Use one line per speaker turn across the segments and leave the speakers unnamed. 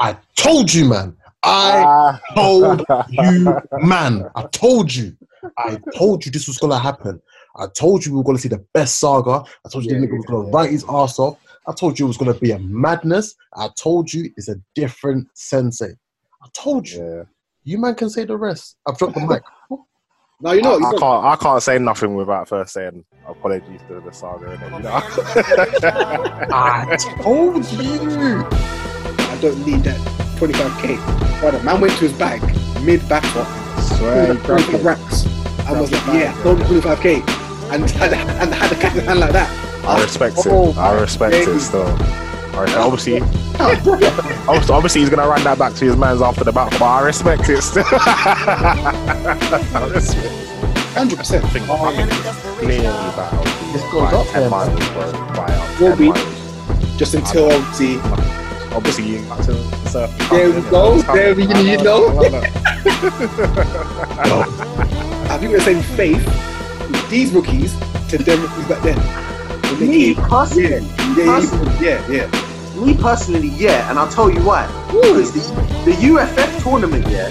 I told you, man.
Ah.
I
Ah,
told you, man. I told you. I told you this was gonna happen. I told you we were gonna see the best saga. I told you
Yeah,
the nigga was gonna write his ass off. I told you it was gonna be a madness. I told you it's a different sensei. I told you.
yeah.
You man can say the rest. I've dropped the mic.
No, you know,
I,
you
I
know
can't. I can't say nothing without first saying apologies to the saga. innit? You know?
I told you.
I don't need that 25k. Brother, man went to his bag mid battle,
Swear, he grabbed it.
racks, and was like, yeah, I don't 25k, and had and had a cat in hand like that.
I respect
Oh,
it. I respect
baby.
it still. I respect- Obviously,
Oh, brother.
obviously, obviously, he's gonna run that back to his man's after the battle, but I respect it still. I respect it.
100%.
I think- I think clearly that I'll be
This goes
by
up
10
there.
miles, bro. By up
Will
10
be.
miles.
Just until obviously,
Obviously, you got to the surface.
There we go, there we- you know. I think we're saying faith with these rookies to them rookies back then. When they
Me
came-
personally,
yeah,
personally.
yeah, yeah, yeah.
me personally, yeah, and I'll tell you why. Because the, the UFF tournament, yeah,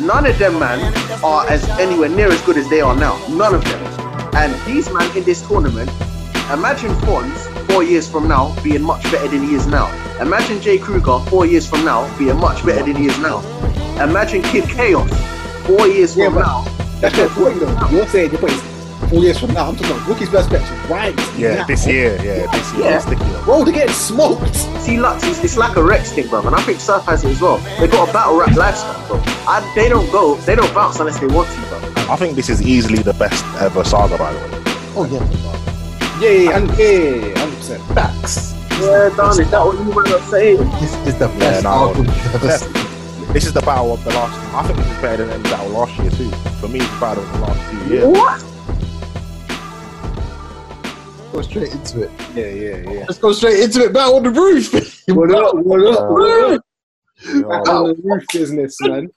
none of them, man, are as anywhere near as good as they are now. None of them. And these man in this tournament, imagine Fons four years from now being much better than he is now. Imagine Jay Kruger four years from now being much better than he is now. Imagine Kid Chaos four years
Yeah,
from
but-
now.
That's not point though. You're saying your point is four years from now. I'm talking about rookies' perspective right
Yeah,
now.
this year. Yeah, this year.
Yeah.
I'm sticking up.
Bro, they're getting smoked.
See, Lux, it's, it's like a Rex thing, bro, and I think Surf has it as well. They got a battle rap lifestyle, bro. I, they don't go, they don't bounce unless they want to, bro.
I think this is easily the best ever saga, by the way.
Oh yeah,
Yeah, yeah, and, yeah, yeah, yeah, 100%.
facts.
Yeah, darling, is that what you were saying?
This is the best
no.
album you've ever seen.
This is the battle of the last. I think this is better than any battle last year too. For me, it's the battle of the last few years.
What?
Go straight into it.
Yeah, yeah, yeah.
Let's go straight into it. Battle on the roof.
What up, what up, what up?
You
Back
know,
on the roof business, man.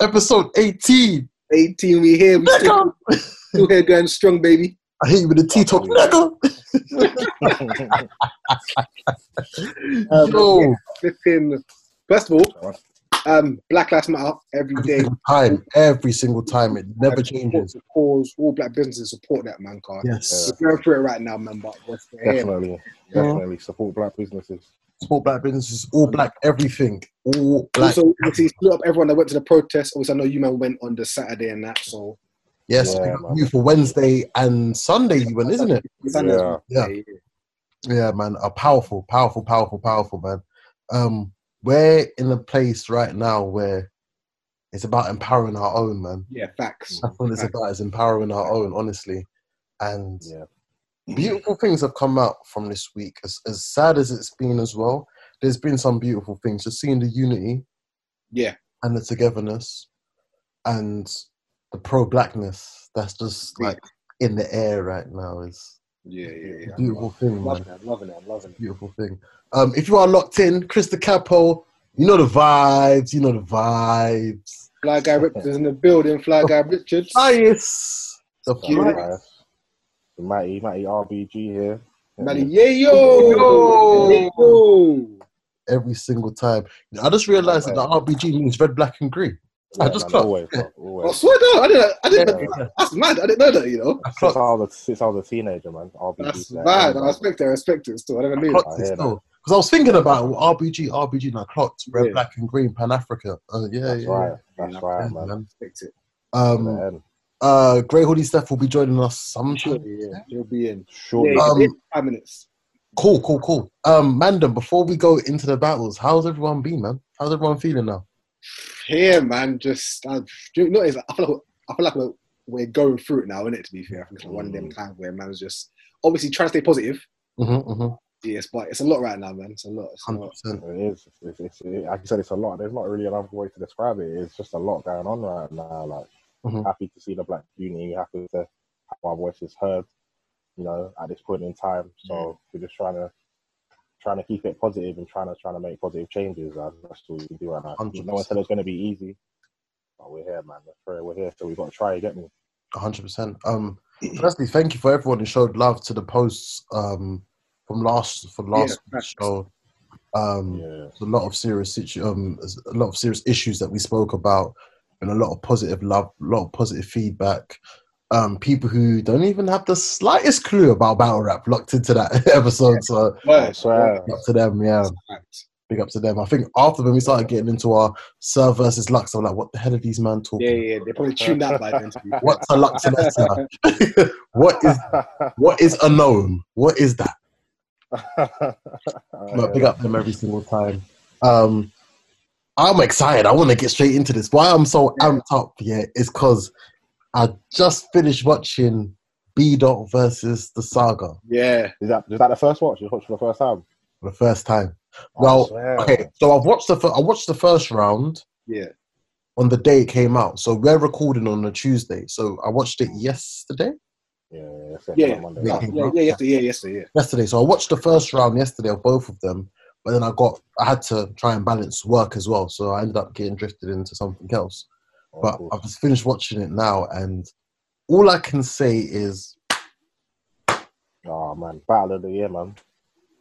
Episode 18.
18, we here, we still,
Nigga!
still here going strong, baby.
I hit you with a T top. Nigga!
Um,
Yo,
Flipping. First of all, um, Black Lives Matter every day.
time every single time it never changes.
Support the cause, all black businesses support that, man, card.
Yes,
We're going through it right now, man, but we're we're here.
definitely, definitely support black businesses.
support black businesses, all black everything, all black.
Also, obviously, split up everyone that went to the protest. Obviously, I know you man went on the Saturday and that, so
Yes,
Yeah,
we got
man.
you for Wednesday and Sunday, even isn't it?
Sunday
Yeah.
was-
Yeah. Yeah, man, a powerful, powerful, powerful, powerful man. Um, we're in a place right now where it's about empowering our own man.
yeah, facts.
That's all it's
Facts.
about is empowering our own, honestly. And
Yeah.
beautiful things have come out from this week. As, as sad as it's been as well, there's been some beautiful things. Just seeing the unity
Yeah,
and the togetherness and the pro blackness that's just like in the air right now is
yeah, yeah, yeah.
a beautiful thing, man.
I'm loving it, I'm loving it, I'm loving it.
Beautiful thing. Um, if you are locked in, Chris the Capo, you know the vibes, you know the vibes.
Fly Guy Richards in the building, Fly Guy Richards.
Bias. The
Beautiful.
fly-
Matty, Matty RBG here.
Matty, yeah, yo! Yeah, yo!
every single time. I just realized that the RBG means red, black, and green.
Yeah,
I just
man,
clocked.
always, bro,
Oh,
always.
swear down. I didn't, I didn't,
Yeah.
that's mad. I didn't know that, you know.
I
Since
clocked,
I was a- since I was a teenager, man. RBG.
That's
there.
mad. I respect it, I respect it still. I never knew.
clocked
I
it
hear
still. Because I was thinking about it, RBG, RBG, and I clocked red,
Yeah.
black, and green, Pan Africa. Uh, yeah,
That's
yeah,
right. That's
yeah,
right, man.
man.
Respect it.
Um,
Man.
uh, Grey Hoodie Steph will be joining us sometime.
Yeah, you'll be in.
Shortly.
Yeah,
Um,
five minutes.
Cool, cool, cool. Um, Mandem, before we go into the battles, how's everyone been, man? How's everyone feeling now?
Here, man, just I, do you know, it's, I feel like I feel like we're, we're going through it now, innit? To be fair, I think it's like one of them times where man's just obviously trying to stay positive.
Mm-hmm, mm-hmm,
Yes, but it's a lot right now, man. It's a lot. It's a lot.
100%.
It is. It's, it's, it, like you said, it's a lot. There's not really another way to describe it. It's just a lot going on right now. Like,
Mhm.
happy to see the black community, happy to have our voices heard. You know, at this point in time, so we're just trying to trying to keep it positive and trying to trying to make positive changes. And that's all we can do right now. No one
100%.
said it's going to be easy, but we're here, man. We're here, we're here so we got to try. You get me?
hundred percent. Um, firstly, thank you for everyone who showed love to the posts um from last for last
Yeah,
week's show. Um,
Yeah.
a lot of serious situ- um, there's a lot of serious issues that we spoke about, and a lot of positive love, a lot of positive feedback. Um, people who don't even have the slightest clue about battle rap locked into that episode. So
I
Word.
swear.
big up to them, yeah.
Fact.
Big up to them. I think after when we started getting into our Sir versus Lux, I'm like, what the hell are these man talking?
Yeah, yeah, yeah, they probably tuned out by then. to be fair.
What's a Lux and a Sir? what is what is a gnome? What is that?
Oh,
But big up them every single time. Um, I'm excited. I want to get straight into this. Why I'm so amped up, yeah, is because I just finished watching B Dot versus the Saga
Yeah,
Is that, is that the first watch? You watched for the first time?
for the first time.
I
Well,
swear.
Okay, so I've watched the fir- I watched the first round
yeah.
on the day it came out. So we're recording on a Tuesday. So I watched it yesterday.
Yeah, yeah, yeah.
Yeah.
Monday.
Yeah.
Yeah, yeah, yeah, yesterday, yeah, yesterday, yeah.
yesterday. So I watched the first round yesterday of both of them, but then I got I had to try and balance work as well, so I ended up getting drifted into something else.
Oh,
But
cool.
I've just finished watching it now, and all I can say is
Oh man, battle of the year, man.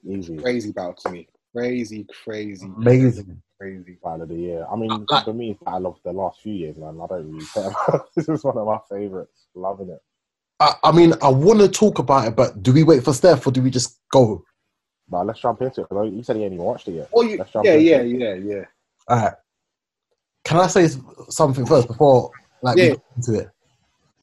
Easy
Crazy battle to me. Crazy, crazy,
amazing.
crazy.
battle of the year. I mean,
I-
for me, it's battle of the last few years, man. I don't really care. this is one of my favorites. Loving it.
I, I mean, I want to talk about it, but do we wait for Steph or do we just go?
But let's jump into it. 'cause You said you ain't even watched it yet.
Oh, you,
Let's jump
yeah,
in.
yeah, yeah, yeah.
All right. Can I say s- something first before like we
Yeah.
get into it?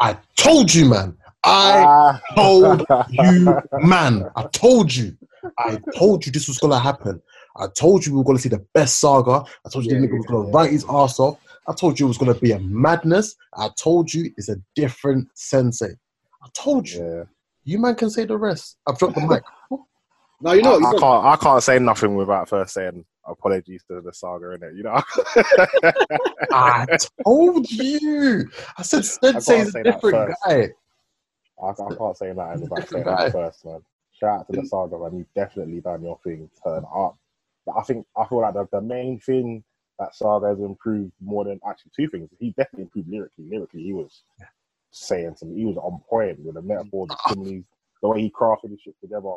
I told you, man. I
Ah.
told you man, I told you, I told you this was gonna happen. I told you we were gonna see the best saga. I told you the
Yeah,
nigga was
yeah,
gonna
yeah.
write his ass off. I told you it was gonna be a madness. I told you it's a different sensei. I told you.
Yeah.
You man can say the rest. I've dropped the mic.
No, you
I,
know, what, you
I
know,
can't. I can't say nothing without first saying apologies to the saga in it. You know,
I told you. I said
can't
sensei's
say
a
that
different
first.
guy.
I, I can't say nothing without saying
Right.
that first, man. Shout out to the saga, man. You've definitely done your thing. Turn up. But I think I feel like the, the main thing that saga has improved more than actually two things. He definitely improved lyrically. Lyrically, he was saying some. He was on point with the metaphors, the similes, the way he crafted his shit together.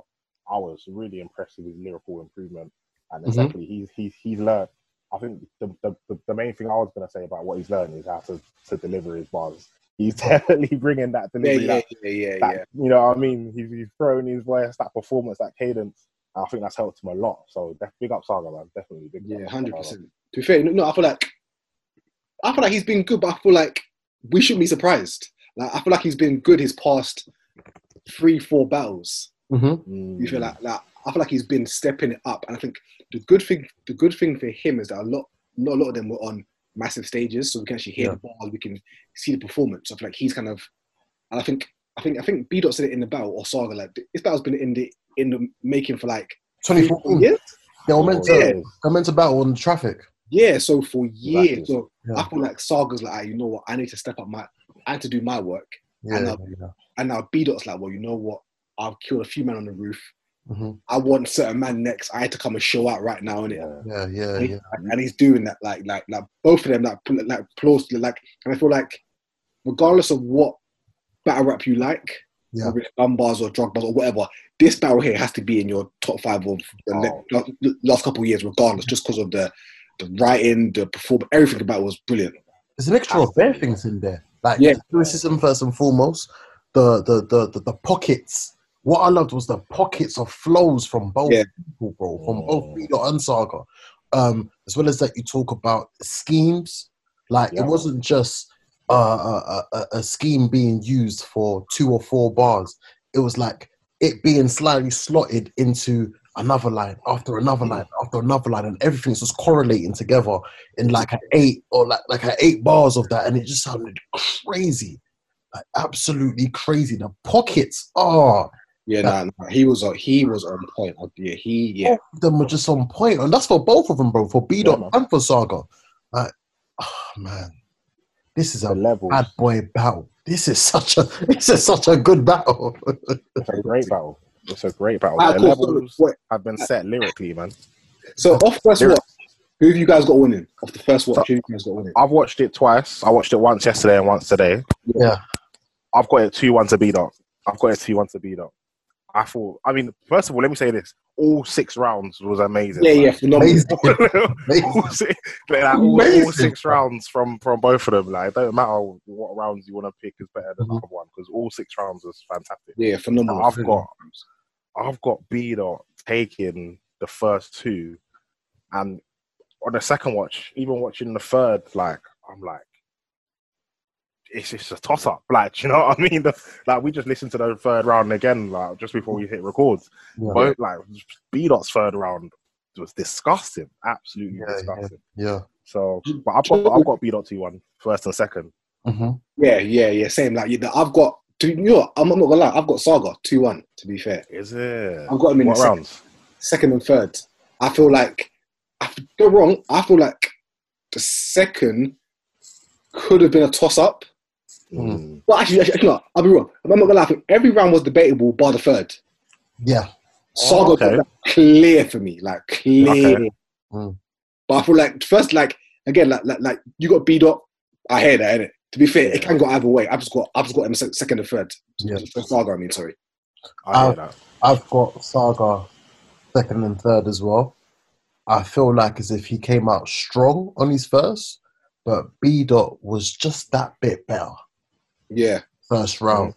I was really impressed with his lyrical improvement. And
Mm-hmm.
Mhm.
exactly, he's he's he's learned. I think the, the, the, the main thing I was going to say about what he's learned is how to, to deliver his bars. He's definitely bringing that
yeah,
delivery,
yeah,
that
yeah, yeah,
that,
yeah.
you know what I mean? He's, he's throwing his voice, that performance, that cadence. I think that's helped him a lot. So def- big up Saga, man. Definitely big
Yeah,
up.
hundred
Saga.
percent. To be fair, no, I feel like I feel like he's been good, but I feel like we shouldn't be surprised. Like I feel like he's been good his past three, four battles.
Mhm.
Mm.
You feel like like I feel like he's been stepping it up, and I think the good thing the good thing for him is that a lot not a lot of them were on massive stages, so we can actually hear
Yeah.
the bars, we can see the performance. I feel like he's kind of, and I think I think I think B dot said it in the battle or Saga like this battle's been in the in the making for like three, four
2014.
years.
They were
Oh,
meant
yeah.
to. They were meant to battle on traffic.
Yeah, so for years,
Exactly.
so
Yeah.
I feel like Saga's like, "Ah, you know what, I need to step up my, I need to do my work.
Yeah.
know. And now B Dot's like, well, you know what, I've killed a few men on the roof.
Mhm.
I want certain man next. I had to come and show out right now, innit?
Yeah.
yeah, yeah,
And,
yeah.
and he's doing that, like, like, like both of them, like, pl- like, applause, to- like, and I feel like, regardless of what battle rap you like,
Yeah.
whether it's bum bars or drug bars or whatever, this battle here has to be in your top five of the
Oh.
le- la- last couple of years, regardless, just because of the, the writing, the performance, everything about it was brilliant.
There's a mixture of bare things in there. Like
Yeah.
lyricism first and foremost, the the, the the the pockets. What I loved was the pockets of flows from both
Yeah.
people, bro, from
Mm.
both Peter and Saga. Um, as well as that you talk about schemes. Like
Yeah.
it wasn't just uh, a, a- a, a scheme being used for two or four bars. It was like it being slightly slotted into another line after another line after another line, and everything's just correlating together in like an eight or like like an eight bars of that, and it just sounded crazy, like absolutely crazy. The pockets are
Yeah,
That-
no, no, he was on. He was on point. Uh, Yeah, he. Yeah,
both of them were just on point, and that's for both of them, bro. For B dot
Yeah, man.
and for Saga, like, oh man, this is
The
a
levels.
bad boy battle. This is such a this is such a good battle.
It's a great battle. It's a great battle.
Ah,
the
cool,
levels
so, wait,
have been set lyrically, man.
so off first
Lyric-
watch, who have you guys got winning? Off the first watch,
So-
who have you guys got winning?
I've watched it twice. I watched it once yesterday and once today.
Yeah.
I've got it two one to B dot. I've got it two one to B dot. I thought. I mean, first of all, let me say this: all six rounds was amazing.
Yeah,
man.
yeah, phenomenal.
Amazing. Amazing.
all, six, like, like, all, all
Amazing.
six rounds from from both of them. Like, it don't matter what rounds you want to pick is better than
Mm-hmm.
the other one because all six rounds is fantastic.
Yeah, phenomenal.
I've got I've got B dot taking the first two, and on the second watch, even watching the third, like I'm like, it's it's a toss up. Like do you know what I mean? The, like we just listened to the third round again, like just before we hit records.
Yeah.
Both like B dot's third round was disgusting, absolutely
Yeah, yeah.
disgusting.
Yeah.
So,
Mm.
but I've got I've got B dot two one first and second.
hmm
Yeah, yeah, yeah. Same like you. I've got. Do you know? what? I'm, I'm not gonna lie. I've got Saga two one. To be fair,
Is it?
I've got him in
what
the second,
rounds?
second and third. I feel like I f- you're wrong. I feel like the second could have been a toss up.
Hmm.
Mm.
Well, actually, actually, actually, no, I'll be wrong. I'm not gonna lie. I think every round was debatable, bar the third.
Yeah.
Saga
Oh, okay.
got that clear for me, like clear.
Okay.
Mm.
But I feel like first, like again, like like, like you got beat up. I hear that, innit? To be fair, it can go either way. I've just got I've just got him se- second and third.
Yeah.
Saga, I mean, sorry.
I hear
Uh,
that.
I've got Saga second and third as well. I feel like as if he came out strong on his first, but B dot was just that bit better
Yeah,
first round.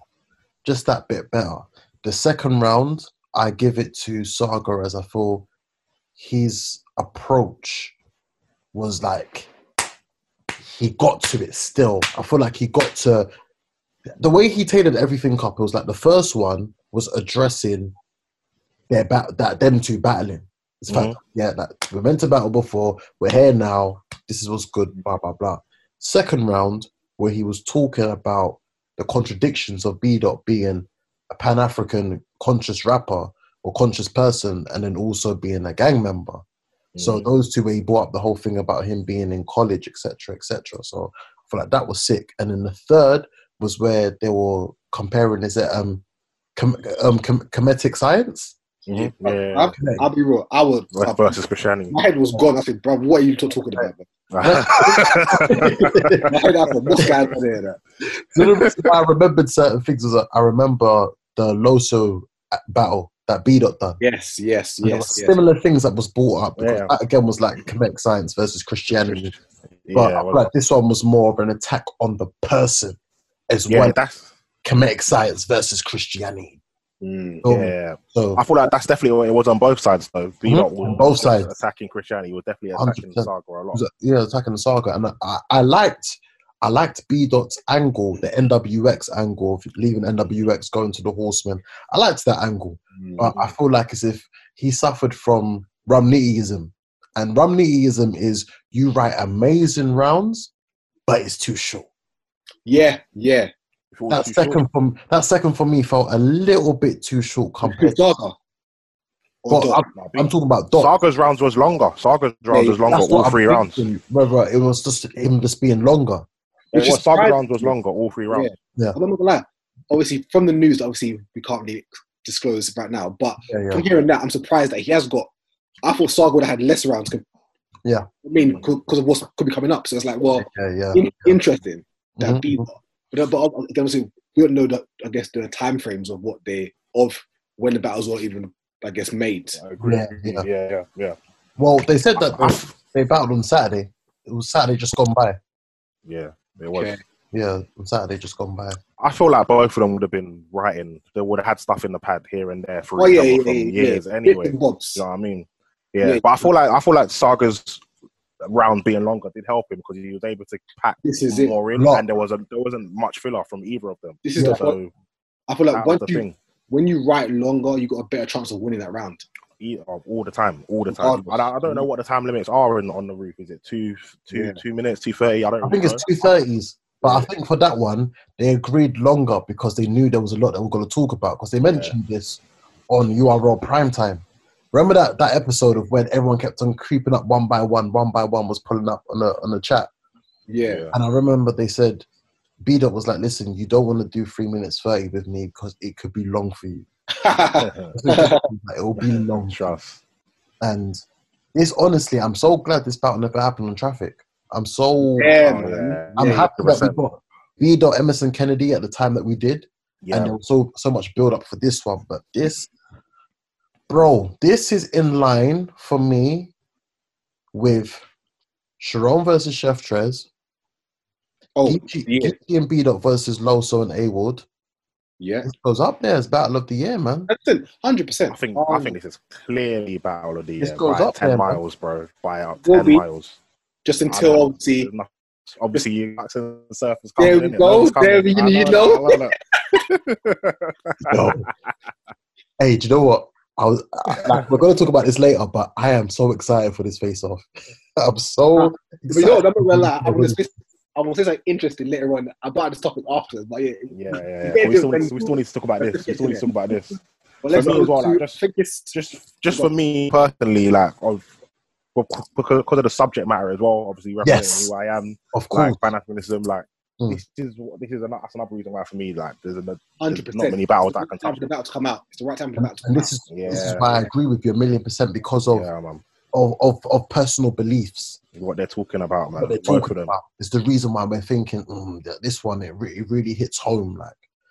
Just that bit better. The second round, I give it to Saga as I feel his approach was like he got to it still. I feel like he got to the way he tailored everything up, it was like the first one was addressing their bat that them two battling. It's fact, yeah, like we meant to battle before, we're here now, this is what's good, blah blah blah. Second round, where he was talking about the contradictions of B dot being a Pan African conscious rapper or conscious person, and then also being a gang member. So
Mm.
those two, where he brought up the whole thing about him being in college, etc., etc. So I feel like that was sick. And then the third was where they were comparing. Is it um, com- um, com- comedic science?
Mhm.
I've-
Yeah.
Okay.
I'll be real. I would.
West
I-
versus Christianity.
my head was gone. I said, bro, what are you t- talking about? Bro? My head, I said, what's going on here? that?"
So the reason why I remembered certain things was that I remember the Loso battle that B dot done.
Yes, yes,
And there
yes,
were
yes.
similar things that was brought up because
Yeah.
that again was like Quebec science versus Christianity. But I
yeah,
feel
well,
like this one was more of an attack on the person as
yeah,
well.
that's
Quebec science versus Christianity.
Mm.
So,
yeah.
so
I feel like that's definitely what it was on both sides though. B dot was
Mm-hmm. On both sides.
attacking Christianity was definitely attacking
100%.
Saga a lot.
was, yeah, attacking the saga, and I- I, I liked, I liked B Dot's angle, the NWX angle of leaving NWX going to the Horsemen. I liked that angle,
Mm.
but I feel like as if he suffered from Romneyism, and Romneyism is you write amazing rounds, but it's too short.
Yeah, yeah.
If it was
That
too short,
second from that second for me felt a little bit too short compared. to
Saga. Or
But
Dog.
I'm, I'm talking about Dot.
Saga's rounds was longer. Saga's rounds was longer,
That's what
all
I'm
three rounds. It
thinking, Whether it was just him just being longer.
Which
was
is
Saga
surprising.
rounds was longer, all three rounds.
I'm not gonna lie. Obviously, from the news, obviously we can't really disclose right now. But
Yeah, yeah.
from hearing that, I'm surprised that he has got. I thought Saga would have had less rounds. 'cause-
Yeah.
I mean, because of what could be coming up. So it's like, well,
Yeah, yeah.
in- interesting that
Mm-hmm,
Mhm.
be But, but ob- obviously, we don't know that. I guess the time frames of what they of when the battles were even, I guess, made.
I agree.
Yeah, yeah.
yeah, yeah.
Well, they said that
I-
they, they battled on Saturday. It was Saturday just gone by.
yeah. It was.
Okay.
Yeah, on Saturday just gone by.
I feel like both of them would have been writing. They would have had stuff in the pad here and there for
Oh
each
yeah,
other
yeah,
from
yeah,
years
yeah.
anyway.
Bits and bobs.
You know what I mean? Yeah,
Yeah.
but I feel like I feel like Saga's round being longer did help him because he was able to pack
This is it.
more in,
Lot.
and there was a, there wasn't much filler from either of them.
This is
Yeah.
the point.
So
I feel like
that was
once
the
you
thing.
when you write longer, you got a better chance of winning that round.
E- of all the time, all the time.
Regardless.
And I, I don't know what the time limits are in, on the roof. Is it two, two,
Yeah.
two minutes, two thirty? I don't.
I think
really
it's two thirties. But I think for that one, they agreed longer because they knew there was a lot they were going to talk about because they mentioned this on URL Primetime. Remember that, that episode of when everyone kept on creeping up one by one, one by one was pulling up on the on the chat,
know.
Yeah,
and I remember they said, B Dot was like, "Listen, you don't want to do three minutes thirty with me because it could be long for you.
Yeah.
it will be long
Trust.
And it's honestly, I'm so glad this battle never happened on traffic. I'm so
yeah,
Oh,
man.
yeah.
I'm
yeah,
happy that we
100%.
got V. Emerson Kennedy at the time that we did, and there was so so much build up for this one, but this, bro, this is in line for me with Sharon versus Chef Trez,
Oh,
Geechee
yeah.
Geechee and B Dot versus Loso and A Ward.
yeah.
This goes up there as Battle of the Year, man.
Listen, 100%.
I think I
Um,
think this is clearly battle of the
This
year.
goes
by
up
ten
there, man.
miles, bro. By up
Will
ten
be.
miles.
just
I
until
know.
obviously
There's nothing- obviously you Jackson surface.
There we go, there we- you know.
Yo. hey, do you know what? I was I- like, we're going to talk about this later, but I am so excited for this face off. I'm so
But you
excited.
know, what, I'm not gonna lie. I'm gonna say, I'm gonna say something interesting later on about this topic after. But yeah,
Yeah, yeah, yeah. We still, need- we still need to talk about this. We still need to talk about this.
but let's
For me
go
as well,
to
like, just-
biggest.
Just, just for me personally, like, of, because because of the subject matter as well. Obviously, representing
Yes.
who I am,
Of course.
like pan-Africanism, like.
Mm.
This is what- this is another, that's another reason why for me like there's, a,
Hundred
there's
percent.
not many battles that I can
Time
touch.
for the battle to come out. It's the right time for the
And,
battle to
and
come
this is
out.
Yeah,
this is why I agree with you a million percent because of
yeah, man.
of, of, of personal beliefs.
What they're talking about, man.
What they're
Both of
talking
them.
about is the reason why we're thinking mm, that this one it really really hits home. Like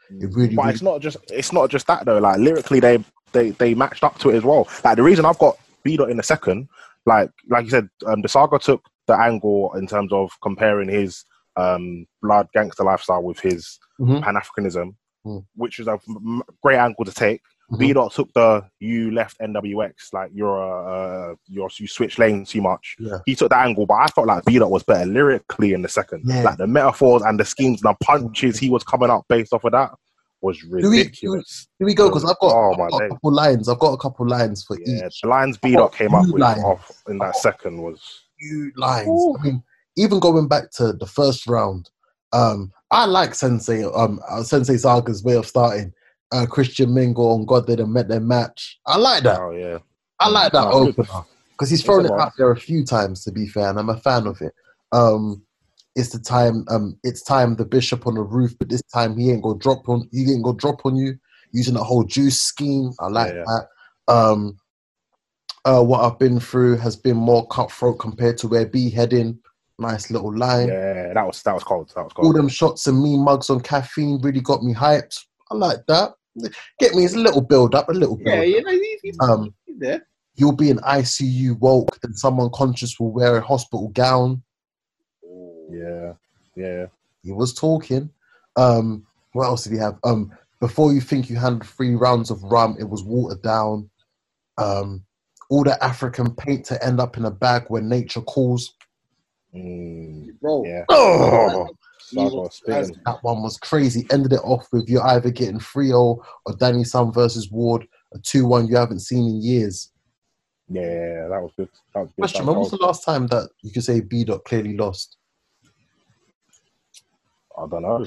it really.
But
really
it's not just it's not just that though. Like lyrically, they they they matched up to it as well. Like the reason I've got B dot in the second, like like you said, um, the saga took the angle in terms of comparing his um blood gangster lifestyle with his
Mhm.
Pan Africanism,
Mm. Mm-hmm.
which is a m- m- great angle to take. B dot took the you left NWX like you're a, uh, you're you switch lanes too much.
Yeah.
He took that angle, but I felt like B dot was better lyrically in the second.
Yeah.
Like the metaphors and the schemes and the punches he was coming up based off of that was
we-
ridiculous.
Here we go because I've got,
Oh,
I've
my
got a
days.
couple lines. I've got a couple lines for E each.
yeah, the lines B dot came up
Two
with
lines.
off in that second was
few lines.
Ooh.
I mean, even going back to the first round, um, I like Sensei um uh, Sensei Saga's way of starting. Uh, Christian Mingle on God they done met their match. I like that.
oh yeah.
I like that
That's good.
opener because he's thrown it
It's alright.
out there a few times. To be fair, and I'm a fan of it. Um, it's the time. Um, it's time the bishop on the roof, but this time he ain't gonna drop on. He ain't gonna drop on you using the whole juice scheme. I like
Yeah,
that. Um, uh, what I've been through has been more cutthroat compared to where B heading. Nice little line.
Yeah, that was that was cold. That was
All
cold.
them shots and mean mugs on caffeine really got me hyped. I like that. Get me. It's a little build up. A little build.
Yeah, you know, he's, he's,
Um,
he's there.
you'll be in ICU woke and someone conscious will wear a hospital gown.
Yeah. Yeah.
He was talking. Um, what else did he have? Um, before you think you handled three rounds of rum, it was watered down. Um, all the African paint to end up in a bag when nature calls.
Mm,
Bro,
yeah.
Oh,
Saga was
that's-
spitting.
that one was crazy. Ended it off with you're either getting 3 0 or Danny Sun versus Ward, a 2 1 you haven't seen in years.
Yeah, that was good. That was good.
Question,
that
when
was
was the
cold.
last time that you could say B dot clearly lost?
I don't know.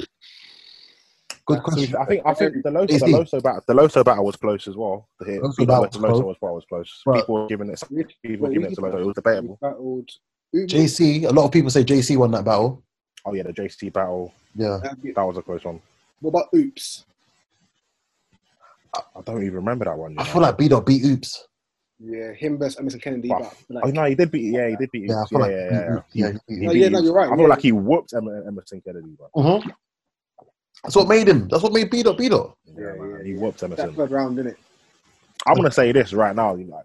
Good
So
question.
I think I think the Loso,
Is
the
he?
Loso battle the Loso battle was close as well. The hit.
Loso
The
battle
Loso
was close.
was well was close.
Right.
People were giving it
we-
people were
we-
giving it to Loso. It was
we
debatable.
battled Uber.
JC, a lot of people say JC won that battle.
Oh yeah, the JC battle
Yeah.
Um, yeah.
that was a close one.
What about Oops?
I don't even remember that one. you
I
know.
feel like B dot beat Oops.
Yeah, him versus Emerson Kennedy.
But-
but,
oh
like,
no, he did beat. Yeah, he did beat.
Yeah, I
Yeah,
feel
yeah,
like
yeah,
he
yeah.
beat- yeah, he
He
beat
No,
beat
yeah, no,
Eaves.
you're right,
I feel
yeah.
like he whooped Emer- Emerson Kennedy. But
Mhm. That's what made him. That's what made B dot B dot.
yeah,
Yeah,
man,
yeah,
he
yeah.
whooped
that
Emerson.
third round, innit?
I'm gonna say this right now. you Like,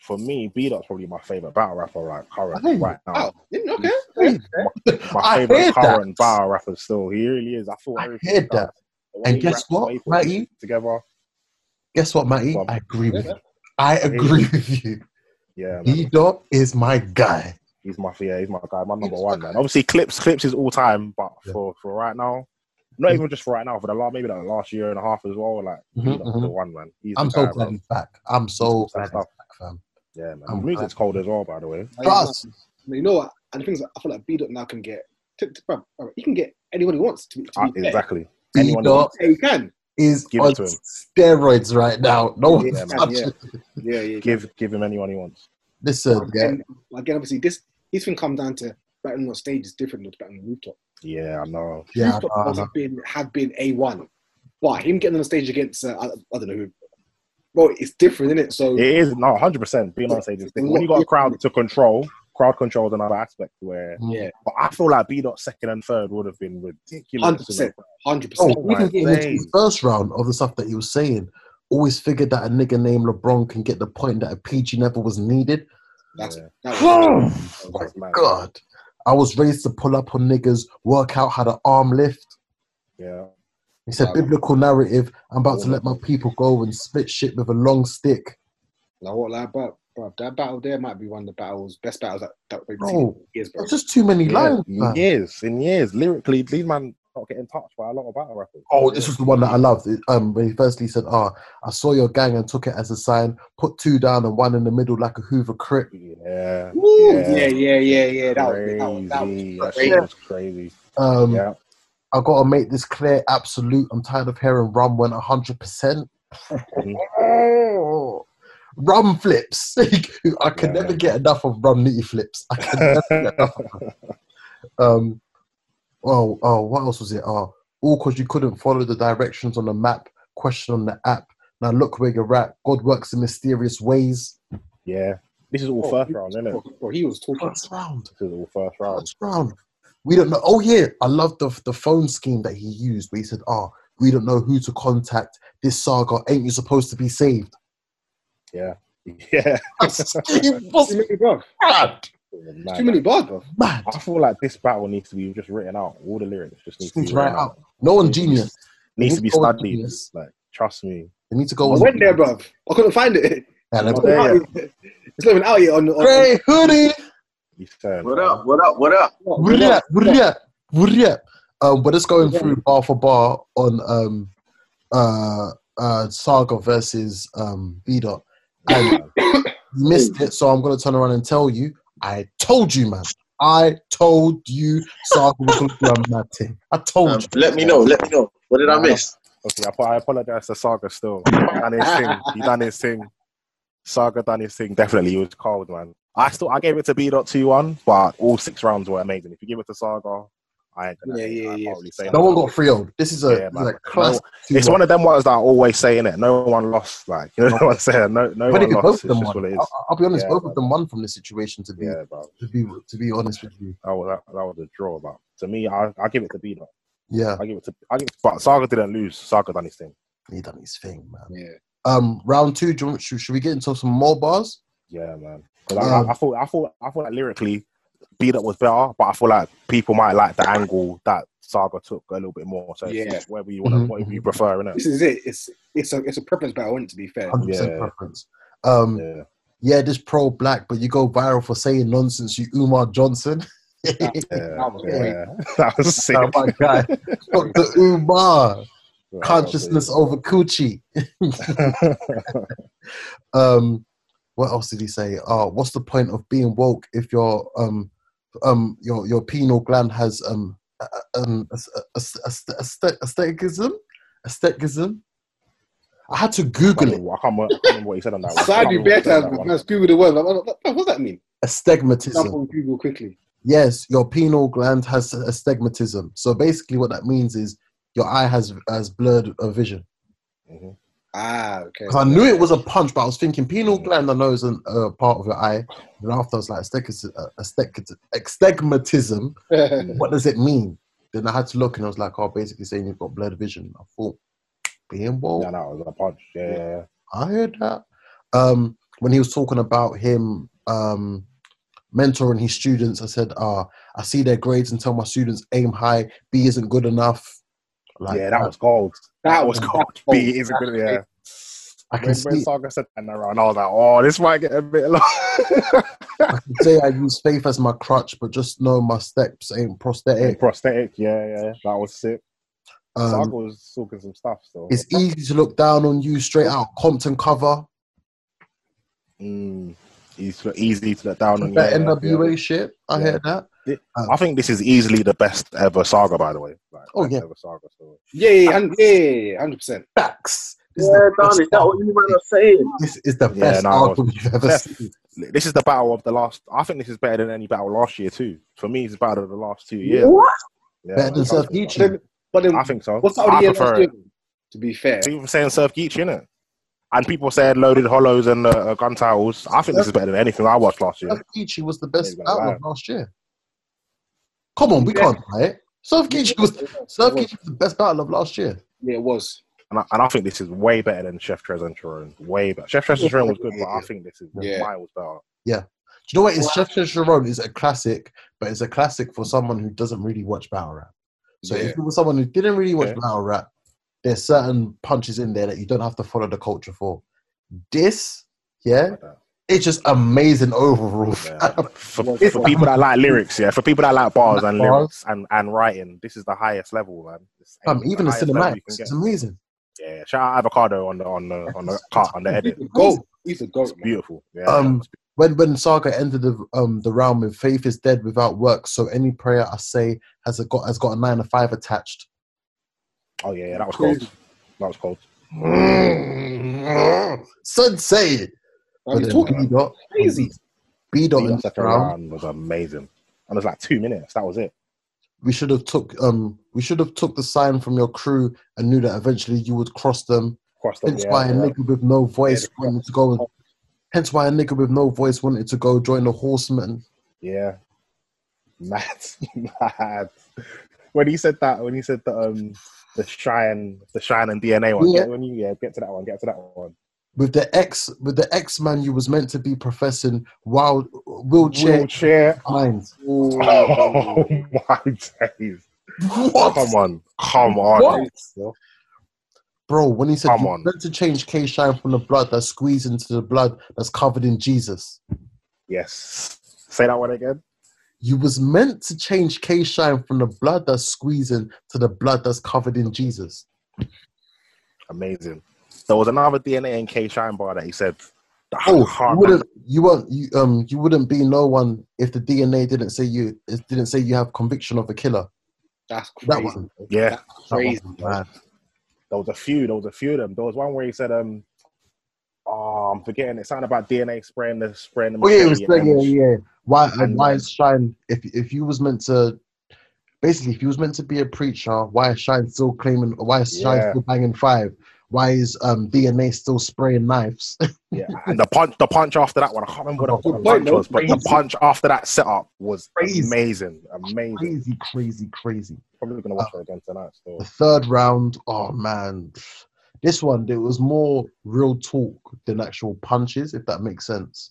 for me, B Dot's probably my favorite battle rapper. Like current
Hey.
right now.
Oh, yeah, okay.
my
I
favorite
heard that.
current battle rapper still. He really is. I thought
I
everything
heard
he does,
that.
the way
And
he
guess
raps, the
what,
way he puts
Matty?
shit together.
Guess what, Matty?
Well,
I agree with
yeah.
you. I agree with you.
Yeah, man.
B dot is my guy.
he's my yeah, he's my guy, my number
He's
one
my
man. Obviously, clips clips is all time, but
Yeah.
for for right now, not even just for right now, for the last maybe like the last year and a half as well. Like
Mhm,
he's
mhm.
the one man. He's
I'm
the
so
guy,
glad
bro.
he's back. I'm so
Some
glad he's
stuff.
back, fam.
Yeah, man.
I'm
the music's cold as well, by the way.
Plus,
But you know what? And the thing is, I feel like B Dot now can get. T- t- bruv, bruv, he can get anyone he wants to, be- to
Uh,
be fair.
exactly.
B
Anyone
dot
Yeah, he can.
is
Give it
on
to him.
steroids right now. No
Yeah,
one's
man,
touching.
yeah. Yeah, yeah.
Give give him anyone he wants.
Listen, yeah.
And again, obviously, this this thing come down to battling on stage is different than battling on the rooftop.
Yeah, I know.
Yeah,
rooftop
nah,
has
nah.
been have been a one, but him getting on stage against uh, I, I don't know who. Well, it's different, isn't it? So
It is no, hundred percent. Being on stage is different. When you got a crowd to control, crowd control is another aspect where.
Yeah.
But I feel like B dot second and third would have been ridiculous.
100%. Hundred
Oh,
percent.
even getting into
days.
the first round of the stuff that he was saying, always figured that a nigga named LeBron can get the point that a PG never was needed.
That's
Yeah.
that was,
Oh my
That's mad.
god. I was raised to pull up on niggas, work out how to arm lift.
Yeah.
He said,
Wow.
biblical narrative, I'm about to let my people go and split shit with a long stick.
I won't lie, but bro, that battle there might be one of the battles, best battles that, that we've seen
Bro.
in years, bro.
There's just too many
Yeah,
lines. man.
years in years. Lyrically, these man not getting touched by a lot of battle rappers.
Oh, this was the one that I loved. It, um, when he firstly said, "Ah, I saw your gang and took it as a sign. Put two down and one in the middle like a Hoover Crip."
Yeah.
Woo! Yeah, yeah, yeah, yeah. That was,
crazy.
that was, that was
That
crazy.
shit was crazy.
Um,
yeah.
I gotta make this clear, absolute. I'm tired of hearing rum went 100. percent Rum flips. I can
Mm-hmm. Yeah.
never get enough of rum nitty flips. I can never get enough. of them. Um, oh, oh, what else was it? Oh, all because you couldn't follow the directions on the map. Question on the app. Now look where you're at. God works in mysterious ways.
Yeah. This is all
Bro,
first
Oh, he-
round, isn't it?
Bro, bro, he was talking.
First round.
This is all first
Oh.
round.
First round. We don't know. Oh yeah, I love the the phone scheme that he used. Where he said, "Ah, we don't know who to contact. This saga ain't you supposed to be saved."
Yeah.
That scheme was
Too many bars.
mad,
Too many bars, bro.
mad.
I feel like this battle needs to be just written out. All the lyrics just need
Just
to
needs
be
to write
written
it
out.
out. No one
Needs to be-
genius.
Needs to be
No one
studied.
genius.
Like, trust me.
They need to
I
go. on-
went there, bro. I couldn't find it.
Yeah, they-
Oh, there you
It's not even out yet. On, on, on
Grey hoodie.
You said.
What up? What up? What up?
Wuria, wuria, wuria. Um, we're just going through bar for bar on um, uh, uh, Saga versus um, B Dot. And you missed it, so I'm gonna turn around and tell you. I told you, man. I told you, Saga was gonna do a mad thing. I told
Um,
you.
let me know. Let me know. What did I miss?
Okay, I, I apologize to Saga still. He done his thing. He done his thing. Saga done his thing. Definitely, he was cold, man. I still I gave it to B dot two one, but all six rounds were amazing. If you give it to Saga, I ain't gonna
Yeah, yeah,
I
yeah.
probably say
No one got free old. This is a,
Yeah,
this
man.
is a class.
It's one of them ones that I always say in it. No one lost, like you know what I'm saying. No, no
But
one
if
lost.
both
It's
of them
just what
won,
it is.
I'll, I'll be honest,
Yeah,
both
man.
of them won from this situation. To be
Yeah, bro.
to be to be honest with you,
That was that, that was a draw, but to me, I I give it to B dot.
yeah,
I give it to I give it. But Saga didn't lose. Saga done his thing.
he done his thing, man.
Yeah.
Um, round two. Do you want, should, should we get into some more bars?
Yeah, man. 'Cause I, I, I thought, I thought, I thought like lyrically, beat up was better, but I feel like people might like the angle that Saga took a little bit more. So yeah.
Yeah.
whatever you want, to
Mhm.
whatever you prefer, innit?
This is it. It's it's a it's a preference battle, isn't it, to be fair.
100%
Yeah.
preference. Um, yeah.
Yeah,
this pro black, but you go viral for saying nonsense, you Umar Johnson.
yeah,
That was
yeah.
great.
that was sick.
Oh, my guy, Dr. Umar,
Yeah,
consciousness over coochie.
that was it.
Um, what else did he say? Uh, what's the point of being woke if your um, um, your your penal gland has um, uh, um, aestheticism, aestheticism? I had to
I can't
Google it.
remember- I can't remember I can't remember what he said on that one. I
Side
can't
be
remember what he said
better.
on that one.
Let's Google the word. Like, what, what does that mean? Jump
Astigmatism.
on Google quickly.
Yes, your penal gland has astigmatism. So basically, what that means is your eye has has blurred uh, vision.
Mhm.
Ah, okay.
'Cause I knew it was a punch, but I was thinking penal
Mm.
gland. I know is a uh, part of your eye. And after I was like astig- uh, astig- astigmatism. What does it mean? Then I had to look, and I was like, oh, basically saying you've got blurred vision. I thought being woke.
No, no, it was a punch. Yeah, yeah.
I heard that. Um, when he was talking about him um, mentoring his students, I said, uh, I see their grades and tell my students aim high, B isn't good enough. Like,
yeah, that was gold. That was gold.
gold.
B is a good. Yeah,
I can
when, when
see,
Saga said that around, I was like, oh, this might get a bit long.
I can say I use faith as my crutch, but just know my steps ain't prosthetic.
prosthetic. Yeah, yeah, that was sick. Saga
Um,
was talking some stuff. So
it's easy to look down on you straight out of Compton cover.
mm, he's easy to let down on.
that
yeah, yeah,
NWA
yeah.
shit, I
Yeah.
heard that.
I think this is easily the best ever Saga, by the way. Like,
Oh,
best
yeah.
ever Saga. So.
yeah, yeah, hun- yeah, yeah, hundred percent.
Facts. This is
Yeah,
the
Don,
best
is that what you were saying?
This is the
Yeah,
best
no,
album you've ever
Def-
seen.
This is the battle of the last. I think this is better than any battle last year too. For me, it's the battle of the last two years.
What?
Yeah,
Better than Surf Geechee?
But then,
I think so.
what's out
I
of the year
prefer
last year?
it.
To be fair,
People were saying Surf Geechee, innit? and people said loaded hollows and uh, uh, gun towels. I think this is better than anything I watched last year.
Geechee was the best
Yeah,
out
wow.
of last year. Come on, we
Yeah.
can't deny it. Surf Geechee was Surf
was.
Geechee was the best battle of last year.
Yeah, it was.
And I, and I think this is way better than Chef Trez and Chiron. Way better. Chef Trez and Chiron was good, but I think this is
Yeah.
mine was better.
Do you know what? It's Chef Chef Sharon is a classic, but it's a classic for someone who doesn't really watch battle rap. So
yeah.
if you were someone who didn't really watch
Yeah.
battle rap, there's certain punches in there that you don't have to follow the culture for. This, yeah,
Like that.
it's just amazing overall.
Yeah. For,
It's-
for people that like lyrics, yeah, for people that like bars and
Bars.
lyrics and, and writing, this is the highest level, man. It's-
Um,
it's
even the
highest level you
cinematics,
can
it's
get.
amazing.
Yeah, shout out avocado on the on the on the cut on the
He's
edit.
the goat. He's the goat, man.
Beautiful. Yeah.
Um, when when Saga ended the um the round with faith is dead without works, so any prayer I say has a got has got a nine to five attached.
oh yeah, yeah, that was cold. That was cold.
Sensei,
Man,
But
he's
then,
talking
uh,
about crazy.
B dot in
The
the
second
round.
round was amazing, and it was like two minutes. That was it.
We should have took um we should have took the sign from your crew and knew that eventually you would cross them.
Crossed up,
Hence
yeah,
why a
yeah.
nigga with no voice
Yeah,
wanted to go. And, hence why a nigga with no voice wanted to go join the horsemen.
Yeah. Mad. Mad. When he said that, when he said that, um, the shine, the shine and DNA one.
Yeah.
Get, when you yeah, get to that one, get to that one.
With the ex, with the ex man you was meant to be professing wild wheelchair
Wheelchair.
minds.
Oh my days! Come on, come on.
Bro, when he said
Come
you
on.
meant to change K Shine from the blood that's squeezed into the blood that's covered in Jesus.
Yes. Say that one again.
You was meant to change K Shine from the blood that's squeezing to the blood that's covered in Jesus.
Amazing. There was another DNA and K Shine bar that he said. that I
Oh, you
can't-
wouldn't you weren't you um you wouldn't be no one if the DNA didn't say you it didn't say you have conviction of a killer.
That's
That
crazy.
one.
yeah.
That one,
crazy.
man.
There was a few. There was a few of them. There was one where he said, "Um, oh, I'm forgetting it. Something about DNA spraying the spraying the."
Oh yeah, it was
machete
yeah,
and-
yeah. Why and
and-
why is Shine if if you was meant to basically if you was meant to be a preacher, why is Shine still claiming why is Shine
Yeah.
still banging five? Why is um DNA still spraying knives?
yeah. And the punch, the punch after that one, I can't remember what
Oh,
the
Good
punch
point, though.
was, but the
Crazy.
punch after that setup was
Crazy.
amazing, amazing.
crazy, crazy, crazy.
Probably gonna watch it again tonight. Still,
The third round, oh man. This one there was more real talk than actual punches, if that makes sense.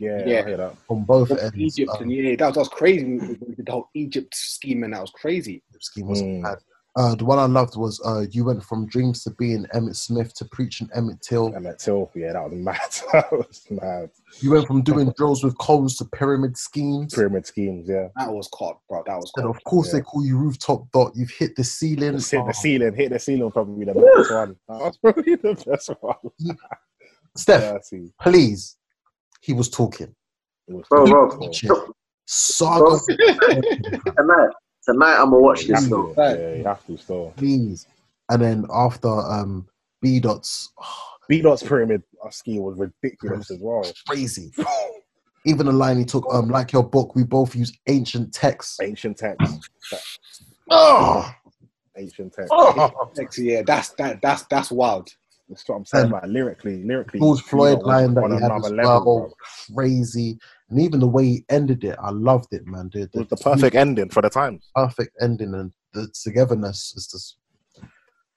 yeah, I
Yeah.
hear that.
On both
Both
ends.
Egypt
um,
and yeah, that was, that was crazy. when we- when we did the whole Egypt scheme and that was crazy.
scheme was
Hmm.
Mm.
bad. Uh, the one I loved was uh, you went from dreams to being Emmett Smith to preaching Emmett Till.
And that till, yeah, that was mad. that was mad.
You went from doing drills with cones to pyramid schemes.
Pyramid schemes, yeah.
That was caught, bro. That was
And
caught.
of course,
Yeah.
they call you rooftop dot. You've hit the ceiling.
Just hit
Oh,
the ceiling, hit the ceiling. Probably the best one. That was probably the best one.
Oh, Steph,
Yeah, I see.
please. He was talking.
It was
Bro, bro.
cool.
Shit. Saga,
Tonight, tonight I'm gonna watch
You
this
have
though.
to, yeah, you have to still.
please. And then after um, B dots,
B Dot's pyramid uh, scheme was ridiculous as well.
crazy. Even the line he took, um, like your book, we both use ancient texts.
Ancient text,
Oh,
ancient text.
oh.
Next, yeah, that's that that's that's wild.
That's what I'm saying.
Um,
man. lyrically, lyrically,
George Floyd
B-Dot was
line that he had as well,
bro.
crazy. And even the way he ended it, I loved it, man. The,
It
the
was the perfect ending for the times.
perfect ending and the togetherness is just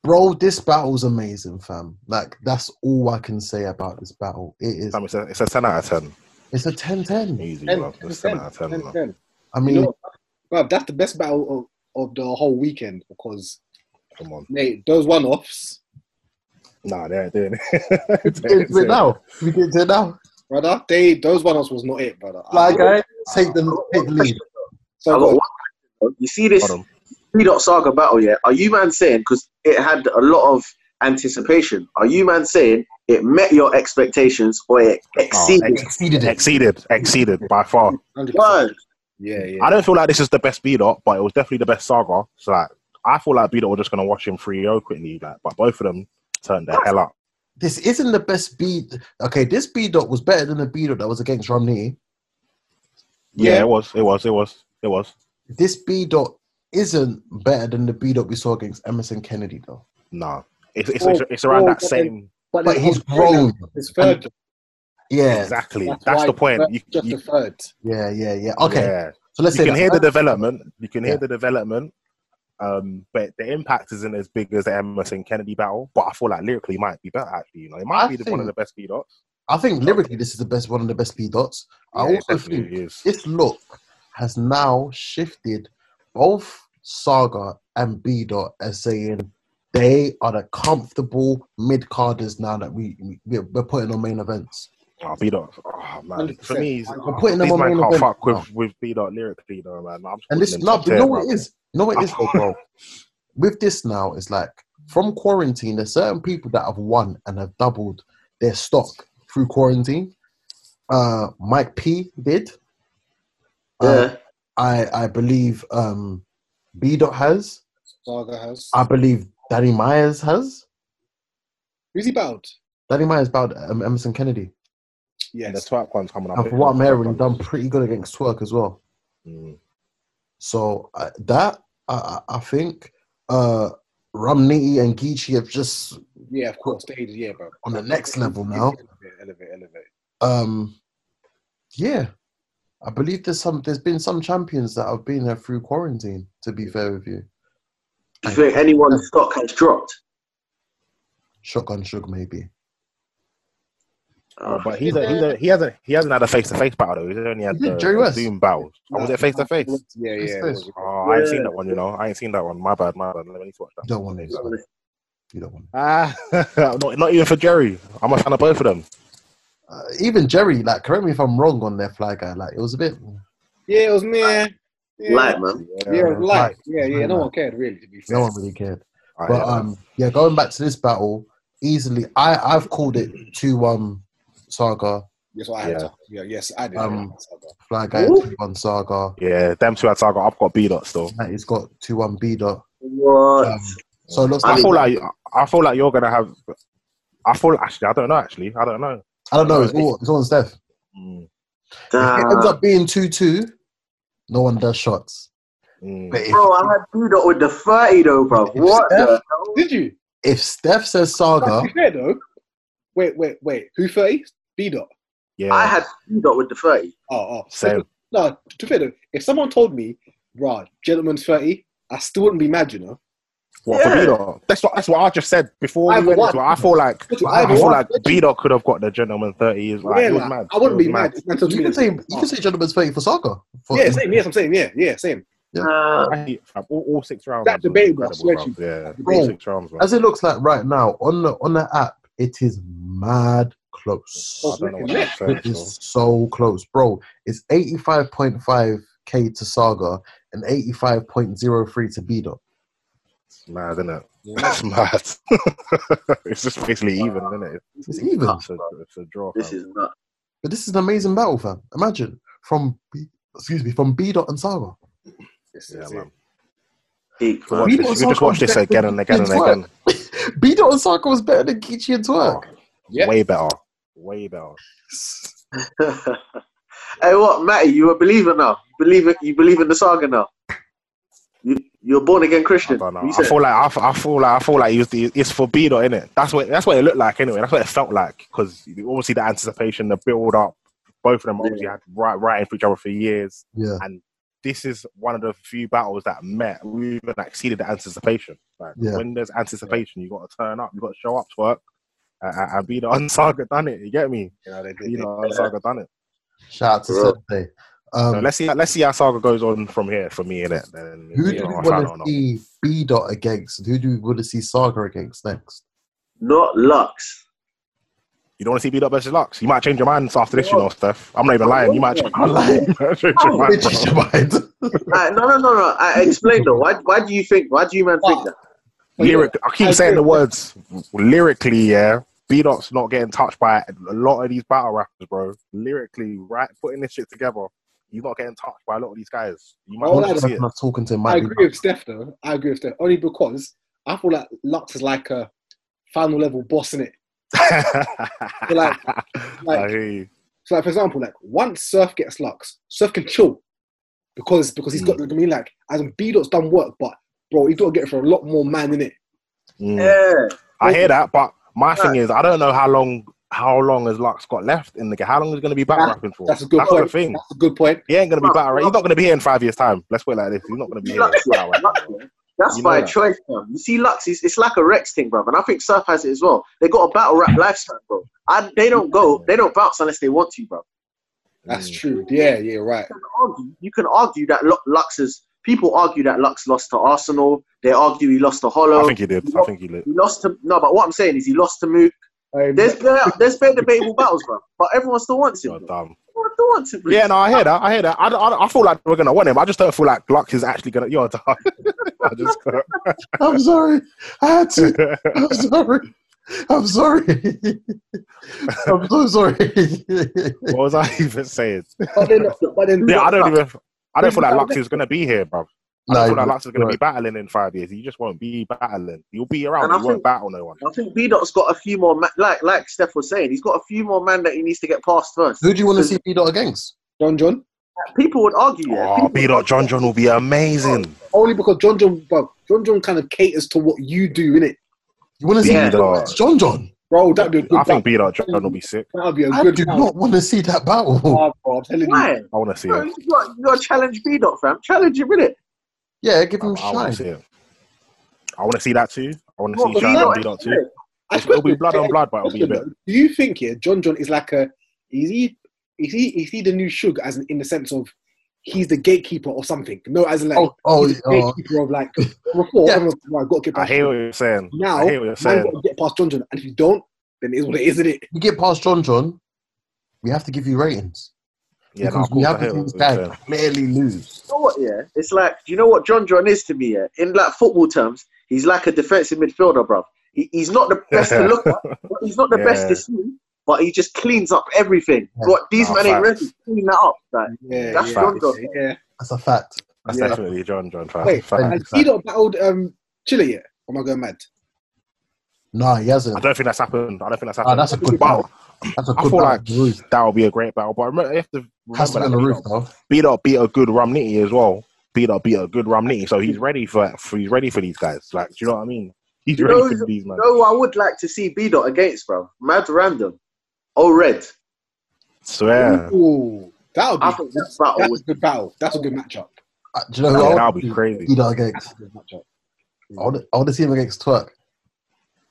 bro this battle's amazing fam like that's all i can say about this battle it is
Fam, It's a, it's a ten out of ten.
it's a 10-10
Easy,
10,
bro. It's ten out of ten. bro.
10.
i
You
mean
know what, bruv, that's the best battle of, of the whole weekend because
Come on,
mate, those one offs,
nah, they ain't doing it.
we get to it now we get to it now
brother, they those one offs was not it, brother.
like I take the take the lead
I
so
got one
good.
question, though. You see this
Hold on.
three dot saga battle, yeah? Are you man saying because it had a lot of anticipation? Are you man saying it met your expectations or it
Oh,
exceeded?
exceeded it
Exceeded, exceeded by far.
100%.
Word.
Yeah, yeah.
I don't feel like this is the best B dot, but it was definitely the best saga. So like, I feel like B dot were just gonna watch him 3-0 quickly, like, but both of them turned the hell up.
this isn't the best beat okay this b dot was better than the b dot that was against romney
Yeah,
Yeah.
it was, it was, it was, it was.
this b dot isn't better than the b dot we saw against emerson kennedy though
Nah, it's it's,
Oh,
it's, it's around
oh,
that
but then-
same.
But, he's grown.
His third.
Yeah,
Exactly. That's,
why
the point.
Fred-
You,
just
you-
the third.
yeah, yeah, yeah. Okay,
yeah.
so let's
you
say
can
that.
hear the development. You can hear
Yeah.
the development. Um, but the impact isn't as big as the Emerson Kennedy battle. But I feel like lyrically it might be better. Actually, you know, it might
I
be the one of the
think-
best beat ups.
I think lyrically, this is the best one of the best P dots. I also think
is.
this look has now shifted both Saga and B Dot as saying they are the comfortable mid carders now that we, we we're- we're putting on main events.
Oh, B dot. Oh man, for
100%.
me, he's,
I'm
oh,
putting them
these
on
man
main
can't
event.
fuck with with B dot lyrically though, man. I'm
And this, no, you know what it is. You know what it is, though, bro. With this now, it's like from quarantine. There's certain people that have won and have doubled their stock through quarantine. Uh, Mike P did. Uh,
Yeah.
I I believe um, B dot has.
Saga has.
Ah.
I believe Danny Myers has.
Who's he battled?
Danny Myers about um, Emerson Kennedy.
And the
Yes.
twerk one's coming up.
And from what I'm hearing, done pretty good against Twerk as well.
Mm.
So uh, that I, I I think uh, Ramniti and Geechee have just
Yeah, of course. They, yeah, bro.
on the next level now.
Elevate, elevate, elevate.
Um, yeah, I believe there's some. There's been some champions that have been there through quarantine. To be fair with you,
Do you think anyone's stock has dropped?
Shotgun Shug maybe.
Oh,
Uh,
but he's a, he's a, he hasn't he hasn't had a face to face battle though. He's only had
He did,
the,
Jerry
the
West.
Zoom battles. Oh, was it face to face?
Yeah, yeah.
Face-to-face.
it was.
Oh, I ain't
Yeah.
seen that one. You know, I ain't seen that one. My bad, my bad. Let me need to watch
You
that.
don't want it. son. You don't want it.
Ah, not, not even for Jerry. I'm a fan of both of them.
Uh, even Jerry, like, correct me if I'm wrong on their fly guy. Like, it was a bit.
Yeah, it was me. Yeah. Yeah,
Light, man.
yeah, it was light.
Light.
Yeah, yeah. No one cared really. To be fair.
No one really cared.
I
But
hear that.
um, yeah, going back to this battle, easily, I I've called it two one saga
Yes, I had.
Yeah.
Yeah, yes, I did.
Um,
Saga.
fly guy
Ooh.
two one saga.
yeah, them two had Saga. I've got B dot still.
That he's got two one B dot.
What?
Um, so it looks
I
I
like
mean-
feel like I feel like you're gonna have. I feel actually. I don't know. Actually, I don't know.
I don't know. It's all it's all on Steph.
Mm,
If it ends
Damn.
up being two two, no one does shots.
mm.
But if,
Bro, I had Budo with the 30 though, bro. What the hell?
Did you?
if Steph says
To
saga,
be fair though. Wait, wait, wait. Who thirty? B dot.
Yeah,
I had Budo with the 30.
Oh, oh.
same.
No, to be fair though, if someone told me, "Rah, gentleman's 30, I still wouldn't be mad, you know.
What
Yeah.
for Beto? That's what that's what I just said before
I
we went
won.
into it. I feel like
Literally,
I
I
feel
won.
like Beto could have got the gentleman thirty years. Like,
yeah,
it was
like,
mad.
I wouldn't
It was
be mad. That's what
you
I
can
mean.
say you can say gentleman's thirty for saga. For,
Oh. yeah, same. Yes, I'm saying. Yeah, yeah, same.
Yeah.
Uh,
I hate- all, all six rounds.
That's
man, was
debatable, I swear
incredible,
to
bro. Yeah,
Debatable.
all six rounds. Man.
As it looks like right now on the on the app, it is mad close.
I don't know what
Yeah.
I'm saying.
It is so close, bro. It's 85.5k to Saga and 85.03 to Beedot.
It's mad, isn't it? It's mad. it's just basically even, isn't it?
It's even.
It's a, it's a draw.
this
fam.
is nuts.
But this is an amazing battle, fam. Imagine from B- excuse me from Beedot and Saga.
Yes,
yeah,
yes,
man.
Peak,
We
man.
Beto
watch this- we just
Sarko
watch this
better
again
than
and again and
Geechee and
again.
Beedot and Saga was better than Geechee and Twerk.
Yeah.
Way better. Way better.
hey, what, Matty? You a believer now? You believe it? You believe in the saga now? You, you're born again
I
Christian.
don't know.
You
I
said-
feel like I, f- I feel like I feel like he was the, it's for Beto, isn't it? That's what that's what it looked like anyway. That's what it felt like because obviously the anticipation, the build up, both of them obviously had right writing for each other for years.
Yeah,
This is one of the few battles that met. We even exceeded the anticipation. Like
Yeah.
when there's anticipation, you got to turn up, you got to show up to work, and, and- and Beto and Saga done it. You get me?
You know, they did.
You know, and Saga done it.
shout out to
Bro.
Saturday.
So
Um,
let's see. Let's see how Saga goes on from here. For me, innit? Then
who
you
do
know,
we
I don't
want
know.
to see Beedot against? Who do we want to see Saga against next?
Not Lux.
You don't want to see beat up versus Lux. You might change your minds after this, you know, Steph. I'm not even lying. You might change,
I'm lying.
you might change your
Oh,
mind.
Change your mind.
Uh, no, no, no, no. I explain though. Why, why do you think? Why do you man think that?
bro. Lyric, I
I
keep saying the
agree.
words lyrically, yeah. Beat up's not getting touched by a lot of these battle rappers, bro. Lyrically, right? Putting this shit together, you're not getting touched by a lot of these guys. You might
Oh,
not
that's-
see it.
I'm not talking to
I
Mike.
agree with Steph though. I agree with Steph only because I feel like Lux is like a final level boss in it. Like-
I hear you.
So, like for example, like once Surf gets Lux, Surf can chill because because he's got. I mean, like as in B Dot's done work, but bro, he's got to get it for a lot more man in it.
Mm.
Yeah.
I hear that, but My thing is, I don't know how long how long has Lux got left in the game. How long is he going to be battle
That-
rapping for?
That's a good point.
the thing.
That's a good point.
He ain't going to be
Bro,
battle. rap- He's not going to be here in five years' time. Let's put it like this. He's not going to be here. in five years'
Lux,
time.
That's
You know
by
that.
choice, man. You see, Lux, it's, it's like a Rex thing, bro. And I think Surf has it as well. They got a battle rap lifestyle, bro. I, they don't go, they don't bounce unless they want to, bro.
That's
Mm.
true. Yeah, yeah, right.
You can argue, you can argue that Lu- Lux is. People argue that Lux lost to Arsenal. They argue he lost to Hollow.
I think he did. I think he did.
he lost to no, but what I'm saying is he lost to Mook.
Um,
There's bare, there's bare debatable battles, bro. But everyone still wants him.
You're
bro.
dumb.
Everyone still wants him. bro.
Yeah, no, I hear that. I hear that. I, I, I feel like we're gonna want him. I just don't feel like Lux is actually gonna. You're dumb. I just can't.
I'm sorry. I had to. I'm sorry. I'm sorry. I'm so sorry.
what was I even saying?
but then, but then,
Yeah, I don't even. I don't feel like Lux is gonna be here, bro. I
Nah,
don't feel like Lux is gonna
right.
be battling in five years. He just won't be battling. You'll be
And
around.
I
You won't
think-
battle no one.
I think B Dot's got a few more, ma- like like Steph was saying, he's got a few more man that he needs to get past first.
Who do you want to see beat up against?
John John.
People would argue, yeah.
Oh,
people-
B. Dot John John will be amazing.
Only because John John, bro, John John kind of caters to what you do in it,
You want to see
Yeah.
B. Dot.
John John?
bro. That'd be a good.
I think
battle.
B. Dot John will be sick.
that'd be a
I
good.
do
battle.
not want to see that battle.
Oh,
Ah, bro, I'm telling you.
Why?
I want to see
Bro,
him.
you got you got challenge B Dot, fam. Challenge him, innit?
Yeah, give
I,
him a
want to see
shine.
him. I want to see that too. I want to
Well,
see
but
Shine
no,
and B. Dot too.
I
It'll be
suppose-
blood on blood, but it'll be a bit.
Do you think here John John is like a is he is he is he the new Sugar as in, in the sense of he's the gatekeeper or something? No, as in like
Oh, oh,
he's the
oh,
gatekeeper of like before
Yeah.
everyone's like, "Right, I've got to get
I
past
hear what you're saying.
now
I hear what you're
man
saying.
got to get past John John and if you don't then it is what it is, isn't it?
you get past John John, we have to give you ratings
Yeah, no,
because
of
we
course I
haven't
hear
seen
what
this
you're
guy
saying.
clearly lose.
You know what? Yeah, it's like you know what John John is to me. Yeah, in like football terms, he's like a defensive midfielder, bro. He, he's not the best to look at. but He's not the
Yeah.
best to see, but he just cleans up everything.
Yeah.
What these
Nah,
men ain't
facts.
ready to clean that up. Like,
Yeah,
That's
yeah,
John John.
Yeah.
That's a fact.
That's
Yeah.
definitely John John. Fact.
Wait,
fact.
Has he not battled um Chile yet? Or Am I going mad?
No, he
I
hasn't.
don't think that's happened. I don't think that's
Ah,
happened.
that's a good
Wow.
battle. That's a
I
good battle.
feel like
Roof.
that would be a great battle. But remember, you have to
Has to be on
remember that
the
beat
roof
up,
though.
beat up beat a good Romney as well. Beat up beat a good Romney, so he's ready for, for he's ready for these guys. Like, do you know what I mean? He's
You
ready
know-
for these man.
no, I would like to see B dot against, bro. Mad random. Oh, red.
Swear,
Ooh, that would be
I think that battle
that's
would.
a good battle. That's a good matchup.
Uh, Do you know who
yeah,
I
that'll
want
be
to see?
crazy.
Beat up
That's
against.
a good matchup.
I want to- I want to see him against Twerk.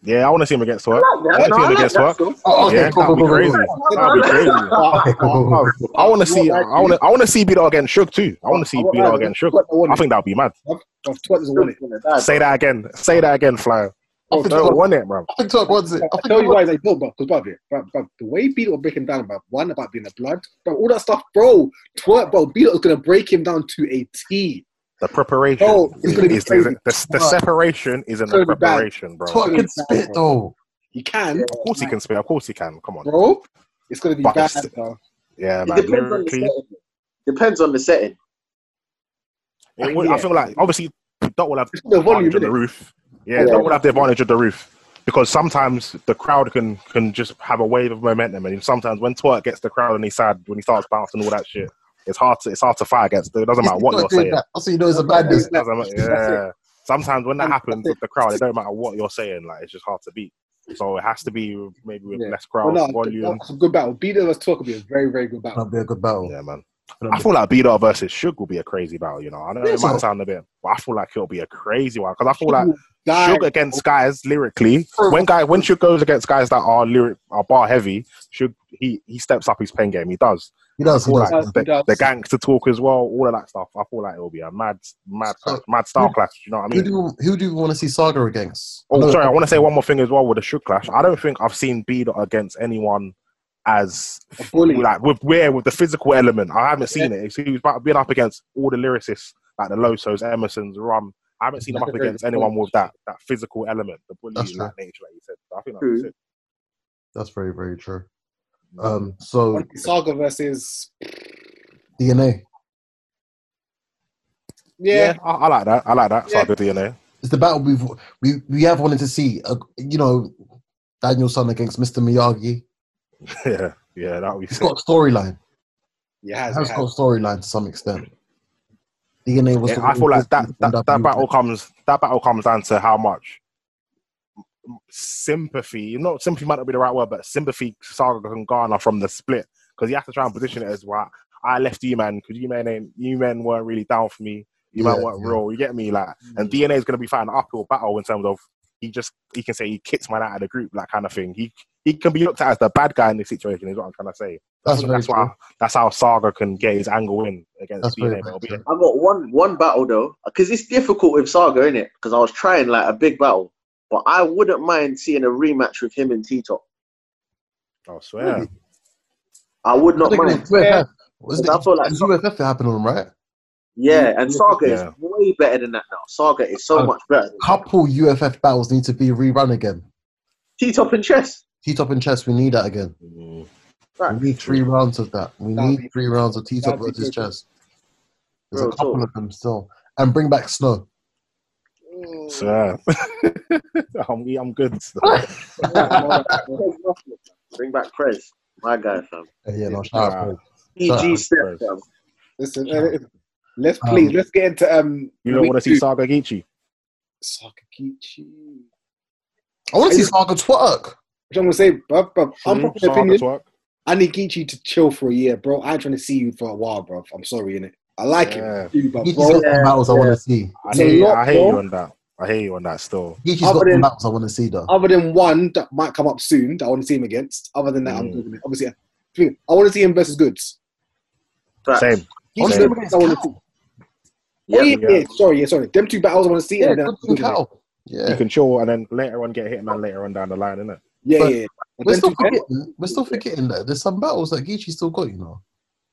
Yeah, I want to see him against
I
work.
like
I
that.
want
No,
to see
I
him
like
against
that
work.
still.
Oh,
Yeah, that would be crazy. That would be crazy.
cool. Okay,
Oh,
cool, cool, cool.
Oh, I want to see. I want to. I want to see Beatle against Shook too. I want to see Beatle against Shook. I think that would be mad.
Twerk doesn't want it.
Say that again. Say that again, Flyer.
Oh,
Oh,
I
I
think
don't
Twerk-
want it, bro.
I think Twerk wants it. I
I'll
think
tell you
Twerk-
why they built, bro. Because, bro, bro, bro, the way Beatle will break him down, bro, one about being a blood, bro, all that stuff, bro. Twerk, bro, Beatle's going to break him down to a T.
The preparation
Oh, it's
is,
gonna be
is-
crazy.
the, the,
Right.
separation is in
It's gonna
the
be bad.
preparation, bro.
Twerk can spit though.
He can,
Of course he can spit. Of course he can. Come on.
bro. It's going to be
But
bad,
it's-
bro.
Yeah,
It
man.
depends on the
Lyrically,
setting. Depends on the setting.
it would-
Yeah.
I feel like obviously Dot will have
It's the volume,
advantage of the
innit?
roof. Yeah,
Yeah.
Dot will have the advantage of the roof because sometimes the crowd can can just have a wave of momentum, and sometimes when Twerk gets the crowd on his side, when he starts bouncing all that shit, it's hard to it's hard to fight against. It doesn't matter
He's
what
not
you're
doing
saying.
that. Also, you know it's a bad
Yeah,
dude.
it doesn't matter. Yeah. Sometimes when that
And
happens
that's
with the crowd, it don't matter what you're saying. Like it's just hard to beat. So it has to be with- maybe with
Yeah.
less
But
crowd
no,
volume.
that's a good battle. Beatle versus Twerk will be a very, very good battle.
That'll be a good battle.
Yeah, man.
That'll
I
be-
feel like Beater versus Suge will be a crazy battle. You know, I know
Yeah,
it might
so-
sound a bit, but I feel like it'll be a crazy one because I feel like
Die.
Suge against guys lyrically. When guy when Suge goes against guys that are lyric are bar heavy, Suge he he steps up his pen game. He does.
He does. He
All
does.
that,
He
the,
does.
the gangster talk as well, all of that stuff. I feel like it'll be a mad, mad, clash, mad style clash. You know what I mean?
Who do who do you want to see Saga against?
Oh,
No,
sorry. I want to say one more thing as well with the Shook Clash. I don't think I've seen B Dot against anyone as
A bully.
like with where with the physical element. I haven't seen it. He was about- being up against all the lyricists like the Losos, Emerson's, Rum. I haven't seen him up
That's
against
very good
anyone with that that physical element, the bully
That's
like nature, like you said. So I think
True.
that's it.
That's very very true. Um, so
Saga versus.
DNA
Yeah.
I, I like that. I like that. So I
Yeah.
did DNA.
It's the battle we've we we have wanted to see. Uh, you know, Daniel Son against Mr Miyagi.
yeah, yeah, that would be
He's
sick.
got storyline.
He has.
Has
He
got
has.
storyline to some extent. DNA was.
Yeah,
the E.
I feel like that
one-
that, that battle comes that battle comes down to how much sympathy. Not sympathy might not be the right word, but sympathy Saga can garner from the split because he has to try and position it as well. I left you man because you men ain't, you men weren't really down for me. You
Yeah,
man weren't
yeah. Mm.
real. You get me? Like, and DNA is going to be fighting an uphill battle in terms of he just he can say he kicks man out of the group, that kind of thing. He he can be looked at as the bad guy in this situation. Is what I'm trying to say.
That's
So
very
that's why
true.
that's how Saga can get his angle in against
That's
DNA.
very
but it'll be-
true.
I got one one battle though, because it's difficult with Saga, innit? Because I was trying like a big battle, but I wouldn't mind seeing a rematch with him and T Top.
I swear.
I would
I
not
think it
mind.
was UFF. Wasn't
I feel like-
it? It's UFF that happened on, right?
Yeah, and Saga
Yeah.
is way better than that now. Saga is so
Oh.
much better.
Couple UFF battles need to be rerun again.
T Top and Chess.
T-top and chess, we need that again.
Mm.
Right.
We need three rounds of that. We
That'd be-
need three rounds of T-top
that'd be
versus
good.
chess. There's a
Real
couple
talk.
of them still. And bring back Snow.
Mm.
Swear. uh, I'm, I'm good.
Bring back Prez. My guy, fam.
Yeah, Uh, yeah, no, shout out.
Nah.
Snow.
PG
Shout
step, fam.
Listen, uh, let's
Um,
please let's get into um.
You don't
week
want to see
two.
Saga Geechee?
Sakaguchi.
I want to see Saga twerk.
Which I'm gonna say, bruv, bruv,
Hmm?
unpopular opinion.
work.
I need Geechee to chill for a year, bro. I ain't trying to see you for a while, bro. I'm sorry, innit? I like
Yeah.
it, dude, but
Geechee's
bro,
got some battles I want to see.
I
It's a
hear, you-
lot,
I hear you
bro.
on that. I hear you on that still.
Geechee's
Other
got
than-
some battles I want to see, though.
other than one that might come up soon that I want to see him against, other than that, I'm
Mm.
good with it. Obviously, I want to see him versus Goods.
Facts.
Same.
Geechee
Same.
against I want to see.
Yeah,
oh, yeah,
yeah.
yeah, sorry, yeah, sorry. Them two battles I want to see.
Yeah,
and then
good
I'll
thing
do it.
cow.
You
Yeah.
can chill and then later on get Hitman later on down the line, innit?
yeah,
But
yeah. yeah. But
We're
them
still,
two battles-
forgetting, we're still forgetting that there's some battles that Geechee's still got, you know.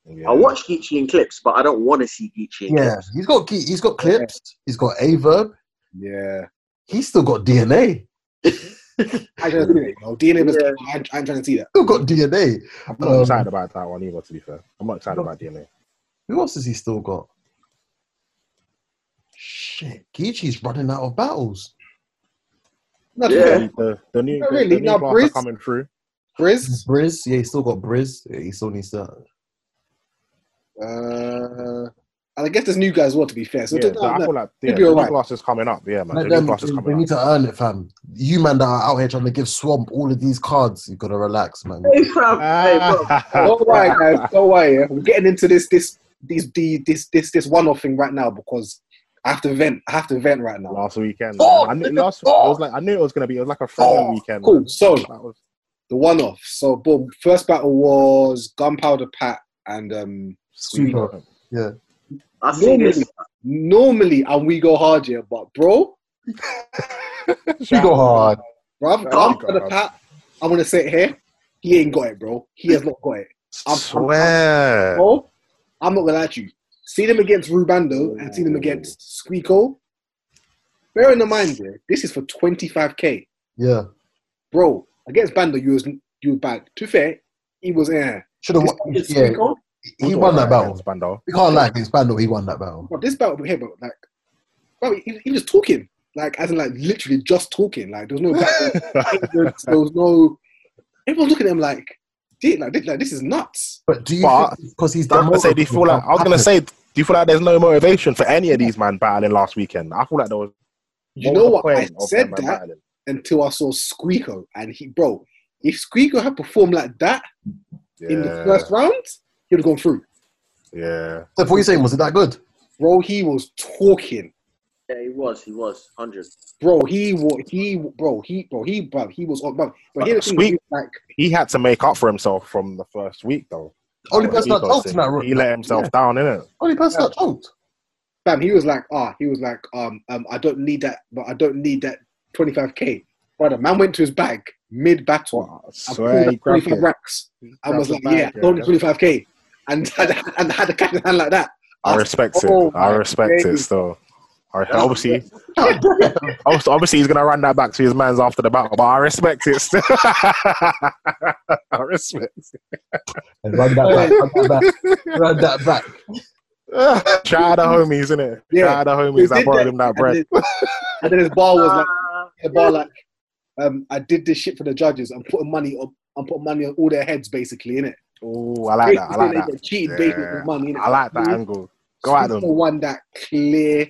Yeah.
I watch Geechee in clips, but I don't want to see Geechee in
Yeah,
clips.
he's got Ge- he's got clips. He's got a verb.
yeah.
He's still got DNA.
I ain't trying to see that, bro. DNA versus
Yeah.
I ain't I ain't trying to see that.
Still got DNA.
I'm not
Um,
excited about that one either, to be fair. I'm not excited about DNA.
Who else has he still got? Shit, Geechee's running out of battles.
No,
Yeah.
yeah.
The, the new,
Not
the-
really.
the new
Now,
class
Briz-
are coming through.
Briz,
Briz, yeah, he's still got Briz. Yeah, he still needs to.
uh, and I guess there's new guys as well. To be fair, so
Yeah,
don't-
so I
no,
feel like yeah,
be
the new
alright.
class is coming up. Yeah, man.
Let
the
them-
new class is
they
coming
need
up.
to earn it, fam. You man that are out here trying to give Swamp all of these cards, you gotta relax, man.
Hey, fam.
Ah.
Hey, bro.
don't worry, guys. Don't worry. yeah. We're getting into this this these the this this this one off thing right now because I have to vent. I have to vent right now.
last weekend.
Oh,
man. I knew, last, it was like, I knew it was going to be. It was like a Friday weekend.
Cool.
man.
So
That was,
the one off. So boom. First battle was Gunpowder Pat and um.
Super.
I see this.
Normally, and we go hard here, but bro,
You go hard.
bruv, Gunpowder Pat. I'm gonna say it here. He ain't got it, bro. He has not got it. I'm-
swear.
Bro, I'm not gonna lie to you. See them against Rubando and see them against Squeako. Bear in mind, bro, this is for 25k.
Yeah.
Bro, against Bando, you was you were bad. To fair, he was eh.
Should have won.
Against
Yeah,
Squeako,
he won that battle.
Spandau.
We can't lie, against Bando, he won that battle.
bro, this battle here, bro, like, bro, he, he was talking, like, as in, like, literally just talking. Like, there was no, back- there was no. Everyone looking at him like, dude, like, this, like, this is nuts.
But do you
But-
because he's
I was
done
gonna say, do you feel like I was gonna say, do you feel like there's no motivation for any of these man battling last weekend? I feel like there was.
You
was
know
the
what? I
point of
said
them man
that
battling?
until I saw Squeako, and he, bro, if Squeako had performed like that in the
Yeah,
first round, he'd have gone through.
yeah.
So what you saying was it that good?
Bro, he was talking.
Yeah, he was. He was. 100.
Bro, he was he bro he bro he bro he was on. Bro, but here's the thing,
Squeak-
he was like
He had to make up for himself from the first week, though.
Only
Like,
person that
Nico's
choked in
saying,
that room.
He let himself down, innit?
Only person that choked.
bam, he was like ah, he was like um um I don't need that, but I don't need that twenty five k. Brother, man went to his bag mid battle.
I
I
swear, he
twenty
grabbed
five
it.
racks. I
Grabbed
was
the
like,
bag,
yeah,
yeah.
only twenty five k, and had, and had a cash in hand like that.
I respect
Oh,
it. I
my
respect it
days.
still. I- Obviously, obviously, obviously, he's gonna run that back to his man's after the battle, but I respect it still. I respect.
Run that back. Run that back. Run that back.
It. Try the homies, innit? Try
Yeah.
the homies that
did
borrowed him that bread.
And then, and then his bar was like
Ah,
the bar like um I did this shit for the judges. I'm putting money on I'm putting money on all their heads basically, innit?
Oh, I like that. I like that.
Cheated based on
Yeah.
money. innit?
I like that angle. Go at
Squeeze
them.
The one that clear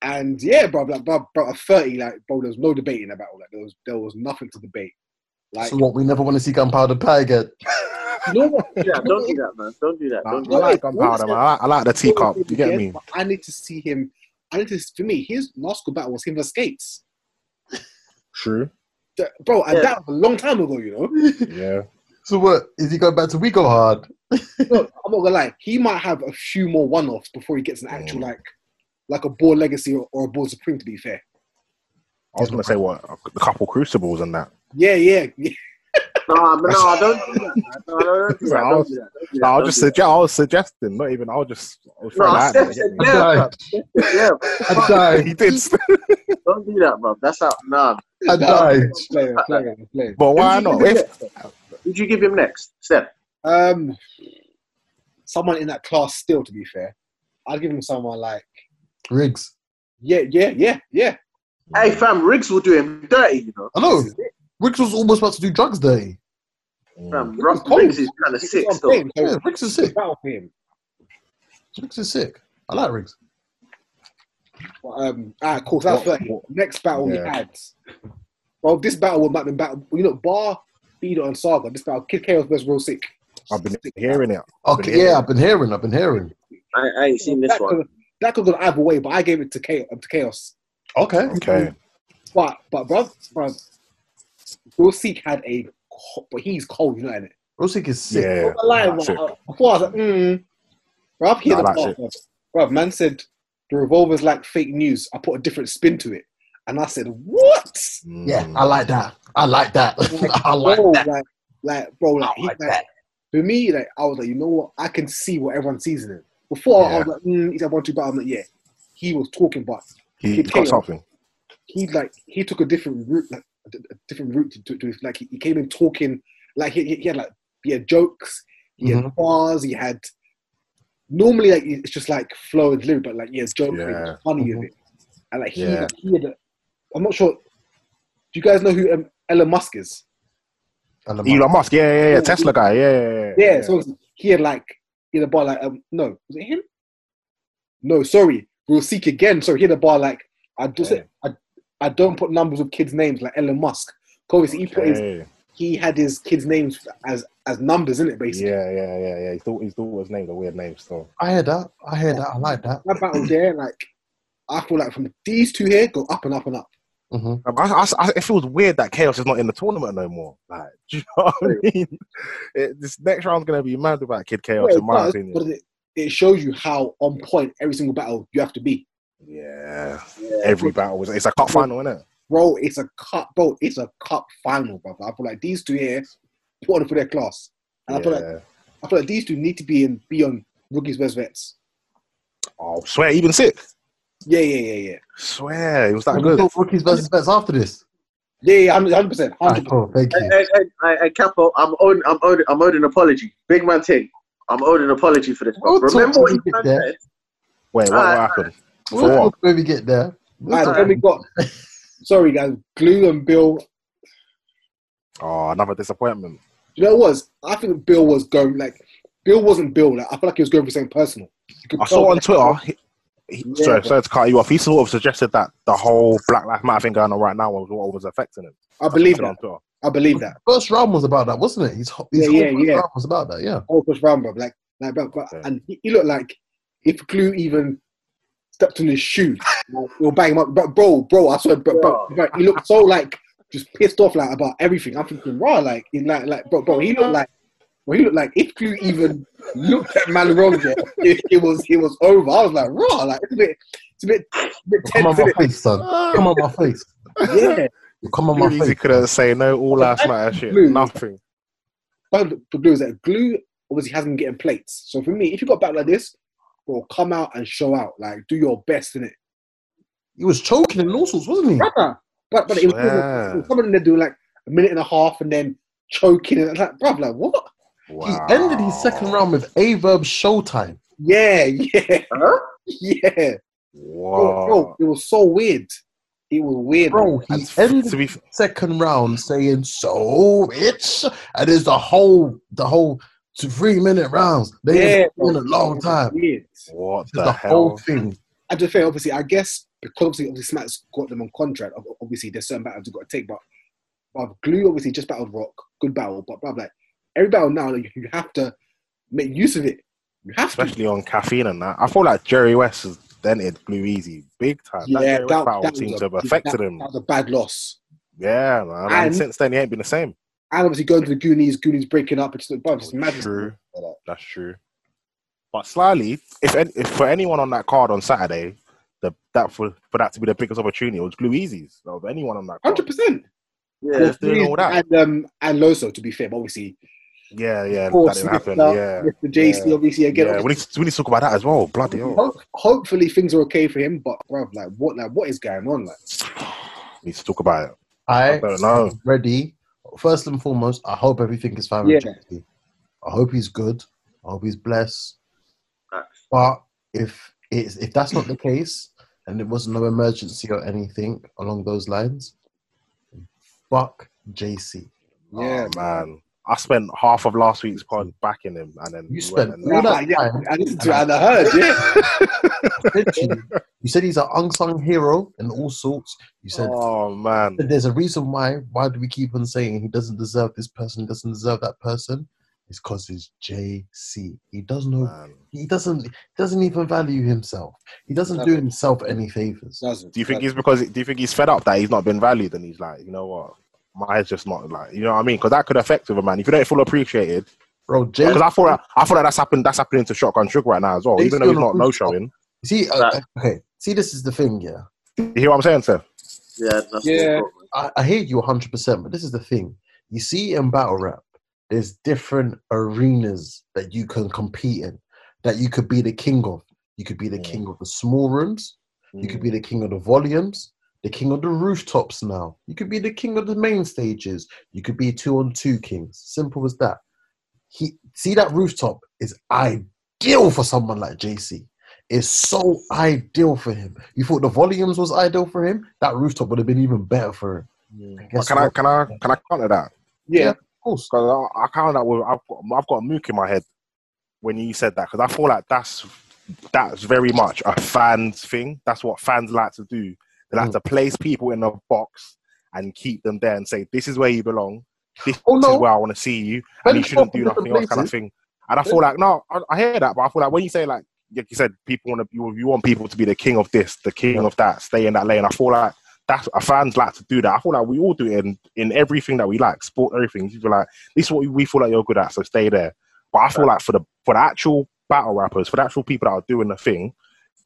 And yeah, bro, like, bro, bro, at thirty, like, bro, there was no debating about all that. There was, there was nothing to debate. Like,
so what? We never want to see Gunpowder Pie again.
you know what?
Yeah, don't do that, man. Don't do that. Don't do
I like gunpowder, man. I like, I like the teacup. You get me?
But I need to see him. I need to. For me, his last good battle was him versus Skates,
True.
That- bro, and
Yeah.
that was a long time ago. You know,
Yeah.
So what? Is he going back to We Go Hard?
Look, I'm not gonna lie. He might have a few more one-offs before he gets an actual like, like a Boar Legacy or, or a Boar Supreme. To be fair.
I was gonna say what a couple crucibles and that.
Yeah, yeah, yeah.
Nah, but no, don't do that. man. No, no, don't do that. Don't do that. Don't do that.
No, I
Don't
was just
do that.
suggest. I was suggesting. Not even. I was just. I was
No,
trying to add
Steph
it,
said
you
yeah,
I died.
yeah,
I
bro,
get me?
died.
He did.
don't do that, bro. That's out. Nah.
I died.
Player, player, player.
But why not? If
Who'd you give him next? Steph.
Um, someone in that class still. To be fair, I'd give him someone like,
Riggs.
yeah, yeah, yeah, yeah.
Hey, fam, Riggs will do him dirty, you know.
I know. Riggs was almost about to do drugs day.
Mm,
Fam,
Riggs is
Ru-
cold. Mm. This
Riggs is kind of
is
sick
what I'm
still.
saying, so
Yeah, Riggs is sick.
battle for him.
Riggs is sick. I like Riggs.
But, um, all right, cool. So that's
What-
30.
what-
Next battle we
Yeah.
had. Well, this battle would have been battle. You know, bar Beedle and Saga. This battle, Kid Chaos versus Real Sick.
I've been hearing it.
Okay, yeah, I've been hearing. I've been hearing.
I, I ain't seen this
that
one.
Could, that could go either way, but I gave it to Chaos. To Chaos.
Okay.
Okay.
But but bro, bro, Real Sick had a, co- but he's cold. You know, innit?
Rosick is sick.
Yeah.
Not gonna lie,
that's
bro,
it.
I- Before I was like, mm. bro, I've heard
Nah,
the
that's
part.
it.
Bro. Bro, man said the revolver's like fake news. I put a different spin to it, and I said, what?
Mm.
Yeah, I like that. I like that. I like
bro,
that.
like, like, bro, like,
I
he,
like
like,
that.
for me, like, I was like, you know what? I can see what everyone sees in him. Before, I
Yeah.
was like, mm, he's at one two, but I'm like, yeah, he was talking, but
He, has got something.
he like he took a different route, like a, d- a different route to, to, to like he, he came in talking, like he, he- he had like he had jokes, he
Mm-hmm.
Mm-hmm.
had bars, he had. Normally, like it's just like flow and lyric, but like he has jokes, yeah,
Yeah. Mm-hmm.
it's funny with it, and like he,
Yeah.
like, he had. A, I'm not sure. Do you guys know who um, Elon Musk is?
Elon Musk.
Elon Musk. Yeah, yeah, yeah.
Yeah.
Tesla guy. Yeah, yeah. yeah.
Yeah, so he had like he had a bar like um, no, was it him? No, sorry, we'll seek again. So he had a bar like I just
Yeah.
I, I don't put numbers with kids' names like Elon Musk. 'Cause Obviously, he put his,
Okay.
he had his kids' names as as numbers in it basically.
Yeah, yeah, yeah, yeah. His daughter- his daughter's name, the weird name still.
I hear that. I hear that. I like that.
That battle there, like I feel like from these two here go up and up and up.
hmm
Um, I, I, I, it feels weird that Chaos is not in the tournament no more. Like, do you know what I mean? It, this next round's gonna be mad about Kid Chaos,
Yeah,
in my
it does,
opinion.
But it, it shows you how on point every single battle you have to be.
yeah, every battle was. It's a cup final, isn't it?
Bro, it's a cup, bro, it's a cup final, bro. I feel like these two here put on for their class. And I feel like
Yeah.
I feel like these two need to be in be on rookies versus vets.
Oh, swear, even six.
Yeah, yeah, yeah, yeah.
Swear, it was that
We'll do
good.
Rookies versus vets after this.
Yeah, yeah, hundred percent,
All right,
hundred percent.
cool. Thank
Hey,
you.
hey, hey, hey, hey, Capo, I'm owed, I'm owed, I'm owed an apology. Big man thing. I'm owed an apology for this. bro.
We'll talk
Remember what
when
you
we get
said?
there.
Wait, what, what
Alright,
happened?
We'll
For what?
talk when we get there. We'll
Alright,
talk.
then we got sorry guys, Glue and Bill.
Oh, another disappointment.
You know what it was? I think Bill was going like Bill wasn't Bill. Like, I feel like he was going for something personal. You could
I
tell-
saw on Twitter. He, he,
Yeah,
sorry,
but-
sorry to cut you off. He sort of suggested that the whole Black Lives Matter thing going on right now was what was affecting him.
I believe
Said on
that.
Twitter.
I believe that.
First round was about that, wasn't it? His, ho- his
Yeah,
whole
yeah,
first
yeah.
round was about that. Yeah.
Whole push round, bro. Like, like, bro, bro.
Okay.
and he, he looked like if Glue even stepped on his shoe, like, we'll bang him up. But bro, bro, I swear, bro, bro, bro, he looked so like just pissed off like about everything. I'm thinking, raw, like, he, like, like, bro, bro, he looked like, bro, he looked like if Glue even looked at man wrong, yeah, it, it was, it was over. I was like, raw, like it's a bit, it's a bit, it's a bit
Come on
tense,
my
innit?
face, son. Come on my face.
Yeah,
Come on my
Really, he
face.
couldn't say no all last matter shit.
Blue.
Nothing.
but for Glue is that Glue obviously hasn't been getting plates. So for me, if you got back like this, bro, come out and show out, like, do your best in it.
He was choking in all sorts, wasn't he?
brother. But but it was,
Yeah.
it was something they're doing like a minute and a half and then choking and it's like, bruv, like what?
Wow.
He ended his second round with A Verb Showtime.
Yeah, yeah,
Huh?
yeah. Bro,
Wow.
bro, it was so weird. It was weird,
Bro,
bro.
he
And f-
ended
to be f-
second round saying so it's and it's the whole the whole two, three minute rounds. They
Yeah,
ain't been a long time.
Weird.
what
It's
the,
the
hell?
whole thing.
I just feel obviously I guess because obviously, obviously SmackDown's got them on contract. ob- Obviously, there's certain battles you've got to take, but but Glue obviously just battled Rock, good battle, but bruv, like every battle now, like, you have to make use of it. You have to.
especially on caffeine and that. I feel like Jerry West has dented Blue Easy big time. that Jerry West battle
that
seems
was
to
a-
have affected
that-
him.
That was a bad loss.
Yeah, man. And,
And-
since then, he ain't been the same.
And obviously going to the Goonies, Goonies breaking up. It's like, bruv, it's madness.
True. That's true. But Slyly, if, an- if for anyone on that card on Saturday, the, that for, for that to be the biggest opportunity was Blue Easy's. Of anyone on that card.
Hundred percent.
Yeah.
doing all that.
And um and Loso to be fair, but obviously.
Yeah, yeah,
Paul
that didn't
Smith uh,
happen.
now,
Yeah.
Mr. JC
yeah.
obviously again.
yeah. We, need to, we need to talk about that as well. Bloody hell.
Ho- hopefully things are okay for him, but bruv, like what like what is going on? Like
We need to talk about it. I
I
don't know.
ready. First and foremost, I hope everything is fine with
Yeah.
JC. I hope he's good. I hope he's blessed.
Facts.
But if it's, if that's not the case, and it was no emergency or anything along those lines, fuck JC.
Yeah.
Oh, man. I spent half of last week's pod backing him, and then
You
we
spent
went and-
Nah,
all that
yeah.
time.
I listened to it and I heard, yeah.
literally, you said he's an unsung hero and all sorts. You said
Oh man,
But there's a reason why. Why do we keep on saying he doesn't deserve this person? Doesn't deserve that person? It's because he's JC. He does not.
man.
He doesn't. He doesn't even value himself. He doesn't do himself any favors.
Doesn't-
Do you think he's
doesn't.
because? Do you think he's fed up that he's not been valued, and he's like, you know what, mine's just not like, you know what I mean? Because that could affect him, man. If you don't feel appreciated,
Bro, JC.
because I thought I thought that's happened. That's happening to Shotgun Sugar right now as well.
They
Even though he's
still
not
don't-
no showing.
See, uh, okay. See, this is the thing. Yeah,
You hear what I'm saying, sir?
Yeah. That's
Yeah.
the problem.
I, I hear you 100, percent but this is the thing. You see, in battle rap, there's different arenas that you can compete in. That you could be the king of. You could be the
Yeah.
king of the small rooms. You could be the king of the volumes, the king of the rooftops now. You could be the king of the main stages. You could be two on two kings. Simple as that. He see that rooftop is ideal for someone like JC. It's so ideal for him. You thought the volumes was ideal for him? That rooftop would have been even better for him. And
Mm. But
guess
can
what?
I can I can I counter that?
Yeah.
Of course.
Because I, I counter that with I've got I've got a mook in my head when you said that because I feel like that's that's very much a fans thing. That's what fans like to do. They like
Mm.
to place people in a box and keep them there and say, "This is where you belong. This
Oh,
is
no.
where I want to see you."
When
and you
it's
shouldn't
from
do
different
nothing else, kind of
places,
thing. And I feel like no, I, I hear that, but I feel like when you say like, like you said, people want to, you, you want people to be the king of this, the king of that, stay in that lane. I feel like that's our fans like to do that. I feel like we all do it in, in everything that we like, sport, everything. You feel like this is what we feel like you're good at, so stay there. But I feel like for the for the actual battle rappers, for the actual people that are doing the thing,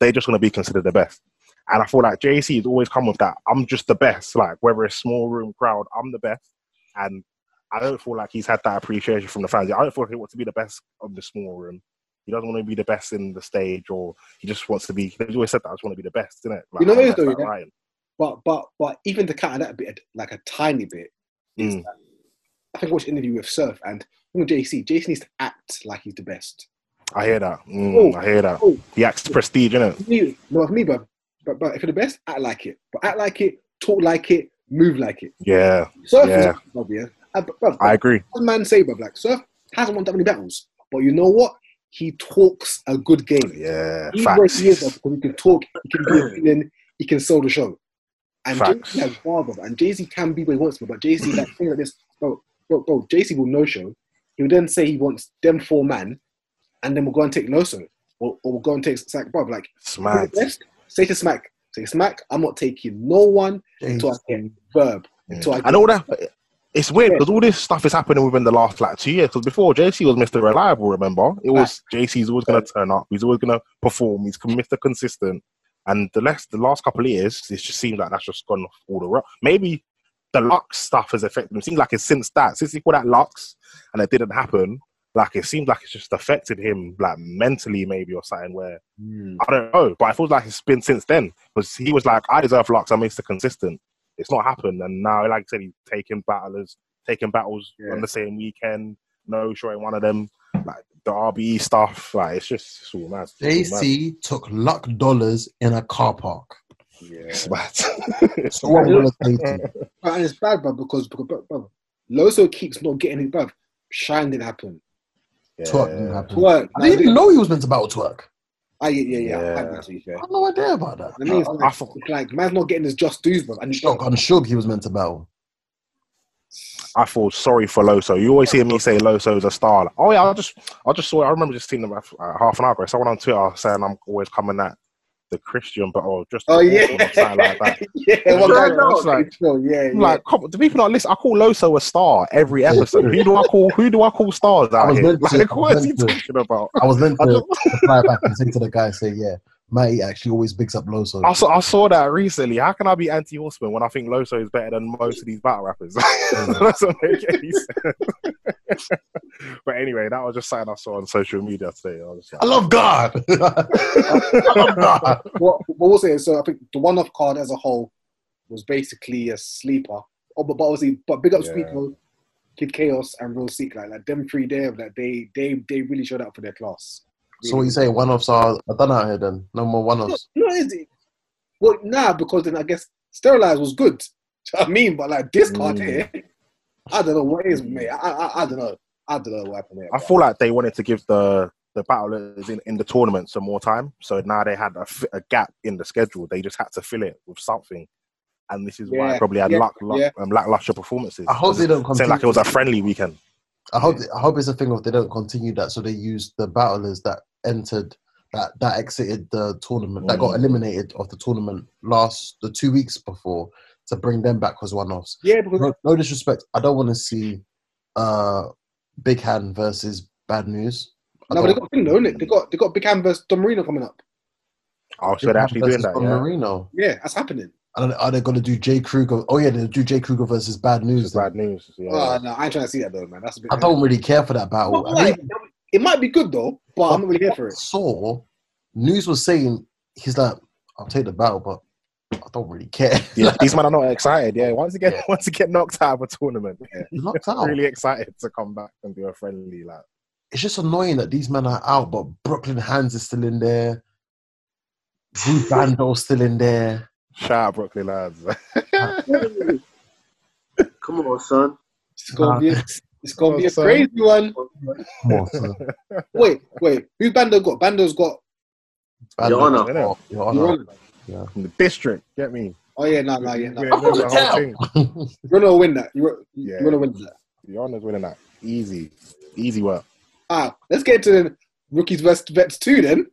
they're just gonna be considered the best. And I feel like JC has always come with that. I'm just the best. Like whether it's small room crowd, I'm the best. And I don't feel like he's had that appreciation from the fans. I don't feel like he wants to be the best of the small room. He doesn't want to be the best in the stage, or he just wants to be. He always said that I just want to be the best, isn't it? Like,
You know what
I'm
he's doing,
like
yeah?
Ryan.
But but but even to counter that a bit like a tiny bit,
Mm.
I think I watched an interview with Surf and you know, JC, JC needs to act like he's the best.
I hear that. Mm,
Oh,
I hear that.
oh.
He acts prestige, innit?
You know for me, but but but if you're the best, act like it. But act like it, talk like it, move like it.
Yeah,
Surf
Yeah.
is bruv, yeah. Uh, And, bruv,
I agree.
one man say, bruv, like Surf hasn't won that many battles. But you know what? He talks a good game.
Yeah,
He
facts.
works years off because he can talk, he can be a villain, he can sell the show. And
Facts.
Jay Z has bar, brother, and Jay Z can be what he wants to, be, but Jay Z like thing like this, bro, bro, bro, Jay Z will no show. He'll then say he wants them four man, and then we'll go and take Loso, or, or we'll go and take Smack Bob. Like
Smart.
best, say to Smack, say Smack, I'm not taking no one until I get verb. Until I
And all that. It's weird because all this stuff is happening within the last like two years. Because before JC was Mr. Reliable, remember? It was JC's always going to turn up. He's always going to perform. He's com- Mr. Consistent. And the last the last couple of years, it just seems like that's just gone off all the road. Maybe the Lux stuff has affected him. It seems like it's since that since he called that Lux and it didn't happen. Like it seems like it's just affected him like mentally maybe or something where I don't know, but I feel like it's been since then because he was like, I deserve Lux, I'm Mr. Consistent. It's not happened, and now, like I said, he's taking battlers, taking battles
Yeah.
on the same weekend, no showing one of them, like the RBE stuff. Like it's just it's all mad. It's all mad.
JC took luck dollars in a car park.
It's mad.
So what will it say to you?
But and it's bad, bro, because because bro, bro, Loso keeps not getting his bruv. Shine didn't happen.
Yeah.
Twerk didn't happen.
Mm.
Twerk.
I didn't even know he was meant to battle twerk.
Ah, yeah, yeah, yeah. I had
Yeah.
that, to be fair.
I have no idea about that.
I mean, it's
I-
like,
I thought
it's like man's not getting his just dues, bro. And
Shock and Shub he was meant to battle.
I feel sorry for Loso. You always hear me say Loso's a star. Like, oh yeah, I just I just saw. I remember just seeing them uh, half an hour ago. Someone on Twitter saying I'm always coming at the Christian, but oh just
Oh, yeah.
or something like that.
yeah, well,
Yeah,
yeah,
no,
that's
like-
it's true, yeah,
I'm
yeah.
Like, come, do people not listen? I call Loso a star every episode. who do I call? Who do I call stars
I
out
was
here?
meant to-
Like, what is
I
he
was meant
talking about?
I was meant
I,
to
just,
reply back and say to the guy, say, yeah, Matty actually always bigs up Loso.
I, saw, I saw that recently. How can I be anti-horseman when I think Loso is better than most of these battle rappers? that doesn't make any sense. but anyway, that was just something I saw on social media today. I was just like,
I love God. I love God.
What, what was it? So I think the one-off card as a whole was basically a sleeper. Oh, but, but obviously, but big up
Yeah.
Speaker, Kid Chaos, and Real Seek. Like, like them three there, like they, they, they really showed up for their class.
So what you say? One offs are, are done out here then. No more one offs.
No, is it? Well, nah, because then I guess Sterilize was good. Do you know what I mean? But like this card
Mm.
here, I don't know what it is, mate. I, I, I don't know. I don't know what happened there.
I
bro.
feel like they wanted to give the the battlers in, in the tournament some more time. So now they had a, f- a gap in the schedule. They just had to fill it with something. And this is why
Yeah,
I probably had
yeah,
luck, luck
yeah.
um, lackluster performances.
I hope they don't continue.
Saying like it was a friendly weekend.
I hope I hope it's a thing of they don't continue that. So they use the battlers that entered that that exited the tournament that got
Mm.
eliminated of the tournament last the two weeks before to bring them back as one offs.
yeah, because
No, no disrespect. I don't want to see uh Big Hand versus Bad News. I
no, but they
don't-
got thing though, innit? They got they got Big Ham versus Don Marino coming up.
Oh,
Big
so they're
Hand
actually doing
versus
that.
Don
yeah.
Marino.
Yeah, that's happening.
I don't, are they going to do Jay Kruger? Oh yeah, they'll do Jay Kruger versus Bad News.
It's bad news. Yeah.
Oh, no, I ain't trying to see that though, man. That's a bit.
I don't really care for that
Well,
battle. I
like,
mean,
it might be good though, but I'm not really here for
I
it.
saw news was saying he's like, I'll take the battle, but I don't really care.
Yeah, these men are not excited. Yeah, once you get
Yeah.
once you get knocked out of a tournament, yeah,
He's knocked
not
out.
really excited to come back and do a friendly like.
It's just annoying that these men are out, but Brooklyn Hands is still in there. Drew Bando's still in there.
Shout out Brooklyn lads.
Come on, son.
It's gonna be a, it's gonna be a
Awesome.
crazy one.
Come on, son.
Wait, wait, who's Bando got? Bando's got.
Bando-
Your Honor.
innit?
Your Honor.
From the district, get me.
Oh yeah, no, no, yeah, no.
Yeah,
You're
that's the
wouldn't
whole
tell.
thing.
gonna win that. You're,
Yeah.
you're gonna win that.
The honor's winning that. Easy. Easy work.
Ah, let's get to the rookies versus vets too. Then,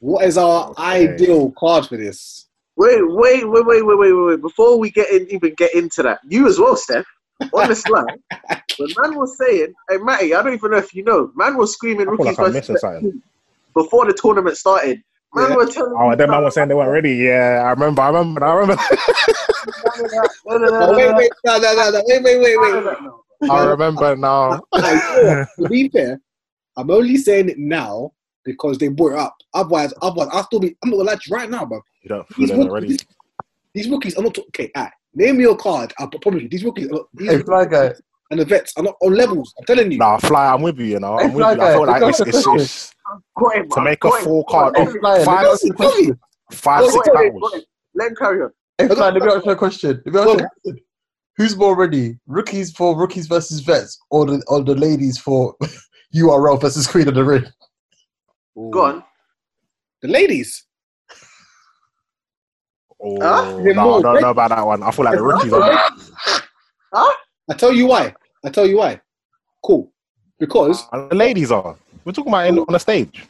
what is our
Okay.
ideal card for this?
Wait, wait, wait, wait, wait, wait, wait, wait. Before we get in, even get into that, you as well, Steph. On the slide, when man was saying, "Hey, Matty, I don't even know if you know." Man was screaming
I feel like
rookies
I'm
versus
missing something.
before the tournament started. Man
Yeah.
were telling
Oh,
me-
and then man was saying they weren't ready. Yeah, I remember. I remember. I remember.
No, no, no,
Oh,
no,
wait,
no,
wait, no, no, no, no, wait, wait, wait,
no,
wait.
no, no, no.
I remember now.
Like, to be fair, I'm only saying it now because they brought it up. Otherwise, otherwise, I'll still be. I'm not gonna lie to you right now, bro.
You don't feel
These
them already.
rookies, these rookies are not talk- okay. All right, name me your card. I promise you, these rookies are not, these
Hey, Fly Guy.
and the vets are not on levels. I'm telling you.
Nah, fly. I'm with you. You know, I'm
Hey,
with you.
fly
I feel
guy,
like it's,
you
it's,
got
it's
Got him,
to
man,
make a
got him,
full
got
card
him.
of
Hey, Fly, let me
five,
ask you a question.
five,
Wait,
six
wait, wait,
battles.
wait. Let him carry on.
Hey, Fly, let me ask you a question. Let me ask you a question. Who's more ready? Rookies for rookies versus vets, or the or the ladies for URL versus Queen of the Ring?
Go on.
The ladies.
Oh,
Huh?
no, I
Remote,
don't know about that one. I feel like the rookies are.
I tell you why. I tell you why. Cool. Because
And the ladies are. We're talking about in, on the stage.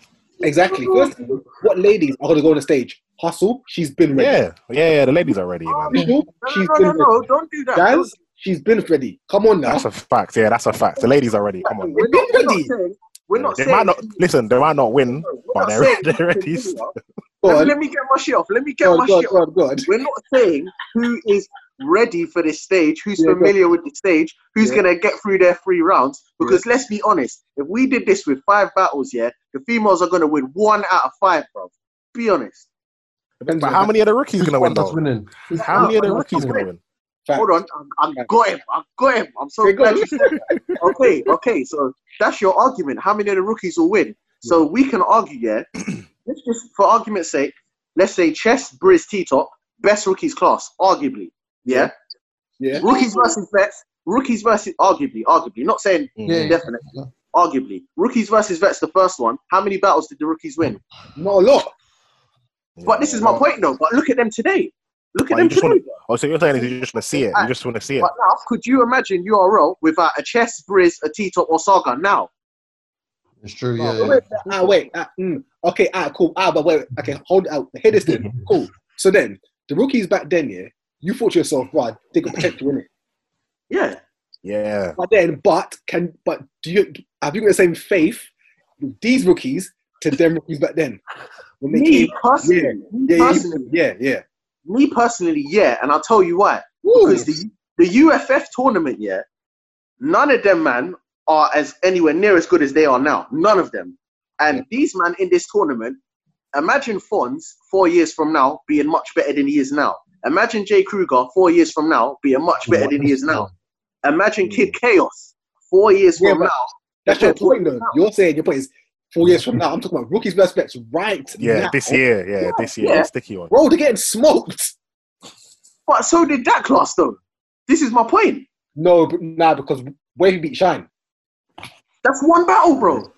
exactly. First, what ladies are gonna go on the stage? Hustle. She's been ready.
Yeah, yeah, yeah. The ladies are ready, man.
Visual,
No,
she's
no,
been
no, no, no, don't do that.
ready. Guys, she's been ready. Come on now.
That's a fact. Yeah, that's a fact. The ladies are ready. Come on.
We're not, we're not
Nobody.
saying. We're not
they
saying.
might not listen. They might not win,
we're
but
not
they're,
saying
they're ready.
Go
Let,
on.
let me get my shit off. Let me get
Go
my
on, go on,
shit off.
go on, go on.
We're not saying who is ready for this stage, who's
Yeah, go-
familiar with the stage, who's
Yeah.
gonna get through their three rounds. Because let's be honest, if we did this with five battles, yeah, the females are gonna win one out of five, bro. Be honest.
Depends
But
on
how
that
many of the rookies gonna win?
That's
Though?
winning.
How many of the rookies gonna win?
fact.
Hold on, I've
Right.
got him. I've got him. I'm so
Okay, go
glad
on.
you said that. Okay, okay. So that's your argument. How many of the rookies will win? So we can argue, yeah. let's just, for argument's sake, let's say Chess, Briz, T Top, best rookies class, arguably. Yeah.
Yeah.
Rookies versus vets. Rookies versus arguably, arguably. Not saying
Yeah,
definite. arguably. Rookies versus vets, the first one. How many battles did the rookies win?
Not a lot.
Mm-hmm.
But this is my point, though. But look at them today. Look at
But
them
you just
today.
wanna- Oh, so you're saying is you just want to see it? You just want to see it?
But now, could you imagine URL without a chess, Briz, a T-top, or Saga now?
It's true, yeah.
Wait, wait, ah, wait. Ah, mm, okay, ah, cool. Ah, but wait. Okay, hold out. Hear this thing. Cool. So then, the rookies back then, yeah, you thought to yourself, right, they could potentially win it.
Yeah.
Yeah.
But then, but can, but do you have you got the same faith with these rookies to them rookies back then? When they
Me
came-
personally,
yeah,
me
yeah, yeah,
personally,
you- yeah, yeah.
me personally, yeah, and I'll tell you why.
Woo.
Because the the UFF tournament, yeah, none of them man are as anywhere near as good as they are now. None of them. And these man in this tournament, imagine Fons four years from now being much better than he is now. Imagine Jay Kruger four years from now being much better than he is now. Imagine Kid Chaos four years
Yeah,
from
but-
now.
That's your point, though.
Now.
You're saying your point is four years from now. I'm talking about rookies' prospects right
Yeah,
now.
this year. Yeah, this year.
yeah.
Sticky one.
Bro, they're getting smoked.
But so did that class though. This is my point.
No, but nah, because Wavy beat Shine.
That's one battle, bro.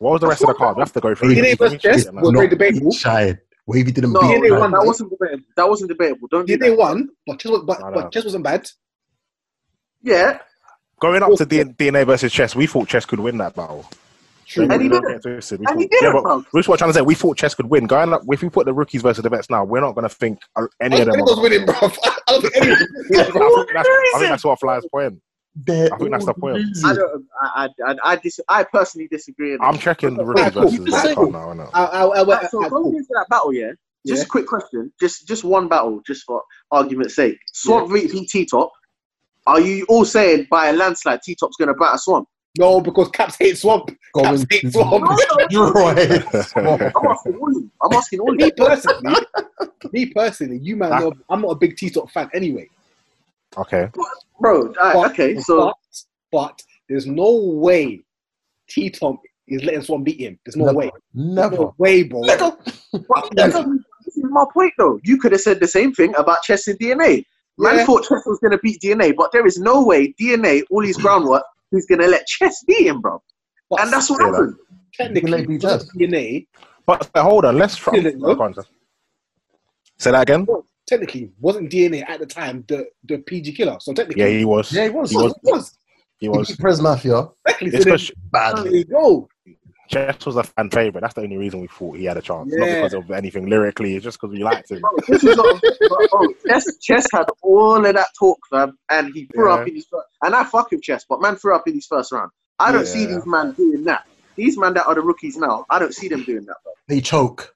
What was the rest of the card? We have to go through.
DNA
Let me
versus Jess
check it now.
was very
Not
debatable.
Shy. Wavy didn't
No,
beat
DNA
Shine.
won,
that
though.
wasn't debatable. That wasn't debatable. Don't do
Did they
that.
won? But Chess, was, but,
No, no.
but Chess wasn't bad.
Yeah,
Going up to D- DNA versus Chess, we thought Chess could win that battle.
True.
And he
Don't get
didn't.
twisted. We
And he
thought- yeah,
didn't,
but
bro.
Which what I'm trying to say, we thought Chess could win. Going up, if we put the rookies versus the vets now, we're not going to think uh, any of them.
I
Are
was
gonna win.
winning, bro. I don't think any of them.
I think that's- I
Reason.
think that's what Flyers' point.
They're
I think that's the
all
point.
I,
losers.
don't, I, I, I, I, dis- I personally disagree. with
I'm
it.
checking the rookies
cool.
versus the vets card now. innit?
I, I, I, I,
Right, so
I,
going into that battle, yeah. Just
Yeah.
a quick question. Just just one battle, just for argument's sake. Swamp v T Top. Are you all saying by a landslide T Top's going to bat a Swamp?
no, because Caps hate Swamp.
Going
Caps hate
to
Swamp.
destroy Swamp.
I'm asking all you. I'm asking all
me
you.
personally, me personally, you man,
Ah.
know, I'm not a big T-Top fan anyway.
okay.
Bro,
But-
alright, okay, so.
but, but there's no way T-Top is letting Swan beat him. There's no
Never.
way. There's
Never.
No way, bro.
but this is my point though. You could have said the same thing about Chess and DNA. Man
Yeah.
thought Chess was going to beat DNA, but there is no way DNA, all his groundwork, he's going to let Chess beat him, bro.
But
And that's what
Yeah, that-
happened.
They
technically
beat
because of DNA.
But uh, hold on, let's try.
Did it, no?
Go on, sir. Say that again.
Technically, wasn't DNA at the time the, the PG killer? So technically,
Yeah, he was.
Yeah, he was.
He was.
it was.
He
He
was.
beat Prez Mafia
Exactly.
It's
So
because
then, there
Oh.
badly.
you go.
Chess was a fan favorite. That's the only reason we thought he had a chance. Not
Yeah.
because of anything lyrically. It's just because we liked him.
Bro, this is all, bro, bro, Chess, Chess had all of that talk, fam, and he threw
Yeah.
up in his first, and I fuck with Chess, but man threw up in his first round. I don't see
Yeah.
these man doing that. These man that are the rookies now, I don't see them doing that. Bro.
They choke.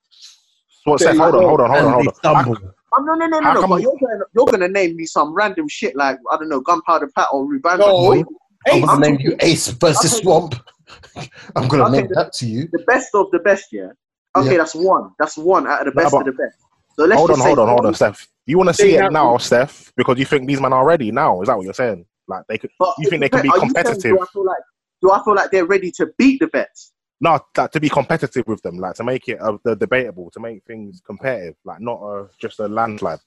So, Seth, hold on, hold on, hold on,
and
hold
they
on.
stumble.
Oh, no, no, no,
How
no, no.
come
But
you-
you're gonna, you're gonna name me some random shit like I don't know, Gunpowder Pat or Ruban.
No.
I'm
Hey,
gonna name you Ace versus
Okay.
Swamp. I'm gonna
Okay.
name that to you.
the best of the best, yeah. Okay,
Yeah.
that's one. That's one out of the
No,
best
but-
of the best. So let's
Hold on,
just
hold
say,
on, hold on, Steph. You want to see
have-
it now, Steph, because you think these men are ready now. Is that what you're saying? Like they could?
But
You think they
it
can be
depends- are you saying,
competitive?
Do I, feel like, do I feel like they're ready to beat the vets?
No, that, to be competitive with them, like to make it uh, the debatable, to make things competitive, like not uh, just a landslide.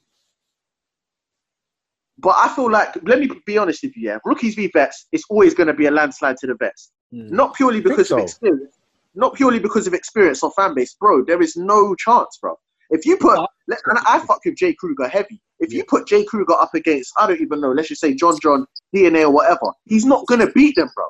But I feel like, let me be honest with you, yeah. Rookies v vets, it's always going to be a landslide to the vets. Not purely because of
Mm. so?
experience. Not purely because of experience or fan base, bro. There is no chance, bro. If you put, let, and I fuck with Jay Kruger heavy. If you put Jay Kruger up against, I don't even know, let's just say John John, DNA or whatever, he's not going to beat them, bro.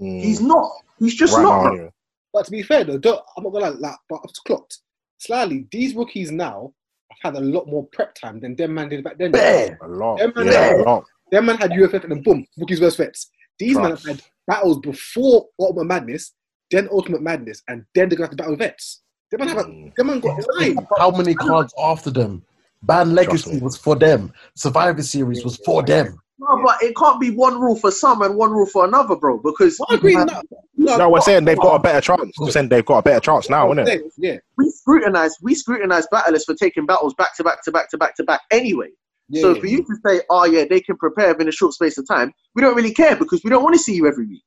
Mm,
He's not. He's just
right
not,
now,
bro.
anyway.
But to be fair though, don't, I'm not gonna lie, like, but it's clocked. Slightly, these rookies now have had a lot more prep time than them man did back then.
Bam!
a lot,
Them man
yeah,
there.
a lot.
Them man had UFF and then boom, rookies versus vets. These men
Right.
have had battles before Ultimate Madness, then Ultimate Madness, and then they're gonna have to battle vets. Them man, have a,
Mm.
them man got time.
How many cards after them? Ban
Trust
Legacy
me.
was for them. Survivor Series was for them.
No, but it can't be one rule for some and one rule for another, bro. Because
I agree. No, no,
Mm. No, we're saying they've got a better chance. We're saying they've got a better chance now,
I'm
isn't it?
saying, Yeah,
we scrutinize we scrutinize battlers for taking battles back to back to back to back to back anyway.
yeah.
so for you to say, oh yeah, they can prepare in a short space of time, we don't really care because we don't want to see you every week.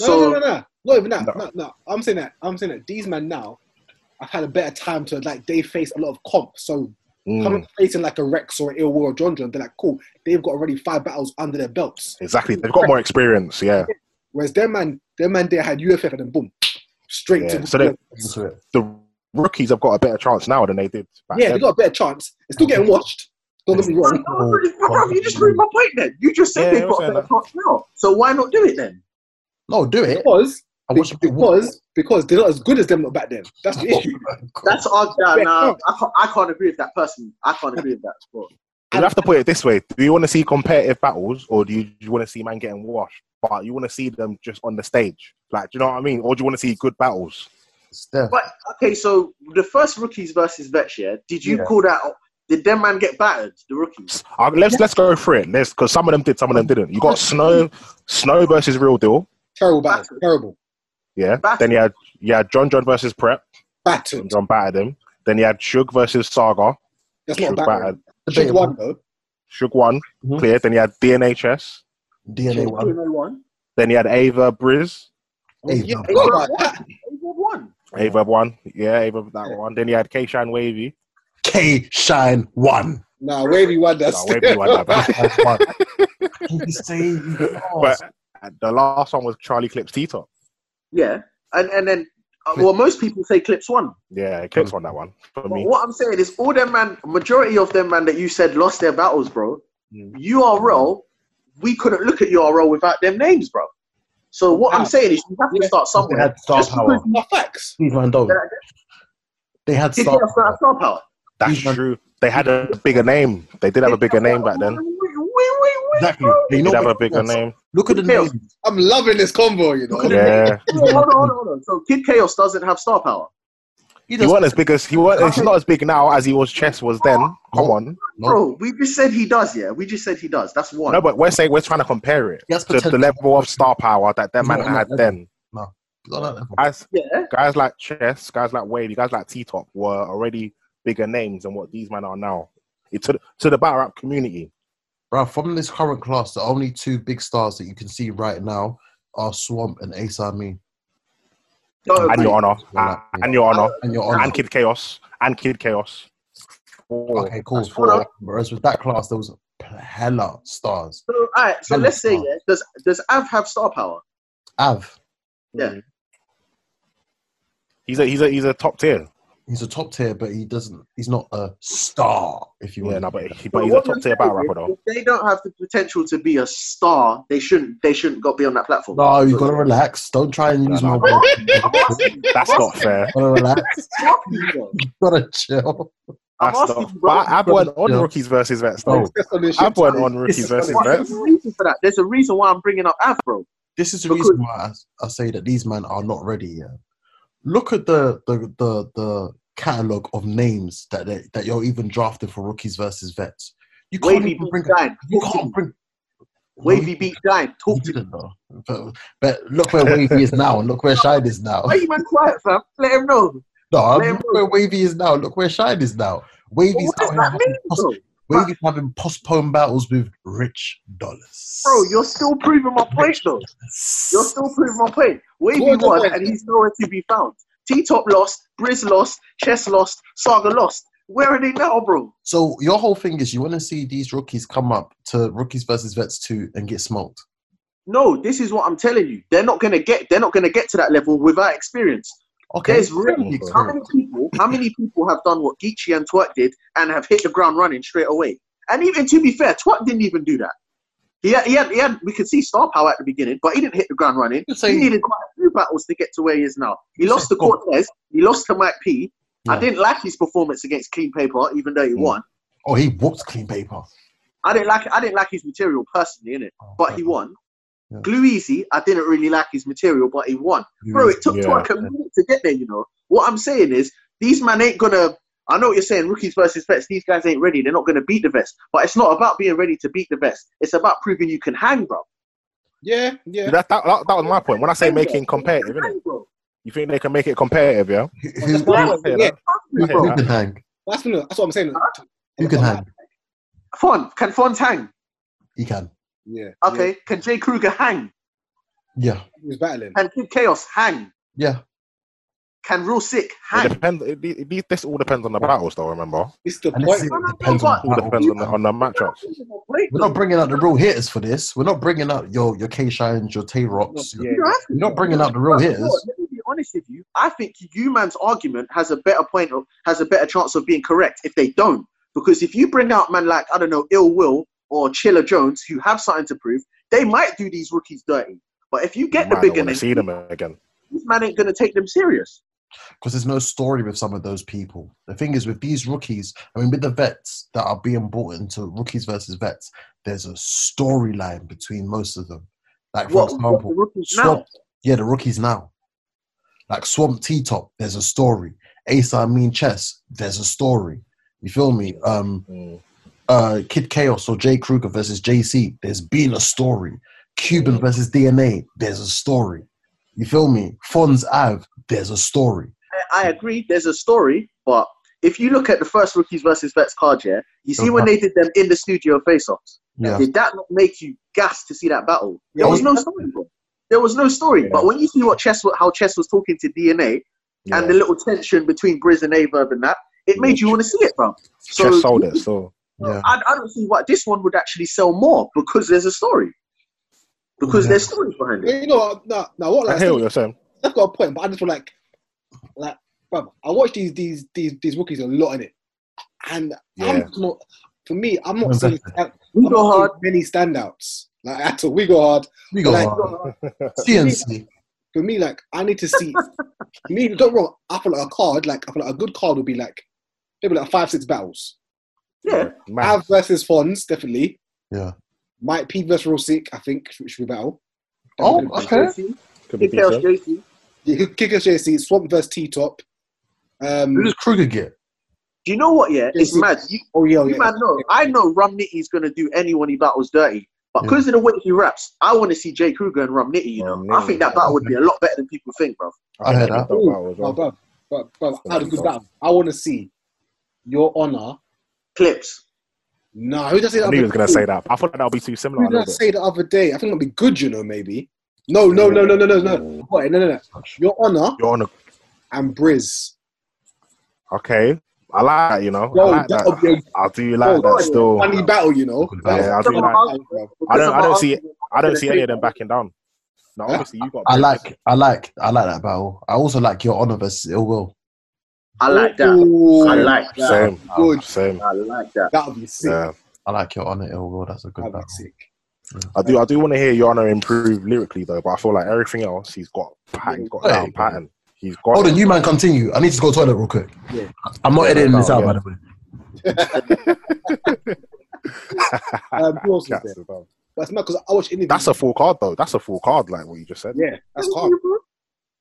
No,
so
no, no, no, no, not even that.
No.
No. no, I'm saying that. I'm saying that these men now have had a better time to like they face a lot of comp. So
Mm,
coming facing like a Rex or an Ill War or John John, they're like, cool. They've got already five battles under their belts.
exactly, they've got more experience. Yeah,
Whereas their man, their man there had UFF and then boom, straight
Yeah.
to the
So they-
into it.
The rookies have got a better chance now than they did back
yeah,
then.
they got a better chance. It's still getting watched. Don't get me
Bro,
wrong.
bro, you just ruined my point then. You just said
Yeah,
they've
I'm
got
saying
a better chance now. So why not do it then?
No, do it.
Because
I wish it
because because they're not as good as them back then. That's the issue.
That's our. Nah,
Yeah,
nah,
no.
I, can't, I can't agree with that person. I can't agree with that. Bro.
You have to put it this way: Do you want to see competitive battles, or do you, you want to see man getting washed? But you want to see them just on the stage, like do you know what I mean? Or do you want to see good battles?
It's there.
But okay, so the first rookies versus vets. Yeah, did you
Yeah.
call that? Did them man get battered? The rookies.
Uh, let's let's go through it. Let's because some of them did, some of them didn't. You got Snow, Snow versus Real Deal,
Terrible battle. Terrible.
yeah. Then you had you had John John versus Prep.
Battle.
and John battered him. Then you had Shug versus Saga.
That's not a
Shug
battle.
battered.
Should one though.
Shug won,
Mhm.
clear. Then you had DNHS.
DNA one.
Then you had Ava Briz.
Ava.
Yeah, I
Ava
forgot about that.
One.
Ava won. Yeah, Ava that one. Then you had K Shine Wavy.
K Shine one.
Nah, wavy one. That's
Nah, Wavy won that battle.
That's one. Can you say oh,
But the last one was Charlie Clips T Top.
Yeah, and and then uh, well, most people say clips one.
Yeah, Clips
Hmm.
won that one for
But
me.
what I'm saying is, all them man, majority of them man that you said lost their battles, bro.
Mm.
URL, we couldn't look at URL without them names, bro. So what
Ah.
I'm saying is, you have to
Yeah.
start
they
somewhere.
had star
Just
power.
because-
Nah, facts.
Please, man, don't. They had
Did
star
you have
power.
star power?
That's true. They had a bigger name. They did have a bigger name back then.
Wait, wait, wait, wait,
Exactly.
bro.
They
They
know
did have a
what-
bigger name.
Look at the
Chaos.
name.
I'm loving this combo. You know.
Yeah,
Hold on, hold on, hold on. So Kid Chaos doesn't have star power.
He
he
does.
wasn't as big as he was. He's not as big now as he was. Chess was then. Come on.
No.
Bro, we just said he does, yeah. We just said he does. That's one.
No, but we're saying we're trying to compare it.
He has
to the
potential.
level of star power that that
He's
man
not on that
had
level.
then.
He's on that level.
Guys,
yeah.
guys like Chess, guys like Wade, guys like T Top were already bigger names than what these men are now. It to, to the battle rap community.
Bruh, from this current class, the only two big stars that you can see right now are Swamp and Ace Army.
Don't
And
agree.
your honor.
Yeah.
uh, and your honor.
And you're on.
And Kid Chaos. And Kid Chaos. Four.
Okay, cool.
That's four.
Whereas with that class, there was hella stars.
So, all right, so
Hella
let's say,
star.
yeah, does does Av have star power?
Av,
Yeah.
He's a he's a he's a top tier.
he's a top tier, but he doesn't. He's not a star, if you
Yeah,
will.
no, but, he, but he's a
So what
top
you're
tier
saying
battle
is
rapper though.
If they don't have the potential to be a star, they shouldn't. They shouldn't got be on that platform.
No, you gotta relax. Don't try and use my
No, no.
word.
That's not fair.
Gotta relax.
I'm asking you, bro.
Gotta chill.
I'm
That's
asking
not,
you,
but
bro.
I- I've went on
Yeah. Oh.
rookies versus vets though.
No.
That's on this shit.
I've went on rookies
It's-
versus
Why-
vets.
There's a reason for that. There's a reason why I'm bringing up Av, bro.
This is the
Because-
reason why I, I say that these men are not ready yet. Look at the the the, the catalog of names that they, that you're even drafting for rookies versus vets. You can't
Wavy
even
beat
bring.
Dine.
You
Talk to me.
can't bring.
Wavy beat Dine.
You
Talk to me.
didn't though. But, but look where Wavy is now, and look where Shine is now.
Why you man quiet, fam? Let him know.
No, I mean,
Man,
look where Wavy is now. Look where Shine is now.
Well,
Wavy's
what does
out here
that mean,
having, pos-
bro?
Wavy's having postponed battles with rich dollars.
Bro, you're still proving my point, though. You're still proving my point. Wavy
What the
won,
fuck?
and he's nowhere to be found. T Top lost, Briz lost, Chess lost, Saga lost. Where are they now, bro?
So your whole thing is you want to see these rookies come up to rookies versus vets two and get smoked.
No, this is what I'm telling you. They're not gonna get. They're not gonna get to that level without experience.
Okay,
There's really
Experience.
how many people? How many people have done what Geechee and Twat did and have hit the ground running straight away? And even to be fair, Twat didn't even do that. He had, he had, he had, we could see star power at the beginning, but he didn't hit the ground running.
You say-
he needed quite a few battles to get to where he is now. He
You
lost
say-
to Cortez. He lost to Mike P. I
Yeah.
didn't like his performance against Clean Paper, even though he
Mm.
won.
oh, he whooped clean paper.
I didn't like I didn't like his material personally, innit? But he won.
Yeah.
Glue Easy, I didn't really like his material, but he won. Bro, it took
Yeah.
Twat a minute to get there, you know. What I'm saying is, these man ain't gonna. I know what you're saying, rookies versus vets, these guys ain't ready. They're not gonna beat the vets. But it's not about being ready to beat the vets. It's about proving you can hang, bro.
Yeah, yeah.
That, that, that, that was my point. When I say making competitive,
You can
innit?
hang, bro.
you think they can make it competitive, yeah?
Who, who,
That's what I'm
Yeah.
saying.
Yeah.
Yeah,
who- who
Yeah.
can hang?
that's that's what I'm saying.
Who can hang?
Fon, can Font hang?
He can.
Yeah.
Okay. Can Jay Kruger hang?
Yeah,
He was battling.
Can Kid Chaos hang?
yeah.
can real sick
It
hang.
depends. It, it, it- this all depends on the battles, though. Remember,
It's the
And this
point.
is-
No, no, no,
depends on
but-
all depends on the, on the matchups.
Break
We're not bringing out the real hitters for this. We're not bringing out your your K Shines, your Tay Rocks.
Yeah.
You don't have to.
We're not bringing out the real
But, Lord,
hitters.
Let me be honest with you. I think you man's argument has a better point of has a better chance of being correct if they don't. Because if you bring out man like I don't know Ill Will or Chiller Jones who have something to prove, they might do these rookies dirty. But if you get the
Might
bigger
want to
names,
see them again.
this man ain't gonna take them serious.
because there's no story with some of those people. The thing is, with these rookies, I mean, with the vets that are being brought into rookies versus vets, there's a storyline between most of them. Like, for
What, what
example,
the rookies now?
Swamp, yeah, the rookies now. Like Swamp T Top, there's a story. Ace I Mean Chess, there's a story. You feel me? Um,
Mm.
uh, Kid Chaos or Jay Kruger versus JC, there's been a story. Cuban versus DNA, there's a story. You feel me? Fonz Av, there's a story.
I, I agree. There's a story, but if you look at the first rookies versus vets card, yeah, you see when they did them in the studio face-offs.
Yeah.
Did that not make you gas to see that battle? There
Yeah,
was
it-
no story, bro. There was no story.
Yeah.
But when you see what Chess, how Chess was talking to DNA
Yeah.
and the little tension between Briz and Averb and that, it made you want to see it, bro. So
Just sold it. So
Mm. Yeah.
I, I don't see why this one would actually sell more because there's a story. Because
Yeah.
there's stories behind it.
You know, what? no, no, what
I
like
hear what you're saying.
that's got a point, but I just feel like, like, bruv, I watch these these these these rookies a lot in it, and I'm
Yeah.
just not. For me, I'm not seeing I'm
We
not
go
seeing
hard.
many standouts like at all. We go hard.
We go
Like-
on. CNC.
For me, like I need to see. me, don't get me wrong. I feel like a card, like I feel like a good card would be like maybe like five six battles.
Yeah.
Man,
Av versus Fonz definitely.
Yeah.
Mike P versus Rosic, I think should, should be a battle.
Oh, okay.
JC,
could be
Big Chaos
decent.
JC.
Yeah, Kickers JC Swamp versus T Top.
Who
Um,
does Kruger get?
Do you know what? Yeah, it's
JC.
mad. You,
oh yeah, oh,
you
yeah.
man know. I know Rumnitty's gonna do anyone he battles dirty, but
Yeah.
because of the way he raps, I want to see Jay Kruger and Rumnitty. You know,
Rumnitty,
I think that battle would be a lot better than people think, bro.
I heard that.
Thought about it as
Oh,
well.
bruv, bruv, bruv,
Yeah,
I had a good
so-
battle. I want to see your honor.
Clips.
No, who did I say that?
I
other
knew he was gonna
day?
say that. I thought that would be too similar.
Who
a
did I
little bit.
say the other day? I think it'll be good, you know, maybe. No, no, no, no, no, no, no. Wait, no, no, no. Your honor
Mm. You're on a
and Briz.
okay. I like that. You know,
Yo,
I like
that'll
that.
be a
I do like
Yo,
that still.
funny battle, you know.
Good battle.
Yeah, I do
Someone
like.
asked-
bruv.
because
don't- I
of
don't
our
see it.
argument,
I don't
gonna
see
say
any of them
that.
backing down. No, obviously you got.
I like, I like, I like that battle. I also like your honor versus ill will.
I like that.
Ooh,
I like that.
same,
Good.
same.
I like that.
That'll be sick.
Yeah,
I like your honor ill will. That's a good
That'll be
battle.
sick.
I do. I do want to hear Yana improve lyrically though, but I feel like everything else he's got pattern, he's got
Yeah.
down pattern. He's got.
Hold on, you man, continue. I need to go to the toilet real quick.
Yeah.
I'm not
Yeah,
editing this
no,
out, by
yeah.
the way.
Um, who else was
Cats
there?
as well.
But it's not because I watch interviews.
That's a full card though. That's a full card, like what you just said.
yeah, that's hard.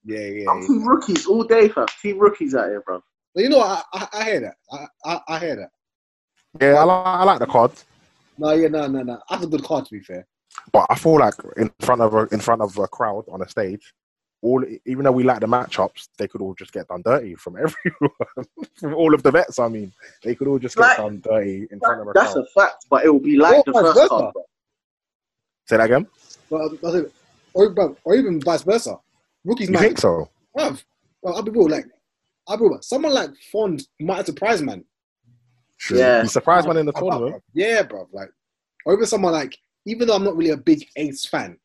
Yeah, yeah.
I'm
Um,
yeah.
team rookies all day, fam. Team rookies out here, bro.
But you know, I, I, I hear that. I, I, I hear that.
Yeah, I like, I like the card,
No, yeah, no, no, no. That's a good card, to be fair.
but I feel like in front of a, in front of a crowd on a stage, all even though we like the matchups, they could all just get done dirty from everyone, from all of the vets. I mean, they could all just get
Like-
done dirty in front of a
That's
crowd.
a fact, but it will be like
Or
the
vice
first
versa.
card, bro.
Say that again.
But, um, that's it. Or, even- or even vice versa. Rookies
You
might.
think so?
Bruv, well, I'll be real. Like, I'll be real. Someone like Fond might surprise man.
True.
Yeah.
You surprised man in the
Like, bruv,
tournament.
Yeah, bruv. Like, or even someone like, even though I'm not really a big Ace fan,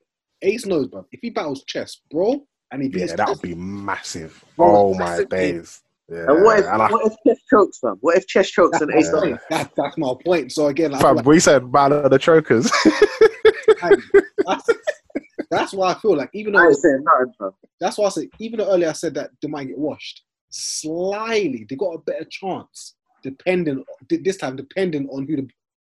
Ace knows, bruv. If he battles chess, bro, and he beats
Yeah, that would be massive.
Bro,
Oh my
massive.
days. Yeah.
And what if,
I,
what if chess chokes, fam? What if chess chokes and ace
Yeah.
yeah.
That, that's my point. So again, like, I feel
fam,
like
we said man of the chokers.
that's, that's why I feel like even
I
though
ain't saying nothing, fam.
that's why I said even though earlier I said that they might get washed slyly, they got a better chance depending th- this time depending on who the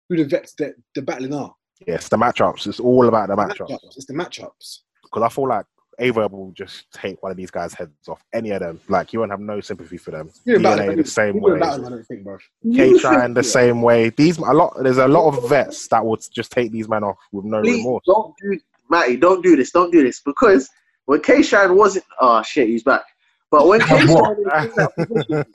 who the vets that the battling are.
yes, the matchups. It's all about the matchups.
Matchups. It's the matchups.
Because I feel like Averb will just take one of these guys' heads off. Any of them. Like you won't have no sympathy for them.
You know about
DNA
them.
the same
You know
way.
about them, I don't think, bro.
K
You
Shine the
should-
same way. These a lot there's a lot of vets that would just take these men off with no
Please
remorse.
don't do, Matty. Don't do this. Don't do this because when K Shine wasn't, oh shit, he's back. But when K Shine
What?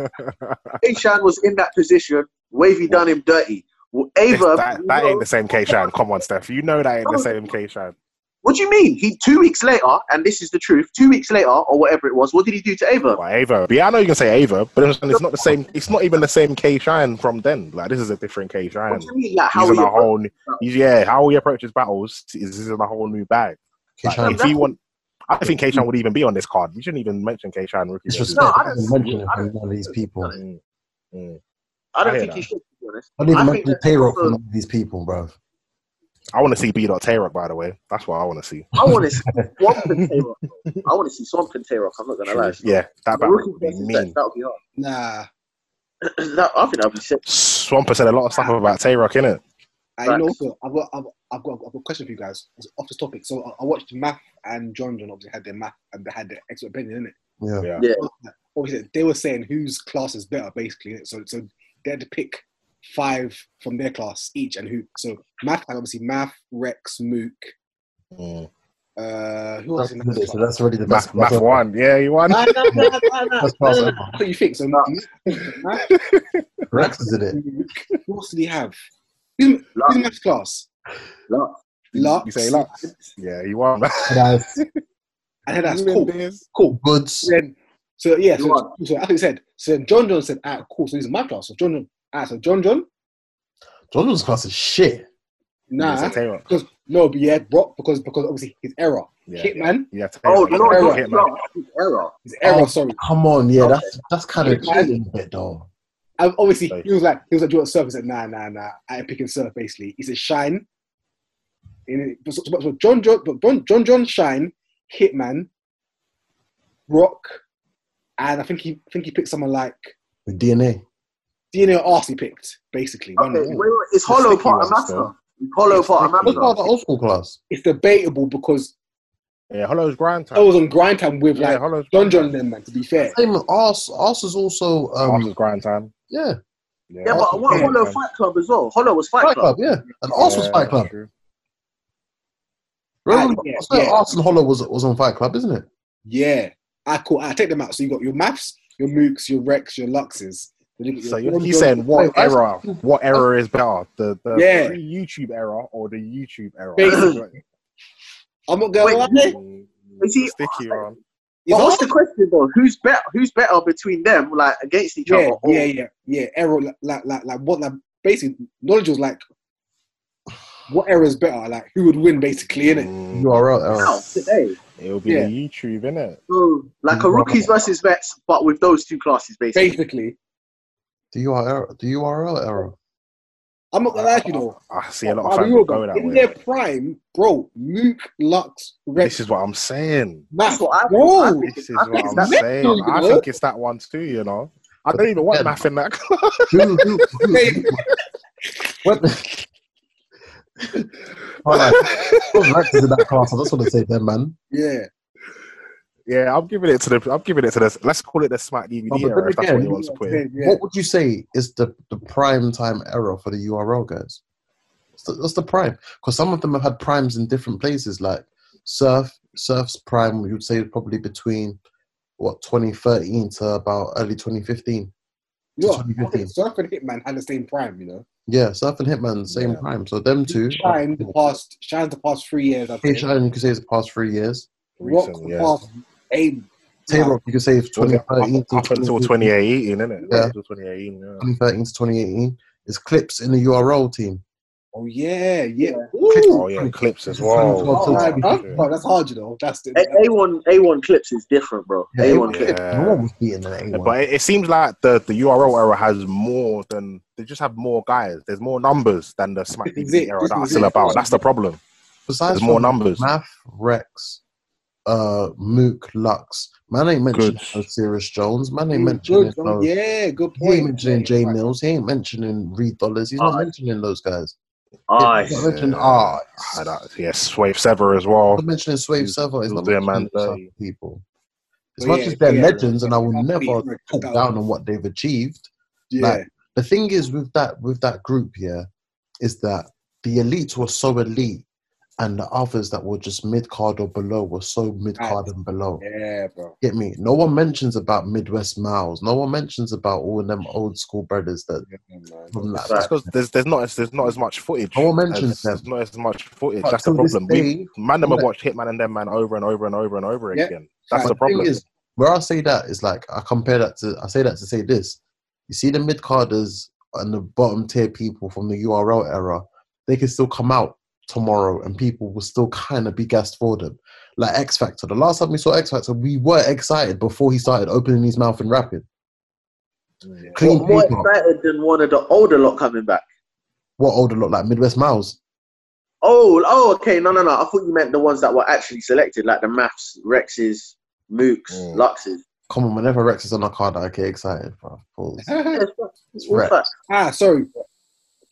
was in that position, Wavy done him dirty. Well, Ava,
that, that ain't the same K Shine. Come on, Steph. You know that ain't the same K Shine.
What do you mean? He two weeks later, and this is the truth. Two weeks later, or whatever it was, what did he do to Ava?
Like Ava. But yeah, I know you can say Ava, but it's, it's not the same. It's not even the same K Shine from then. Like this is a different K Shine.
What do you mean? Like how
He's
are
in a
you?
whole. New, he's, yeah, how he approaches battles is is in a whole new bag. Like,
K-Shine.
if he want, I don't think K Shine would even be on this card. You shouldn't even mention K Shine rookie.
It's
of the
just
year.
No,
I
I
didn't
don't-
mention it
I
from
don't-
none of these people. I
Mm, mm.
I don't
I
think
hear
he
that.
should. To be honest.
didn't even
I
mention the
think
payroll
that's
from
also-
none of these people, bro.
I want to see B. Tarek, by the way. That's what I want to see.
I want to see Swamp and Tay-Rock. I want to see Swamp and Tay-Rock. I'm not gonna lie.
Yeah, that battle
Rookie
would be
versus Dex,
mean.
That would be hard.
Nah,
that, I think that would be sick.
Swamper said a lot of stuff about Tarek, innit?
I you know.
Facts.
what? I've got, I've, I've got, I've got a question for you guys. It's off this topic. So I, I watched Math and John John obviously had their math and they had their expert opinion in it.
Yeah.
Yeah.
Yeah.
obviously they were saying whose class is better, basically. So so they had to pick five from their class each, and who. So math had obviously math, Rex, Mook.
Mm.
Uh, who else?
That's,
in that
so
class?
that's already the best.
Math, math one. Yeah, you won.
Nah, nah, nah, nah, nah,
That's
nah,
class
nah,
ever.
nah. How you think so? Math, math,
Rex is in it.
Mook. Who else did he have? Who's who's in math class?
Lux.
Lux.
You say Lux. Yeah, you won.
That's
And then that's cool. Cool.
goods.
Then, so yeah,
You
so, so as you said, so then John John said, ah, cool. So he's in my class. So John John, ah, so John John,
Jordan's class is shit.
nah,
Yeah, Tarek.
Because no, but yeah, Brock because because obviously his error,
Yeah.
Hitman,
Yeah, Tarek.
Oh,
Yeah,
no, no,
Hitman.
no, error.
his error.
Oh.
Sorry,
Come on, yeah,
Okay.
that's that's kind of
Yeah.
cheating a bit though.
and obviously
Sorry.
he was like he was like, do you want surf? He said, nah, nah, nah. I'm picking surf basically. He said shine. In it, but, so- but, so John John, but John, John John Shine, Hitman, Rock, and I think he I think he picked someone like
With DNA.
DNA Arcee picked basically. One
Okay,
of
wait,
them.
wait, it's
The
Hollow
sticky
Part
ones,
of Master.
though.
Hollow Part
What's
of
part of
Master.
the old school class?
It's debatable because
Yeah, Hollow's grind
I
time.
was on grind time with
yeah,
like
Hollow's
John John and them man. To be fair,
Same Ars Ars is also um
Arsenal's grind time.
yeah.
Yeah, but what,
Arsenal's
Hollow
grind
Fight Club as well. Hollow was Fight
Fight Club,
Club.
yeah. And
time.
Ars was
Yeah,
Fight Club.
true.
Remember,
Yeah,
I swear
yeah.
Ars and Hollow was was on Fight Club, isn't it?
Yeah. I cool. I take them out. So you got your maths, your mooks, your rex, your luxes. Then you got
So
your
you're, he's
John-
saying what
I- I-
error? What error is better, the, the
Yeah.
free YouTube error or the YouTube error?
Basically. I'm not going
Wait,
to lie.
Is he-
sticky one?
It's
But what's
hard.
the question though? Who's better? Who's better between them, like against each
yeah,
other? Or-
yeah, yeah, yeah. Error, like, like, like, like what? Like, basically, knowledge was like, what error is better? Like, who would win? Basically, in it.
Mm,
URL
Now,
error.
today,
It'll be
Yeah.
the YouTube, innit?
so, like a rookies versus vets, but with those two classes basically.
Basically,
The URL the URL error.
I'm not gonna lie, to you know.
I see a lot
I'll
of
be
fans
real,
go
bro.
that
in
way.
their prime, bro. Mook, Lux,
This
Rex,
is what I'm saying.
That's
Math,
what I
bro.
think. I think-
This is
I think
what I'm
that's-
saying. I think it's that one too. You know, I don't even want math in that. class.
Who- who- who-
Babe.
what the- Hold on. What Rex is in that class? I just want to say them, man.
Yeah,
yeah, I'm giving it to the. I'm giving it to the. Let's call it the smart DVD
Oh, but
error.
then
If that's what
again,
he wants to put
yeah,
in.
yeah.
What would you say is the, the prime time error for the URL guys? What's the, what's the prime? Because some of them have had primes in different places. Like Surf, Surf's prime, we would say is probably between what 2013 to about early 2015.
You know,
It's
I think Surf and Hitman had the same prime, you know.
Yeah, Surf and Hitman, same
Yeah.
prime. So them two.
Shine the past Shine the past three years. I
Hey,
think.
Shine, you could say it's the past three years.
Rock
Recent,
the
yeah.
past eight.
Taylor, you could say it's
Was it
2013 to
Up, up until 2018, isn't it?
Yeah.
Up until 2018. Yeah.
2013 to 2018. It's clips in the URL team.
Oh yeah, yeah.
Oh
Ooh.
yeah, clips as
Oh,
Oh,
well.
my
yeah.
God. Bro, that's hard, you know. That's it.
A one A one clips is different, bro.
Yeah,
A one
yeah.
clips.
No one was beating that
Yeah,
anyone.
But it, it seems like the, the URL error has more than they just have more guys. There's more numbers than the Smack
This is
DVD
it,
error
this
that are
is
still
it.
about. That's the problem.
Besides
There's more
from
numbers.
Math, Rex, uh, Mook, Lux. Man ain't mentioning
Good.
no Sirius Jones. Man ain't
Good,
mentioning
good,
no.
yeah, good
He ain't
point.
mentioning Jay
Right.
Mills. He ain't mentioning Reed Dollars. He's not
Alright.
mentioning those guys.
Aye.
He's not mentioning
Yeah.
Ah.
Ah, that- yeah, Swave Sever as well.
He's not mentioning Swave Server. He's not
Doing
mentioning
man
those
dirty.
other people. As
But
much
yeah,
as they're
yeah,
legends, and I will
yeah,
never
yeah,
talk
yeah.
down on what they've achieved.
Yeah,
Like, the thing is with that with that group yeah is that the elites were so elite and the others that were just mid card or below were so mid card and below.
Yeah, bro.
Get me? No one mentions about Midwest Miles. No one mentions about all them old school brothers that
Yeah, man.
from that.
Right.
because there's there's not as there's not as much footage.
No one mentions
as-
them.
There's not as much footage.
But
That's the
to this
problem. We,
day,
man, them have
Yeah.
watched Hitman and them man over and over and over and over
Yeah.
again. That's
But
the problem.
Thing is, where I say that is like I compare that to I say that to say this. You see the mid carders and the bottom tier people from the URL era, they can still come out tomorrow and people will still kind of be gassed for them. Like X Factor, the last time we saw X Factor, we were excited before he started opening his mouth and rapping. Clean
What, more
what, what,
excited than one of the older lot coming back.
older look like Midwest Miles.
Oh, oh, okay. No, no, no. I thought you meant the ones that were actually selected, like the Maths, Rexes, Mooks,
Mm.
Luxes.
Come on, whenever Rex is on a card, I get excited, bro. Pause.
It's
Rex.
all facts.
Ah, sorry.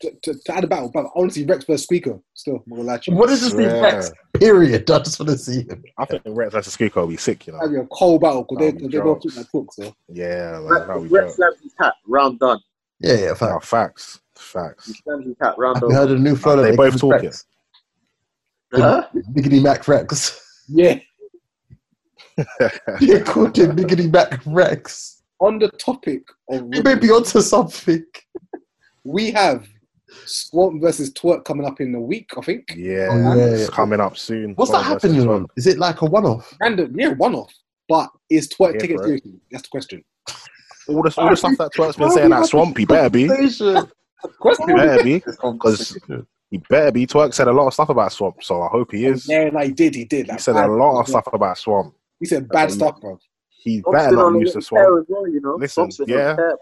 To, to, to add a battle, but honestly, Rex versus Squeaker. Still, I'm not gonna lie to you.
What is this thing, Rex? Period. I just want to see him.
I think Rex versus Squeaker will be sick. You
That'd
know.
be a cold battle
Oh,
because
That'd
they
be
they both
jokes.
took my crooks. So.
Yeah,
Rex,
like, that'll be
Rex
dope.
slams his hat, round done.
Yeah, yeah, fact.
No, facts,
He
facts.
slams his hat, round
Have you
done.
heard a new flow? that
They both
call
talking.
Rex?
Huh?
Biggity Mac Rex.
Yeah.
they called him Biggity Mac Rex.
On the topic of
You may be onto something.
we have Swamp versus Twerk coming up in a week, I think.
Yeah,
Oh, yeah,
it's
yeah.
coming up soon.
What's that
Well, that's
happening
just
on?
one.
Is it like a one off?
Random, yeah, one off. But is
Yeah,
Twerk taken
bro.
seriously? That's the question.
All the, all the stuff that Twerk's
Why
been
are
saying
we
at
having
Swampy better be,
Question.
better be, because he better be. Twerk said a lot of stuff about Swamp, so I hope he is.
Yeah, like he did, he did.
He
Like,
said
bad-
a lot of stuff about Swamp.
He said bad stuff, bro.
He
Swamp's
better
been
not
on a
lose to
little
Swamp.
tear as well, you know?
Listen,
Swamp's been on a
yeah.
tear, bro.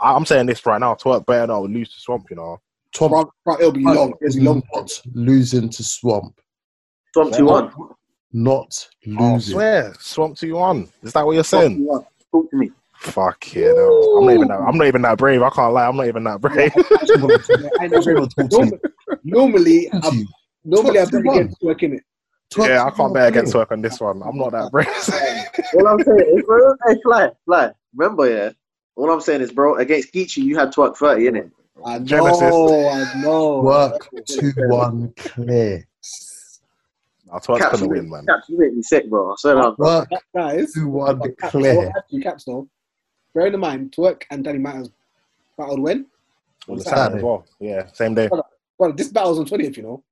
I- I'm saying this right now. Twerk better not lose to Swamp. You know,
Tom
Bro, bro, it'll be long.
is
It'll be long.
not losing to Swamp.
Swamp 2 1.
Not
I
losing.
swear, Oh, Swamp two one. Is that what you're
Swamp 2
saying?
1. Talk to me.
Fuck yeah, no. I'm not even that. I'm not even that brave. I can't lie. I'm not even that brave.
Yeah, I know, bro.
Talk to
Norm-
you.
Normally,
Talk to
I'm,
you.
normally I'm
Twerk's the
betting
one.
against Twerk in it.
Twerk's
yeah, I can't bet against
not
Twerk on this one. I'm not that brave.
All I'm saying is, bro, hey, fly, fly. Remember, yeah. All I'm saying is, bro, against Geechee, you had twerk 30, innit?
I know,
Genesis.
I know.
Work 2 1 clear.
Now Twerk's
Caps,
gonna
you
win,
make-
man.
Caps, you make me sick, bro. I swear to God.
Work
That, that is.
2 1
Caps,
clear.
well, actually, Caps though. Bearing in mind, Twerk and Danny Matters battled when?
On the
Saturday.
Saturday as well. Yeah, same day.
Well, this battle's on 20th, you know.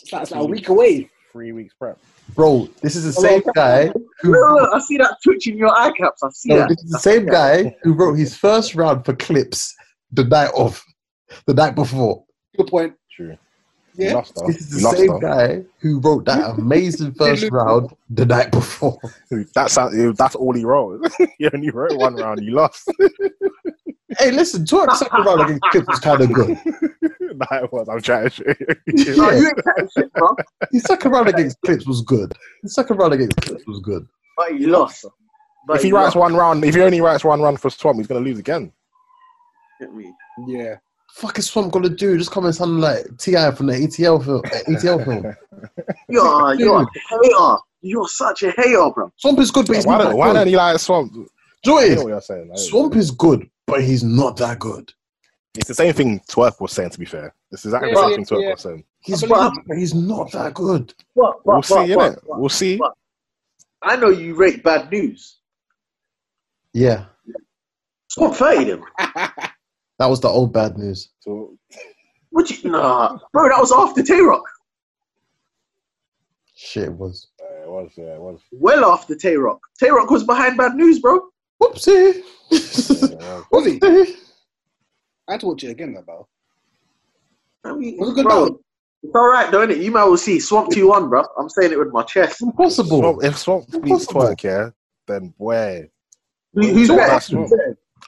It's like, it's like a week away.
Three weeks prep.
Bro, this is the same guy who.
Look, look, I see that twitch in your eye caps. I see
No,
that.
this is the same guy who wrote his first round for clips the night of, the night before.
Good point.
True.
Yeah.
We lost though.
This is the
We lost
same
though.
guy who wrote that amazing first round the night before.
That sound, that's all he wrote. he only wrote one round. He lost.
Hey, listen, Twerk's second round against Clip was kind of good.
that it was. I'm trying to show you.
No,
Yeah.
you ain't catching shit, bro.
His second round against Clips was good. His second round against Clips was good.
But you lost. But
if he
you
writes
lost.
one round, if he only writes one round for Swamp, he's gonna lose again.
Hit me.
Yeah.
Fuck is Swamp gonna do? Just come and sound like Ti from the ETL film. uh, ETL film.
You're, you're a hater. You're such a hater, bro.
Swamp is good, but he's
why
not.
don't, why
that
don't he like Swamp?
good. Joy
I
is,
hear what you're saying. I hear what
Swamp is good, but he's not that good.
It's the same thing Twerk was saying, to be fair. It's exactly the
Yeah,
same
yeah,
thing Twerk
yeah.
was saying.
He's
I believe
good, but he's not that good.
But, but,
We'll
but,
see,
but,
innit?
but,
We'll see.
but- I know you rate bad news.
Yeah,
Swamp 30 them.
that was the old bad news.
So,
What you, nah, bro, that was after Tay Rock.
Shit it was.
uh, it was, yeah, it was.
Well after Tay Rock. Tay Rock was behind bad news, bro.
Whoopsie.
Yeah, it was.
Was he? I had to watch it again, that battle.
I mean,
Was it good
bro,
battle?
It's all right, don't it? You might will see Swamp 2 1, bro. I'm saying it with my chest.
Impossible.
Swamp, if Swamp beats
Impossible.
Twerk, yeah, then where?
Who- who's
Talk
better?
about Swamp.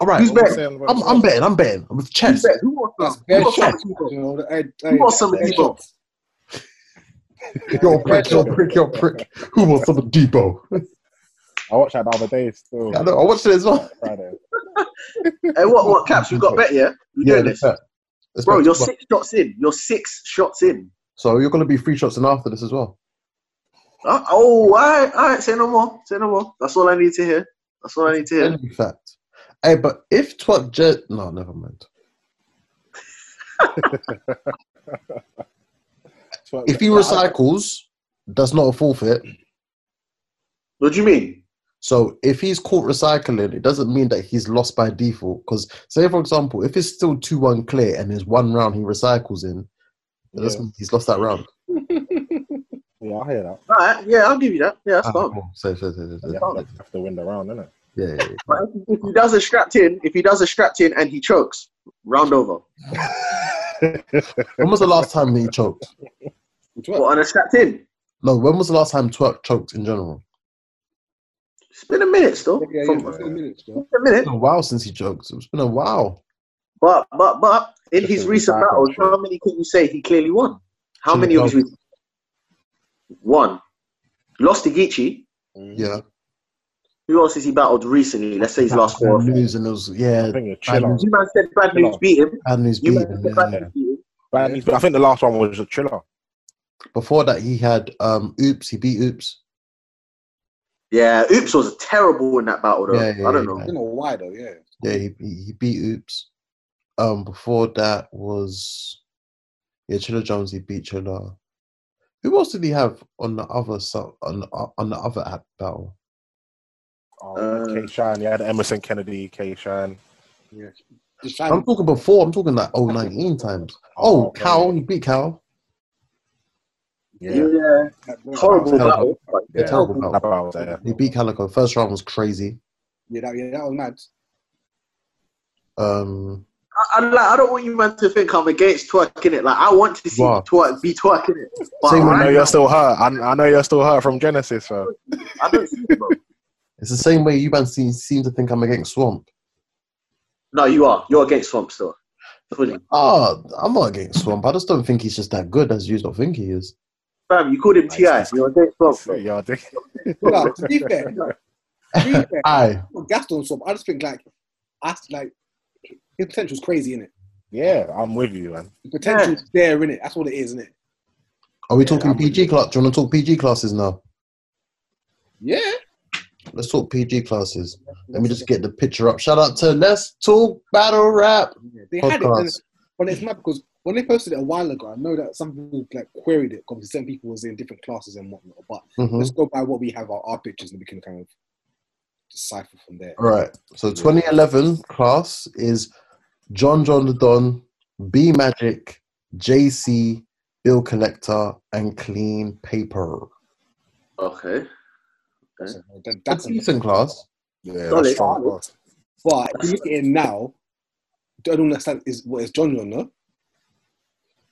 All right.
Who's
What are we
better?
saying about
I'm,
Swamp?
I'm betting. I'm betting. I'm with
Who's
chess.
better? Who wants
That's
some? Who
bare
wants some?
shots. You know, I, I,
Who wants some
bare
Debo?
shots.
Yo, prick, yo, prick, yo, prick. Who wants some Debo?
I watched that the other day still.
I know. I watched it as well.
Friday.
Hey, what, what, Caps? You got bet, yeah? You doing this?
bet. Let's
Bro,
bet.
you're six shots in. You're six shots in.
So you're going to be three shots in after this as well.
Uh, oh, all right, all right. Say no more. Say no more. That's all I need to hear. That's all I need to hear.
In fact. Hey, but if Twat Jet. No, never mind.
Twerk-
If he
Yeah, I-
recycles, that's not a forfeit.
What do you mean?
So if he's caught recycling, it doesn't mean that he's lost by default. Because say for example, if it's still two one clear and there's one round he recycles in, it doesn't mean he's lost that round.
Yeah, I hear that.
All right, yeah, I'll give you that. Yeah, that's
Ah,
fine.
cool. So- so- so- so- so-
You have, to- have to win the round, innit?
yeah, yeah, yeah.
But if- if he does a strapped in, if he does a strapped in and he chokes, round over.
When was the last time he choked?
But on a strapped in,
No, when was the last time twerk choked in general?
it's been a minute still.
Yeah, yeah,
From-
yeah, yeah. minutes, bro.
It's been a minute.
It's been a while since he choked. It's been a while.
But but but in his
Just
recent
a back
battles,
option.
how many can you say he clearly won? How
Two
many of
thousand.
his recent? One. Lost to Geechee.
Mm.
Yeah.
Who else has he battled recently? Let's say his last four.
Bad news and it was yeah,
I think it's chill
Man,
out.
You man said bad news
Hello.
beat him.
bad news
You
beat
man
him. yeah.
said bad news beat him.
But he's- I think the last one was a chiller.
Before that he had um oops, he beat oops.
Yeah, Oops was terrible in that battle though.
Yeah, yeah,
I don't
yeah,
know.
I don't know why though. Yeah.
Yeah, he, he he beat Oops. Um, before that was yeah, Chilla Jones. He beat Chilla. Who else did he have on the other so, on the o- on the other app battle?
Um,
Uh,
K Shine, you had Emerson Kennedy, K Shine.
Just
I'm
trying to
talking before. I'm talking like oh 19 times. Oh,
okay.
Cal. He beat Cal.
Yeah.
Yeah,
yeah.
horrible
Hello.
battle. But
Yeah, terrible
That
battle.
battle there.
He beat Calico. First round was crazy.
Yeah, that, yeah, that was mad.
Um,
I, I, like, I don't want you man to think I'm against twerking it. Like I want to see
Wow.
twerk be twerking it. But
Same
right
I know
now,
you're still hurt. I, I know you're still hurt from Genesis, so
I don't see it, bro.
it's the same way you man seem, seem to think I'm against Swamp.
No, you are. You're against Swamp still. Fully.
Ah, I'm not against Swamp. I just don't think he's just that good as you don't think he is.
Fam, you called him
Nice.
T.I. You're against Swamp. bro.
yeah, I think
Well, to be fair, to be fair,
Aye.
not gassed on swap. I just think like, I s- like his potential's crazy in it.
yeah, I'm with you, man.
The potential's there in it. That's what it is, isn't it?
Are we
Yeah,
talking
I'm with
PG class? Do you want to talk PG classes now?
Yeah.
Let's talk PG classes. Let me just get the picture up. Shout out to Let's Talk Battle Rap
They had it, and,
podcast.
but it's mad because when they posted it a while ago, I know that some people like queried it because certain people was in different classes and whatnot. But
Mhm.
let's go by what we have our, our pictures and we can kind of decipher from there.
All right. So 2011 class is John John the Don, B Magic, JC, Bill Collector, and Clean Paper.
Okay.
So that,
That's
that's
a decent class.
Yeah,
Solid.
that's strong. class.
But if you look at it now, I don't understand is what is John John, no?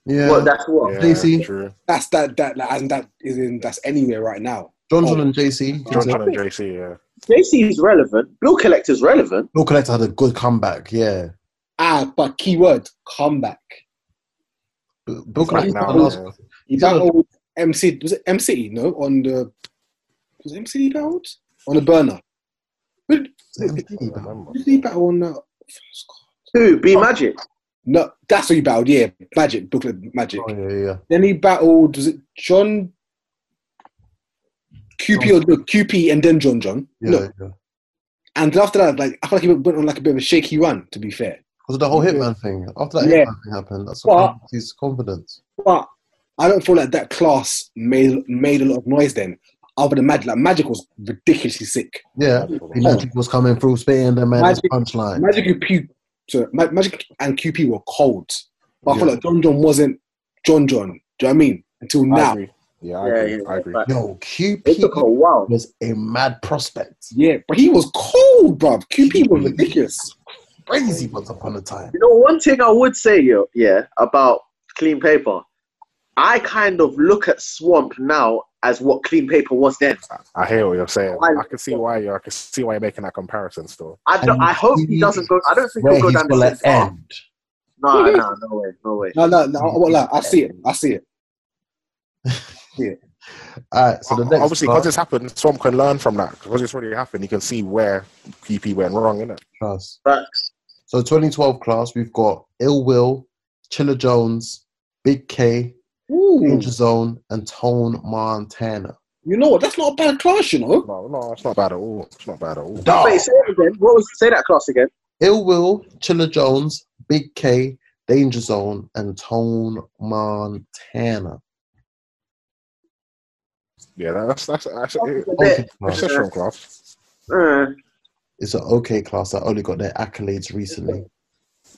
Yeah.
Well, that's what.
Yeah,
JC.
true.
That's that that like, and that is in that's anywhere right now.
John
Oh.
John and JC.
Johnson and JC, yeah.
JC is relevant. Bill Collector's relevant.
Bill Collector had a good comeback. Yeah.
Ah, but keyword comeback.
B- Bill
He's back
Collector.
now.
was-
yeah.
He
Yeah.
battled MC was it MC no on the was it MC he battled on the burner.
Yeah.
I remember.
Did he battle on the first card?
Oh,
Who? B Magic.
No, that's who he battled. Yeah, Magic Booklet Magic.
Oh, yeah, yeah.
Then he battled was it John QP or no, QP and then John John.
Yeah,
No,
yeah.
And after that, like I feel like he went on like a bit of a shaky run. To be fair,
Because of the whole Hitman thing. After that
Yeah.
Hitman thing happened, that's
But-
what his confidence.
but I don't feel like that class made made a lot of noise then. Other than Magic, like Magic was ridiculously sick.
Yeah. The magic was coming through, spitting the man's
Magic-
punchline.
Magic and Q, sorry, Ma- Magic and QP were cold. But I feel
Yeah.
like John John wasn't John John. Do you know what I mean? Until
I
now,
agree. Yeah, I
Yeah,
agree.
yeah.
I agree.
But
Yo,
It took a
QP
while.
was a mad prospect.
yeah. But he was cold, bruv. QP was ridiculous.
Crazy once upon a time.
You know, one thing I would say, yo, yeah, about Clean Paper, I kind of look at Swamp now as what Clean Paper was then.
I hear what you're saying.
I-
I can see why you're. I can see why you're making that comparison. Still,
I, don't,
And
I hope he
he-
doesn't go. I don't think
Where
he'll go
he's
down the
gonna
same path.
end.
No, no, no way, no way.
No, no, no. I, won't lie. I see it. I see it.
Alright, so the next
obviously,
class,
because it's happened, Swamp can learn from that. Because it's already happened, you can see where PP went wrong, innit?
class.
But
So 2012 class, we've got Ill Will, Chiller Jones, Big K,
Hmm.
Ooh,
Danger Zone, and Tone Montana.
you know what? That's not a bad class, you know.
No, no, it's not bad at all. It's not bad at all.
Dog.
wait, say that again. What was say that class again?
Ill Will, Chiller Jones, Big K, Danger Zone, and Tone Montana.
Yeah, that's that's actually
That's a bit-
Okay
it's
class.
a strong class.
uh,
It's an okay class that only got their accolades recently.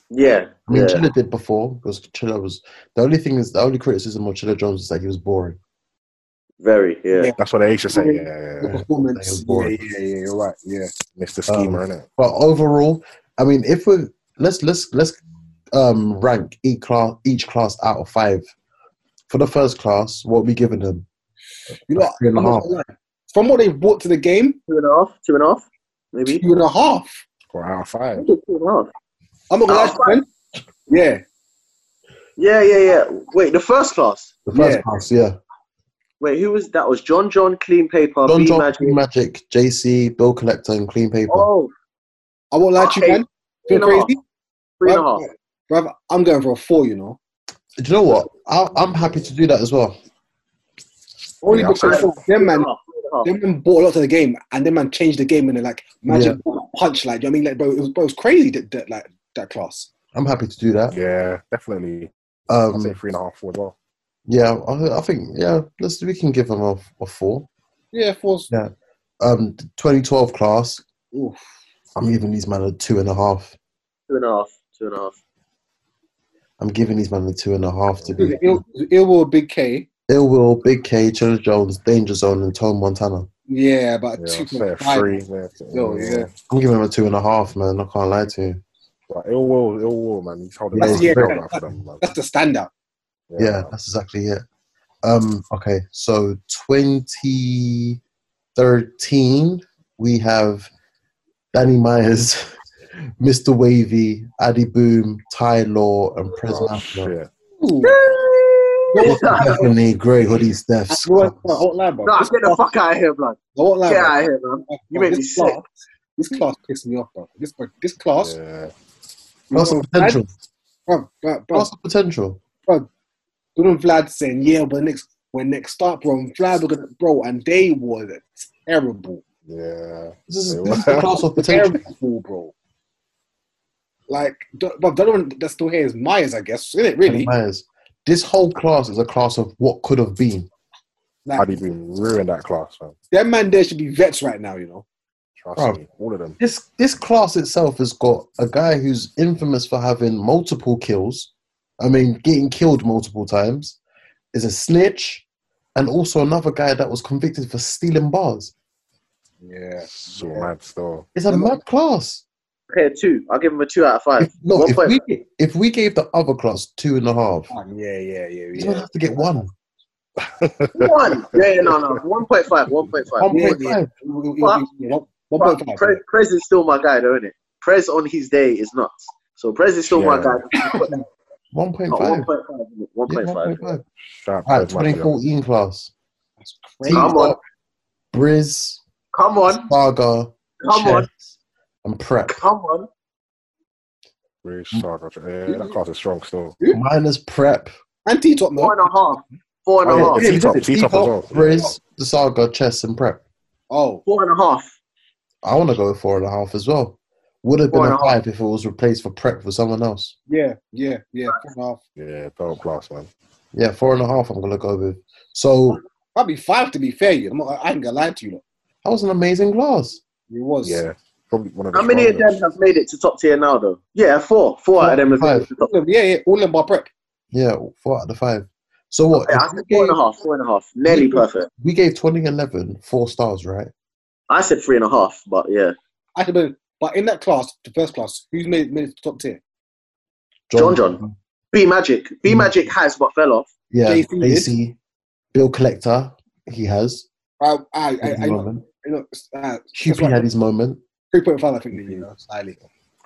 yeah.
I mean,
yeah.
Chilla did before because Chilla was the only thing is the only criticism of Chilla Jones is that he was boring.
Very, yeah.
Yeah.
That's what they used to say. Yeah, yeah,
The
yeah.
That he was
performance.
boring.
yeah, yeah, yeah, you're right. Yeah, Mr.
Um,
Schemer, innit?
But overall, I mean, if we let's let's let's um, rank each class each class out of five. For the first class, what are we giving him?
You know,
Three and a
I'm not
half.
gonna lie. From what they've brought to the game,
Two and a half, two and a half, maybe.
two and a half.
Or out of five.
Two and a half.
I'm not gonna lie,
Oh,
man. Yeah,
Yeah, yeah, yeah. Wait, the first class.
The first
Yeah.
class, yeah.
Wait, who was that? Was John John Clean Paper?
Don
B
John,
Magic.
Magic. Magic, JC, Bill Collector, and Clean Paper.
Oh,
I won't lie to you,
Okay.
man. Feel
Two and a half.
crazy,
three and a half.
Bruv, I'm going for a four. You know,
Do you know what? I, I'm happy to do that as well.
only
Yeah,
because
okay.
them man,
Three and a half.
them man brought a lot to the game, and them man changed the game and they like
Yeah.
magic punch. Like, you know what I mean, like, bro, it was, bro, it was crazy that, that like that class.
I'm happy to do that.
Yeah, definitely. I'd say
Um,
three and a half, four as well.
yeah, I, I think yeah, let's we can give him a, a four.
Yeah, fours.
Um, 2012 class.
Oof.
I'm giving these man a two and a half.
Two and a half. Two and a half.
I'm giving these man a two and a half to be
Ill, Ill Will, Big K.
Ill Will, Big K, Chilla Jones, Danger Zone, and Tone Montana.
Yeah, but
Yeah,
two
I'd say
point
a
five.
three. Yeah,
Oh, yeah.
I'm giving him a two and a half, man. I can't lie to you.
Right, ill will, ill will, man. He's holding
That's-
his
yeah,
belt
that-
up for them, man.
That's the standout.
Yeah, that's exactly it. Um, okay, so 2013, we have Danny Myers, Mr. Wavy, Addy Boom, Ty Law, and Prez
Oh,
Mafia.
shit.
Ooh.
Definitely grey hoodie Stephs.
I won't I won't lie, bro.
Nah,
This
get the
class-
fuck out of here, blood.
I won't lie,
Get
bro.
out of here, man. You
Bro,
made me
this
sick.
class- This class pissed me off, bro. This this class,
Yeah.
Lots of potential.
bro, bro, bro.
Lots of potential.
Doing Vlad saying, yeah, but next when next start, bro, and Vlad were gonna, bro, and they were terrible,
Yeah.
This is,
It
this is a
was.
class of potential.
terrible, bro. Like, d- bro, the other one that's still here is Myers, I guess, isn't it?
Danny
Really?
Myers. This whole class is a class of what could have been.
I'd
Like,
even ruin that class, man.
that man there should be vets right now, you know.
Trust
Bruv.
me. All of them.
This this class itself has got a guy who's infamous for having multiple kills. I mean, getting killed multiple times, is a snitch, and also another guy that was convicted for stealing bars.
Yeah.
So mad still.
It's a mad class.
Pair two. I'll give him a two out of five. Oh,
If, no,
One
if
point.
we if we gave the other class two and a half,
Yeah, yeah, yeah,
he's gonna
yeah.
have to get one.
One. Yeah, yeah, no, no. One point five. One point five.
One
yeah,
point
yeah.
five.
One point
But Pre-
five.
Prez is still my guy, though, isn't it? Prez on his day is nuts. So Prez is still my
Yeah.
guy.
One point
Not
five.
1.5. 1.5.
All
Shout out
right,
to Mafia.
2014 class.
crazy.
Team
Come on.
up, Briz,
Come on.
Saga,
Come
Chess,
on.
and Prep.
Come on.
Rich, Saga, Yeah, that class is strong still.
Minus Prep,
And T top,
Four
no.
and a half. Four and a
Oh,
half.
yeah, T-top, T-top as well.
Briz, the Saga, Chess, and Prep.
Oh,
Four and a half.
I want to go with four and a half as well. Would have been
Four and
a
a half.
five if it was replaced for Prep for someone else.
yeah, yeah, yeah. Four and a half.
Yeah, dope class, man.
Yeah, four and a half. I'm gonna go with. So
Probably five to be fair. You, know. I'm not- I ain't gonna lie to you. Lot.
that was an amazing class.
It was.
Yeah. Probably one of the
How many of them
strongest.
have made it to top tier now, though? Yeah, four. Four out of them have made it to top
All of them, yeah, yeah. All of them by prep.
Yeah, four out of the five. So what?
Yeah, I
if
said
we,
four and
gave,
a half. Four and a half. Nearly perfect.
we gave 2011 four stars, right?
I said three and a half, but yeah.
I could have, but in that class, the first class, who's made made it to top tier?
John John. B Magic. B Magic has but fell off.
Yeah,
JC did.
JC, Bill Collector. He has.
I, I, I,
his
I, know,
moment.
I know, it's, uh,
QP had his moment.
three point five. I think. You know, slightly.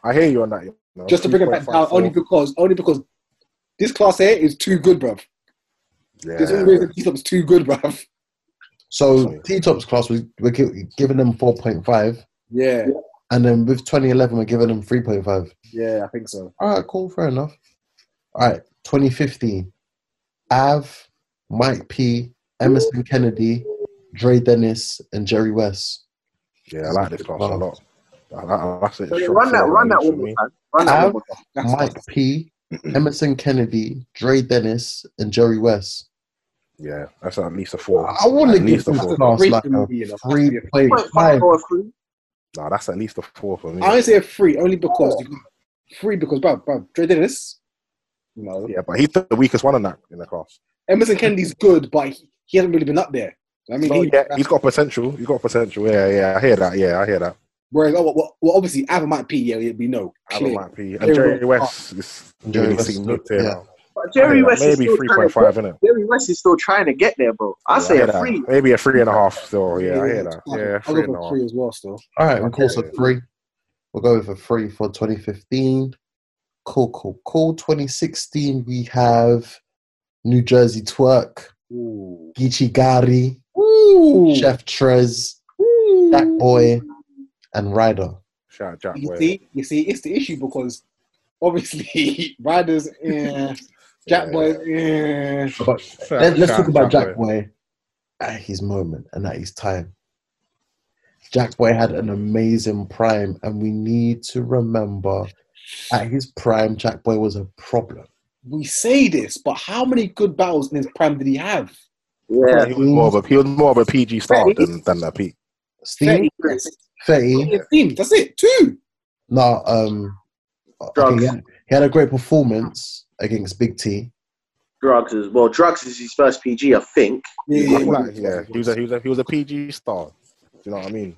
I hear you on that. you know,
Just to bring it back down,
3.54.
only because, only because this class here is too good, bruv. There's only
Yeah.
reason T-Top's too good, bruv.
So
Sorry.
T Top's class, we, we're gi- giving them 4.5.
Yeah,
And then with 2011, we're giving them 3.5.
yeah, I think so.
All right, cool. Fair enough. All right, 2015. Av, Mike P, Emerson Kennedy, Dre Dennis, and Jerry West.
Yeah, I like this class a lot. I, I, that's it.
Okay, run that. Run that
for
one more
me.
time. Run that one
Av,
more time.
That's
Mike P, Emerson Kennedy, Dre Dennis, and Jerry West.
Yeah, that's at least a four.
I want to
At
give
least a
this
four.
class
Great
like a
movie, you know.
three point
Point
five.
five or three.
Nah, that's at least a four for me.
I only say a three only because you got three because bro, bro, Dre Dennis, you know,
Yeah, but he's the weakest one in that in the class.
Emerson Kennedy's good, but he, he hasn't really been up there. I mean,
No,
he,
yeah, he's got potential. He's got potential. Yeah, yeah, I hear that. Yeah, I hear that.
whereas oh, well, well, obviously Ava might be yeah, we know.
Alan
clear.
might be.
Clear
And Jerry
rule.
West is
Jerry
really
West
seen
is
good
good,
here
yeah.
now.
But Jerry
Yeah,
West is
maybe
still
three
trying
point
to get,
five, innit?
Jerry West is still trying to get there, bro. I
Yeah,
say
hear
a
that.
three.
Maybe a three and a half still. Yeah, I hear that.
I'll
Yeah,
go for
three and a half.
three as well. Still,
All right, we'll call for three. We'll go with a three for 2015. Cool, cool, cool. 2016, we have New Jersey Twerk,
ooh,
Gichi Gari,
ooh,
Chef Trez, Jack Boy, and Ryder.
Shout out Jack
You
Boy.
see, you see, it's the issue because obviously Riders, eh, Jack
Yeah.
Boy, eh.
Shout out
Let, us talk about
Jack
Jack Boy at his moment and at his time. Jack Boy had an amazing prime, and we need to remember at his prime, Jack Boy was a problem.
we say this, but how many good battles in his prime did he have?
Yeah.
He was more of a he was more of a PG star
Thirty.
than than a P.
Steve,
Yes.
30.
Fifteen, That's it. Two.
No, um, okay,
Drugs.
he, had, he had a great performance against Big T.
Drugs is well, drugs is his first PG, I think.
Yeah, yeah. He was a he was a he was a PG star. Do you know what I mean?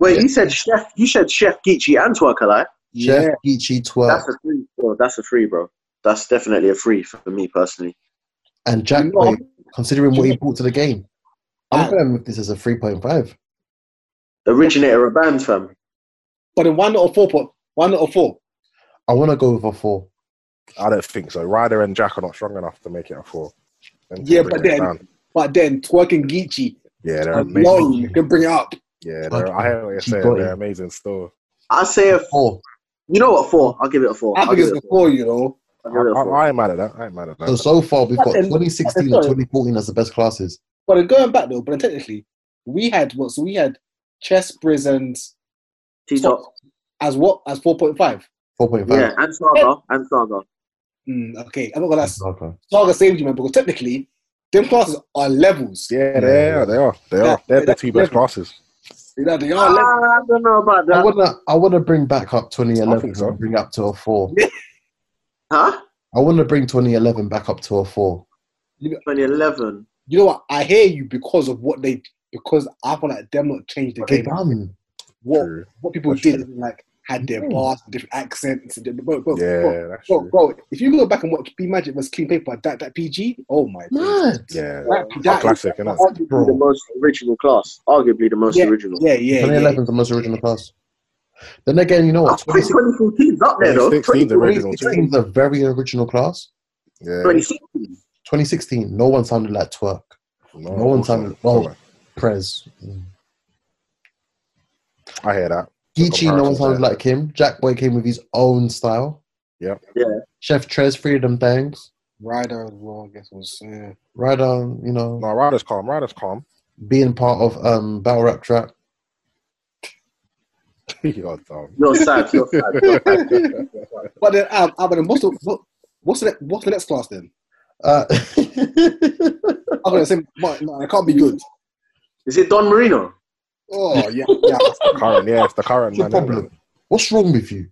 Wait, you said chef you said Chef Geechee and Twerk alike.
Jeff Geechee
That's
Twerk
a three. Bro. That's a three, bro. That's definitely a three for me personally.
and Jack
You
Boy,
know-
considering what he brought to the game. I'm going to move this as a 3.5.
Originator of bands, fam.
But in one or four, point, one or four.
I want to go with a 4.
I don't think so. Ryder and Jack are not strong enough to make it a four. And to
Yeah,
bring
but
it
then-
down.
But then Twerk and Geechee
yeah, they're
alone
amazing.
you can bring it up.
Yeah, they're, I hear what you're
She
saying.
got
They're
it.
amazing still.
I say a,
4.
you know what, four. I'll give it a four.
I
I'll
think
give
it's
it a
the
four.
four, you know.
I,
I'll give it a four.
I, I ain't mad at that. I ain't mad at that.
So, so far, we've got
But then-
2016 and
but then-
2014 as the best classes.
But then going back though, but then technically, we had what? So we had Chess, Briz, and
T-top.
as what? As 4.5.
4.5.
Yeah, and Saga. And Saga.
Mm, okay. I'm not gonna that's
Okay.
Saga saved you, man, because technically, them classes are levels.
yeah, they
Yeah.
are. They are. They
Yeah,
are. They're the
that's
two best
level.
classes.
You know, they
Ah,
are levels.
I don't know about
I
that.
want to I wanna bring back up 2011
think so.
and bring up to a 4.
Huh?
I want to bring 2011 back up to a 4.
2011.
You know what? I hear you because of what they because I feel like them not changed the
But they
game.
done.
What
True.
what people
That's
did
true.
like had their bars, different accents, and different, bro, bro, bro,
Hmm. Yeah, that's
bro,
true.
bro, If you go back and watch B Magic was clean paper, that that PG, oh my god,
Mad.
Yeah,
that,
a
that
classic, innit?
Arguably
Bro.
the most original class. Arguably the most original.
yeah, yeah, yeah,
2011 is the most original class. Then again, you know
I
what?
think
2016
2014 's up there though.
2016 's
2014
original.
is a very original class.
Yeah,
2016.
2016, no one sounded like Twerk. no one sounded- well, Prez.
I hear that.
Geechee, no one
comparisons
sounded
there.
like him. Jack Boy came with his own style.
Yep.
Yeah.
Chef Trez, Freedom Thanks.
Ryder as well, I guess was yeah.
Right on, you know,
No, Ryder's calm. Ryder's calm.
being part of um, Battle Rap Trap.
You're dumb.
You're sad. You're sad.
But then, um, uh, but then what's the what, what's the ne- what's the next class then?
Uh,
I'm gonna say, but, no, it can't be good.
Is it Don Marino?
Oh yeah, yeah.
current, yeah, it's the current
What's your
man.
problem? What's wrong with you?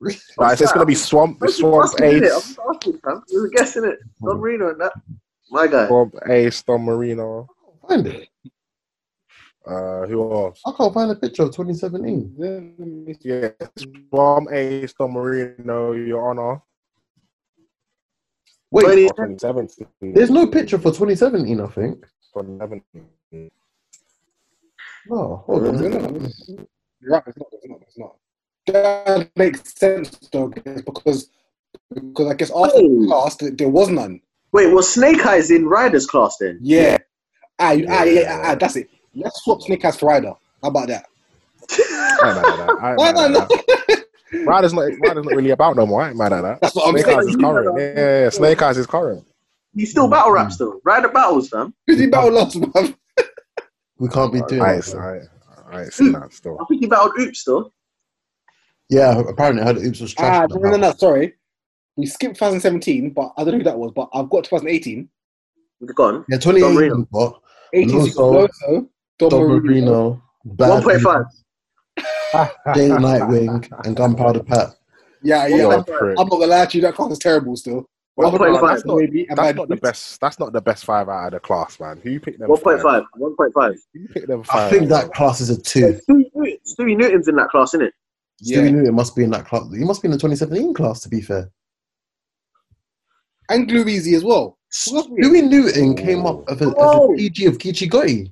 Nah, it's, it's gonna be swamp,
Don't you
swamp
trust me, innit?
ace,
I'm asking, fam. You were guessing it. Don Marino and that. My guy.
swamp ace, Don Marino.
Find it.
Uh, who else?
I can't find a picture of 2017.
Yeah, swamp ace, Don Marino, Your Honor.
Wait,
But it-
2017.
there's no picture for 2017, I think.
2017.
No, Oh, hold on.
You're not- you're right, it's not, it's not, it's not. That makes sense though, guys, because because I guess after the
Hey.
class there- there was none.
Wait, was Snake Eyes in Riders class then?
Yeah, ah, you- ah, yeah,
Yeah.
ah, ah, that's it. Let's swap Snake Eyes for Ryder. How about that?
I ain't mad at that. I ain't
Why
mad
not?
at that. Ryder's not, Ryder's not really about no more. I ain't mad at that.
That's what I'm
Snake
saying.
Eyes is current. Yeah, yeah, yeah, Snake Eyes is current.
He still battle raps though. Rider battles, fam.
Who's he battle last month?
We can't be doing
I
that.
ain't, I, ain't- I ain't seen that still.
I think he battled Oops though.
Yeah, apparently I heard Oops was
Ah,
trash.
no, no, no, sorry. We skipped 2017, but I don't know who that was. But I've got 2018.
Gone.
Yeah, 28
Don
got
86
Loso,
Loso,
Don
Don Marino.
Marino, Bad
1.5.
Jay Nightwing, and Gunpowder Pat.
Yeah, yeah.
You're
Yeah.
a prick.
I'm not gonna lie to you, that class is terrible still.
One
Other than
point
that,
five.
that's maybe a bad
That's not the
bit.
best. That's not the best five out of the class, man. Who picked them?
1.5. 1.5.
Who picked them five?
I think that class is a two.
Stewie Newton- Stewie Newton's in that class, isn't it?
Stewie Newton must be in that class. He must be in the 2017 class, to be fair.
And Gluezy as well. What's weird?
Stewie Newton came up as a, as a
Oh.
PG of Kichigoi.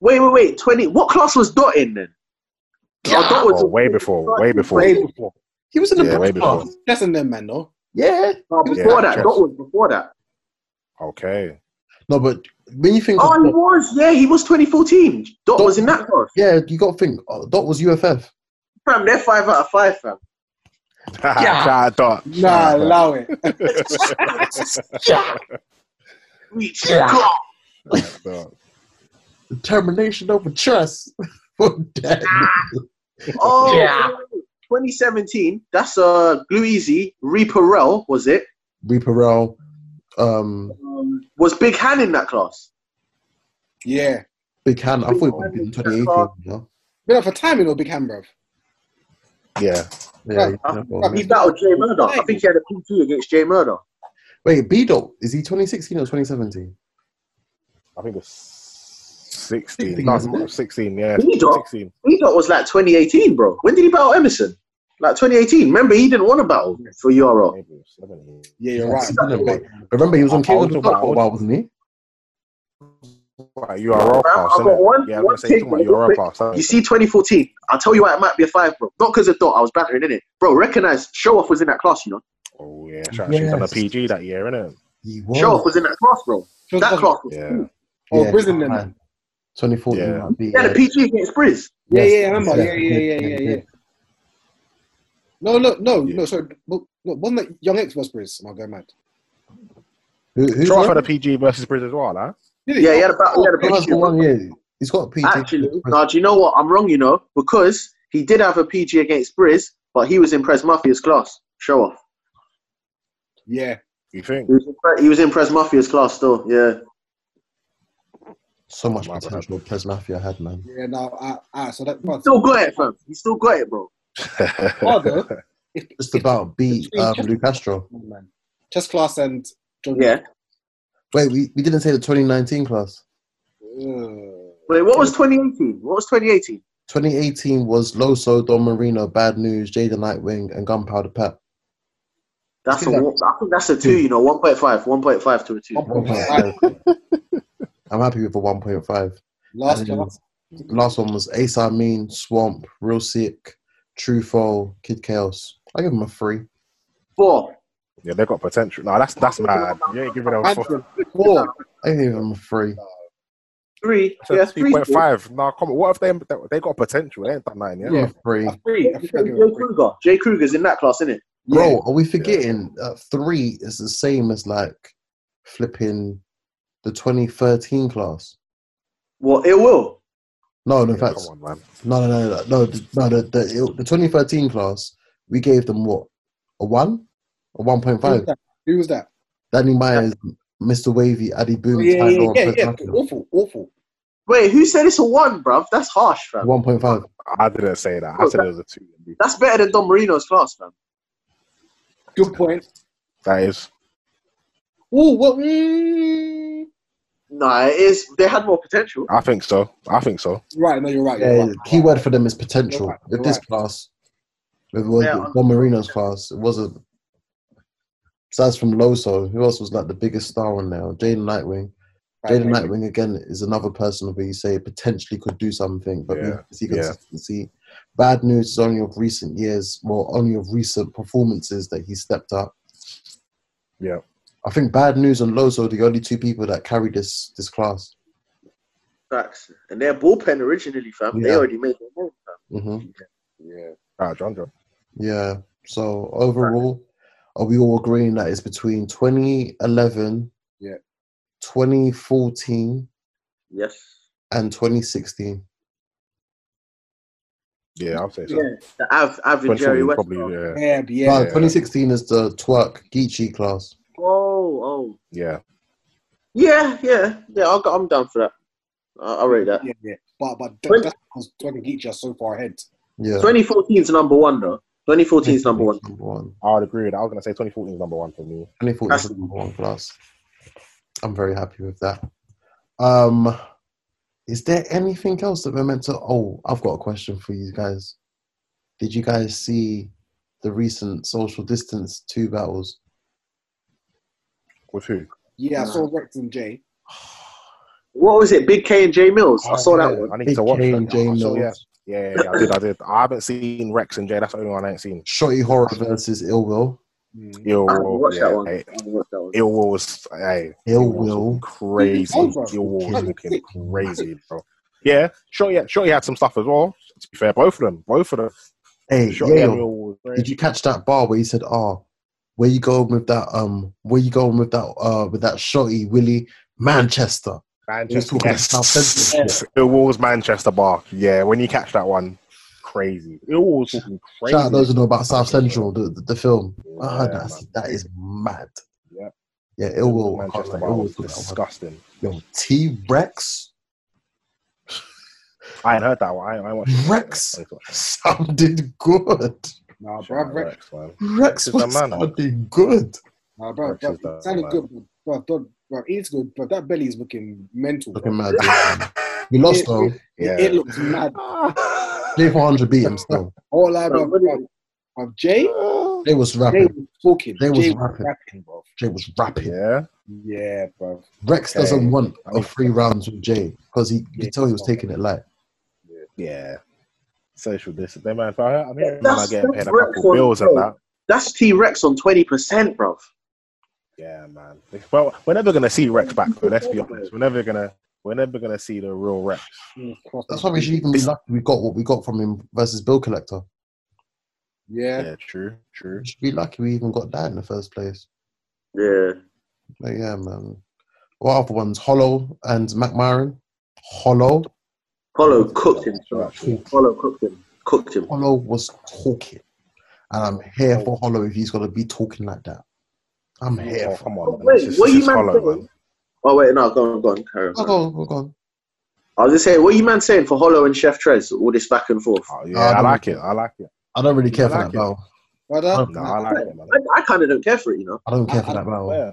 Wait, wait, wait. 20. What class was Dot in then? Oh, Dot
Oh,
was
way before. Way before.
Way before.
He was in the
Yeah, way
best class.
before.
Less than them, man, though.
Yeah.
oh, before
Yeah,
that.
yes.
Dot was before that.
Okay.
No, but when you think,
Oh, he
of,
was. Yeah, he was 2014. Dot
Dot-
was in that class.
yeah, you got to think. Uh, that was UFF.
Fam, they're five out of five, fam.
Shout out Dot.
Nah, allow it.
Reach the class.
Dot.
Determination over trust. For that.
Oh, 2017. That's uh, Gluezy. Reaperell, was it?
Reaper Rao, um,
Um, was Big Han in that class?
Yeah.
Big Han. I thought it would be in 2018. you know?
Been up for timing or big hand, bruv.
Yeah.
Yeah.
Uh,
you know.
He battled Jay Murdoch. I think he had a P2 against Jay Murdoch.
Wait, B Dot, is he 2016 or 2017?
I think it's sixteen.
16,
No,
isn't it?
sixteen. Yeah.
Can you drop?
Sixteen.
He thought was like 2018, bro. When did he battle Emerson? Like 2018. Remember, he didn't want to battle for URL.
Maybe it's seventeen.
Yeah, you're
Yes,
right.
he didn't, mate. Remember, he was
I-
on
I
King of
was
the
about-
Top for a while, wasn't he?
Right, you are all
I've
pass.
got
innit?
one-
Yeah, I'm
one
gonna say you're
take,
talking about your
real
all pass.
You see, 2014. I'll tell you why it might be a five, bro. Not because of Dot. I was battering in it, bro. Recognize Show Off was in that class, you know.
Oh yeah, shout out she was on a
Yes.
PG that year, innit?
He
Show Off was in that class, bro.
Just
That
cause-
class. Was,
Yeah.
Oh, prison then.
man. 2014
Yeah.
might be.
He had a
uh,
PG against Briz.
Yeah,
yes,
yeah, I remember. Yeah,
yes,
yeah, yeah,
yes,
yeah,
yes,
yeah.
yes.
No, no, no,
Yeah.
no, sorry. But, no, wasn't that Young X was Briz? Am I going mad?
Who, who,
Shout out for the PG versus Briz as well, huh?
Did
Yeah, he had a battle. He had a
He has
PG.
got one year. He's got a PG.
Actually, now do you know what? I'm wrong, you know, because he did have a PG against Briz, but he was in Prez Mafia's class. Show Off.
Yeah.
You think?
He was in, Pre- he was in Prez Mafia's class, still. Yeah.
so much
Oh, My bad.
potential Pres Mafia had, man.
Yeah, no, ah, ah, so that was
Still got it, fam. He still got it, bro.
harder,
Just about beat
Between
um,
Chess-
Lou Castro.
man. Chess class and John.
Yeah.
Wait, we, we didn't say the 2019 class.
Ugh.
Wait, what was 2018? What was 2018?
2018 was Loso, Don Marino, Bad News, Jada Nightwing, and Gunpowder Pat.
That's a,
Yeah.
wa- I think that's a two, you know, 1.5, 1.5 to a two.
Oh,
I'm happy with a 1.5. And
Last class.
Last one was Ace I Mean, Swamp, Real Sick, True Fall, Kid Chaos. I give him a three.
Four.
Yeah, they got potential. No, that's that's mad. You ain't giving them a fuck.
Antrim, Four.
I give him a three.
Three. Yeah,
That's
three.
three point five. No, come on. What if they they got potential? They ain't done nothing yet.
Give him a three.
A three. I
Jay
think I give it a three.
Kruger. Jay Kruger's in that class, isn't it?
Bro, are we forgetting that three is the same as like flipping the 2013 class?
Well, it will. Oh,
No, no,
Yeah,
in fact,
come on, man.
no, no, no, no, no, the, no the, the, the 2013 class, we gave them what? A one? A 1.5?
Who was that?
Danny Myers, Mr. Wavy, Addy Boom,
Oh, yeah,
Ty
yeah,
Law,
yeah,
and
yeah.
Fred Tucker.
Awful, awful.
Wait, who said it's a one, bruv? That's harsh, fam.
1.5.
I didn't say that. I
Oh,
said it was a two.
That's better than Don Marino's class, fam.
Good point.
That is.
Oh, what? Mm.
Nah, it is. They had more potential.
Uh,
I think so. I think so.
Right, no, you're right. You're
Yeah,
right.
key word for them is potential.
You're right,
If
you're
this
right.
class, if it was
Yeah,
Don Marino's class, it wasn't. Besides from Loso, who else was like the biggest star on there? Jaden Nightwing.
Right,
Jaden
right.
Nightwing again is another person where you say potentially could do something, but
Yeah,
we see
yeah.
consistency. Bad news is only of recent years, well, only of recent performances that he stepped up.
Yeah.
I think Bad News and Loso are the only two people that carry this this class.
Facts. And their bullpen originally, fam. They
Yeah.
already made their name, fam.
hmm
Mm-hmm.
Yeah.
Ah, John, John.
Yeah. So overall, are we all agreeing that it's between 2011,
Yeah.
2014,
Yes.
and 2016?
Yeah, I'll say so.
Yeah. The Av, Av and Jerry
2014
West.
probably.
class.
Yeah,
Yeah, but
No,
yeah.
2016 is the twerk Geechee class.
Oh, oh.
yeah.
Yeah, yeah, yeah. I'll go, I'm down for that. I- I'll rate that.
Yeah, yeah. But but
When-
that, that's because Dragon Geach are so far ahead.
Yeah.
2014 is number one though. 2014 is number one.
Number one.
I would agree with that. I was going to say 2014 is number one for me.
24 is the number one class. I'm very happy with that. Um, is there anything else that we're meant to? Oh, I've got a question for you guys. Did you guys see the recent social distance two battles?
With who?
Yeah, I
Nah.
saw Rex and Jay.
What was it? Big K and J Mills. I saw that
yeah.
one.
I need
Big
to watch
Kane,
that.
Jay
I saw-
Mills,
yeah. Yeah, yeah, yeah, I did. I did. I haven't seen Rex and Jay. That's the only one I ain't seen.
Shotty Horror versus Ill Will.
Ill
I haven't
Will,
watched that
Oh, yeah,
one. I
hey,
haven't watched that one.
Ill Will was hey,
Ill
Ill Will
Will.
was crazy. Ill
Over.
Will was looking crazy, bro. Yeah, sure. Yeah, sure. He had some stuff as well. To be fair, both of them, both of them.
Hey,
Sure,
yo,
Ill Will was
did you catch that bar where he said, "Oh, where you going with that? Um, where you going with that? Uh, with that Shotty Willie Manchester?"
Manchester.
talking about South Central.
Yes. Ill Will was Manchester bar. Yeah, when you catch that one, crazy. Ill Will was looking crazy.
Shout out those who know about South Central, the, the, the film. I heard
Yeah,
that.
man.
That is mad.
Yeah.
Yeah, ill will. I can't
Manchester
lie,
bar
Ill
was
Will did that one.
disgusting.
Yo, T Rex
I ain't heard that one. I, ain't- I ain't watched it.
Rex?
I ain't watched it.
sounded good.
Nah,
Shout
bruv,
out
Rex.
Rex, man.
Rex
is the
was
man.
sounding good.
Nah, bruv,
Rex is
bruv,
the
it sounded
man.
good, bruv, bruv, bruv, it's good, but that belly's looking mental.
Looking
bruv.
mad. dude. He lost though.
It, it looks mad.
J four hundred beat him still.
All I bruv,
what is
bruv, bruv, Jay,
Jay was
Jay
rapping.
was talking.
Jay was
Jay
rapping.
bruv.
Jay was rapping.
Yeah.
Yeah, bruv.
Rex
Okay.
doesn't want
I
a
mean-
three rounds with Jay because he you
Yeah.
could tell he was taking it light.
Yeah. Social distance. They man, I- I'm hearing man
That's-
are getting paid
that's
a
Rex
couple
on
bills
the
and
road.
that.
That's T Rex on 20%, bro.
Yeah, man. Well, we're never gonna see Rex back. But let's be honest, we're never gonna, we're never gonna see the real Rex.
Mm, cross
That's
the
why we should even be lucky we got what we got from him versus Bill Collector.
Yeah.
Yeah, true, true.
We should be lucky we even got that in the first place.
Yeah.
But yeah, man. What other ones? Hollow and McMyron. Hollow.
Polo cooked him.
True, actually.
Polo cooked him. Cooked him.
Hollow was talking. And I'm here for Hollow if he's going to be talking like that. I'm here
Oh,
for
come
Oh,
on, man.
wait,
This is-
what
this
you
is
man
hollow,
saying? Oh, wait, no, go on, go on, carry
We're
on. carry on.
gone, we're gone.
I was just saying, what are you man saying for Hollow and Chef Trez? All this back and forth.
Oh,
I
yeah, I
don't
like it. I like it.
I don't really care
I
for
like
that
it.
battle.
Brother,
Oh,
No, I like it, man.
I, I kind of don't care for it, you know.
I don't care
I-
for
I
that battle.
Yeah.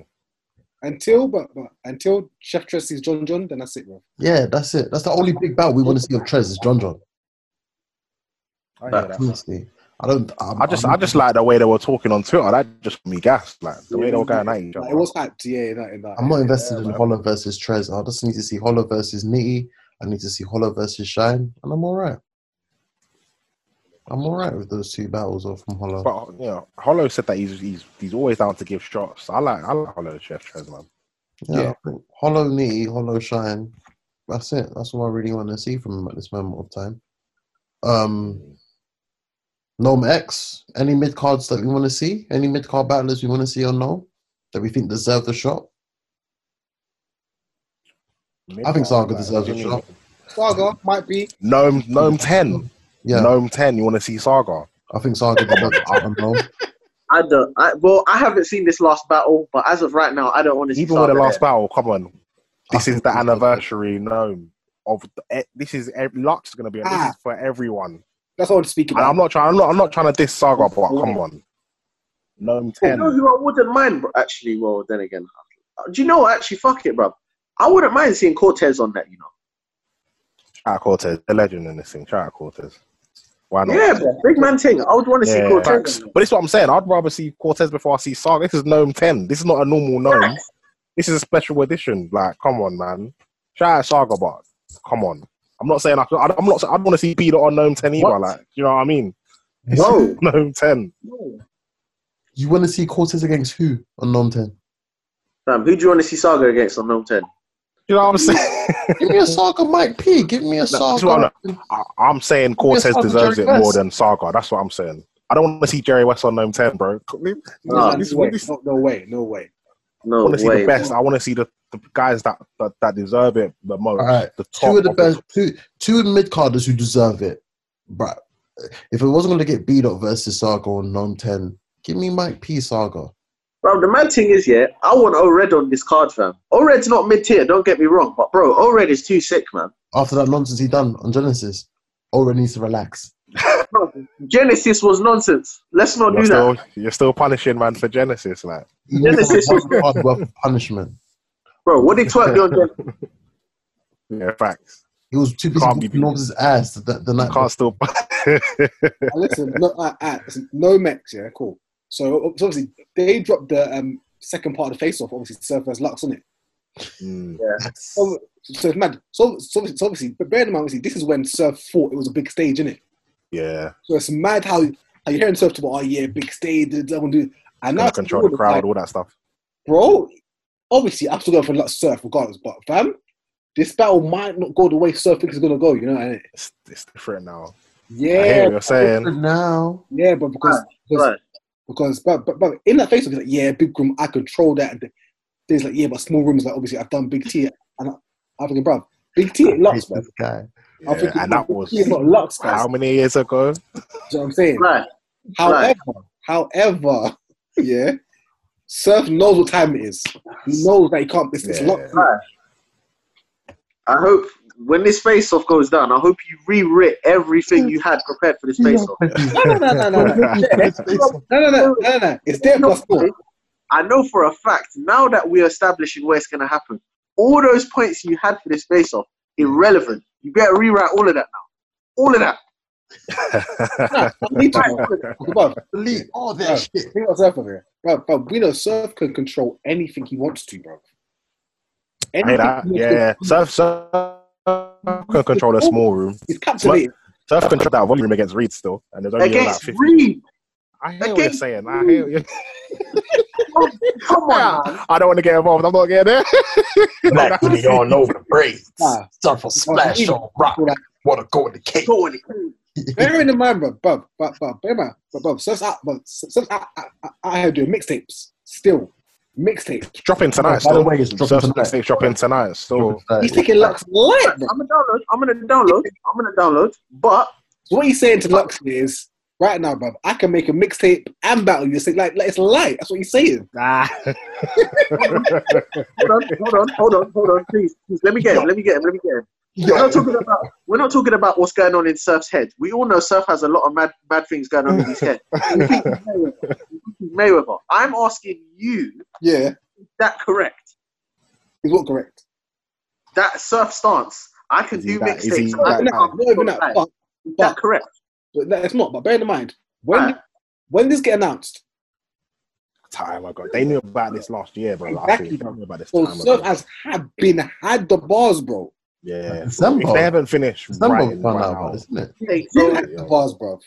until but, but until Chef Tress sees John John, then that's it, bro.
Yeah, that's it. That's the only big battle we want to see of Trez is John John.
I hear that.
Honestly. I don't. I'm,
I just,
I'm-
I just like the way they were talking on Twitter. That just me gassed. Like the way they were going at each
Like,
other.
it was hyped, yeah, in that, in that.
I'm not invested
Yeah,
in
man.
Hollow versus Trez. I just need to see Hollow versus Nitty. I need to see Hollow versus Shine, and I'm all right. I'm all right with those two battles off from Hollow.
But you know, Hollow said that he's he's he's always down to give shots. I like I like Hollow Chef Trez man.
Yeah,
Yeah.
I think Hollow Knee, Hollow Shine. That's it. That's all I really want to see from him at this moment of time. Um, Gnome X. Any mid cards that we want to see? Any mid card battlers we want to see on Gnome that we think deserve the shot? I think Saga deserves a shot.
Saga might be.
Gnome Gnome Ten.
Yeah,
Gnome Ten. You want to see Saga?
I think Saga deserves it on Gnome.
I don't. I, well, I haven't seen this last battle, but as of right now, I don't want to see
Even with the
Saga
last
there.
battle, come on. This
I
is
think
the
so.
anniversary Gnome of the, eh, this is eh, Lux is gonna be. This
Ah.
is for everyone.
That's all to speak
And
about.
I'm not trying. I'm not. I'm not trying to diss Saga, but come on. Gnome
You know
Ten.
who I wouldn't mind, bro? Actually, well, then again, Uh, do you know? what? Actually, fuck it, bro. I wouldn't mind seeing Cortez on that, you know.
Shout out Cortez, the legend in this thing. Shout out Cortez. Why not?
Yeah, bro. Big man thing. I would want to see
Yeah,
Cortez.
facts. But it's what I'm saying. I'd rather see Cortez before I see Saga. This is Gnome 10. This is not a normal Gnome. This is a special edition. Like, come on, man. Shout out Saga, but come on. I'm not saying I, I- I'm not. I don't want to see Peter on Gnome 10 either.
What?
Like, you know what I mean?
No.
Gnome 10.
You want to see Cortez against who on Gnome 10?
Fam, who do you want to see Saga against on Gnome 10?
You know what I'm saying?
Give me a Saga Mike P. Give me a
this is what
Saga.
I, I'm saying Cortez
Saga
deserves
Jerry
it more
West.
than Saga. That's what I'm saying. I don't want to see Jerry West on Gnome 10, bro.
Nah,
no,
this,
way,
this,
no, no way, no way.
I
No
want to see
way.
the best. I want to see the, the guys that, that, that deserve it the most.
All right.
The top
two of the
the
best, two two mid carders who deserve it. But if it wasn't going to get beat up versus Saga on Nom Ten, give me Mike P Saga.
Bro, the mad thing is, yeah, I want O-Red on this card, fam. O-Red's not mid-tier, don't get me wrong, but bro, O-Red is too sick, man.
After that nonsense he done on Genesis, Oren needs to relax.
Genesis was nonsense. Let's not
You're
do that.
still, you're still punishing man for Genesis, like
He needs
Genesis
to
was-
have hard work of punishment.
Bro, what did Twerk do on Genesis?
yeah, facts.
He was too busy
Can't be
whooping
beaten.
Norbs' ass the, the night.
Can't still.
Now, listen, no, uh, uh, listen, no Mex, yeah, cool. So, so obviously they dropped the um, second part of the face off. Obviously, Surf as Lux on it.
Mm.
before.
So, so it's mad. So, so obviously, so obviously, but bear in mind, obviously, this is when Surf thought it was a big stage, innit?
Yeah,
So it's mad how, how you're hearing Surf talk about, oh yeah, big stage, I want to do. And now
gonna control the crowd, all that stuff.
bro. Obviously, I'm still going for Lux Surf regardless, but fam, this battle might not go the way Surf thinks it's gonna go. You know, innit?
It's, it's different now. I hear
yeah,
what you're saying.
now,
yeah, but because because
Right.
because but, but, but in that face, he's like, yeah, big room, I control that. And there's like, yeah, but small rooms, like obviously I've done big T, and I- I'm thinking, bro, big T at
hate
Lux, man.
this guy.
Yeah,
I'm thinking,
and
bro,
that
big
was
T is not Lux, guys.
how many years ago?
Do you know what I'm saying?
Right.
However, however, yeah, Surf knows what time it is. He knows that he can't. It's, it's
Yeah.
locked.
I hope when this face-off goes down, I hope you rewrit everything you had prepared for this face-off.
No, no, no, no, no, no, no, no, no, no, no. It's there plus four.
I know for a fact now that we're establishing where it's going to happen, all those points you had for this face-off irrelevant. You better rewrite all of that now. All of that.
Nah, we talk about- talk about-
Delete all that shit.
think about Surf over here. Bro, bro, we know Surf can control anything he wants to, bro.
I hear that.
he wants to-
Yeah, surf, surf can control a small room.
He's captivated.
Surf control that volume against Reed still, and there's only about
Against
fifty.
Reed.
I hear what you're
against
saying. I hear. What you're...
Come on, man.
I don't want to get involved. I'm not getting there.
Black with the yarn over the braids.
Nah.
Stuff a splash on rock.
Like-
Want to go with the cake.
Go on it.
Bear in mind, bro, bro, bro, bro, bear in mind, bro, bro, Surf's out, bro, Surf's out, out, out, out here doing mixtapes. Still. Mixtapes.
Dropping tonight.
Oh, By the
Still.
way, it's dropping
Surf's
tonight.
mixtape dropping tonight. So
He's taking Lux light, bro.
I'm gonna download. I'm gonna download. I'm gonna download. But
So what he's saying to Lux is, right now, bro, I can make a mixtape and battle you. It's Like, like, it's light. That's what he's saying.
hold on, hold on, hold on, hold on, please, please. Let me get him. Let me get him. Let me get him. We're not talking about. We're not talking about what's going on in Surf's head. We all know Surf has a lot of mad, mad things going on in his head. You think he's Mayweather. You think he's Mayweather. I'm asking you.
Yeah.
Is that correct?
Is what correct?
That Surf stance. I can
Is he
do
that- is
mixtapes.
he that
I can
No,
not
not even that. But,
Is that correct?
but no, it's not. But bear in mind, when
Right.
when this get announced,
time ago, they knew about this last year, bro.
Exactly,
I think
bro.
they knew about this
so
time
Surf
ago.
has had been had the bars, bro.
Yeah.
December.
If they haven't finished
Somebody
writing
found
right
out about
now,
this, isn't it?
Okay,
Been
so
had the bars, bro.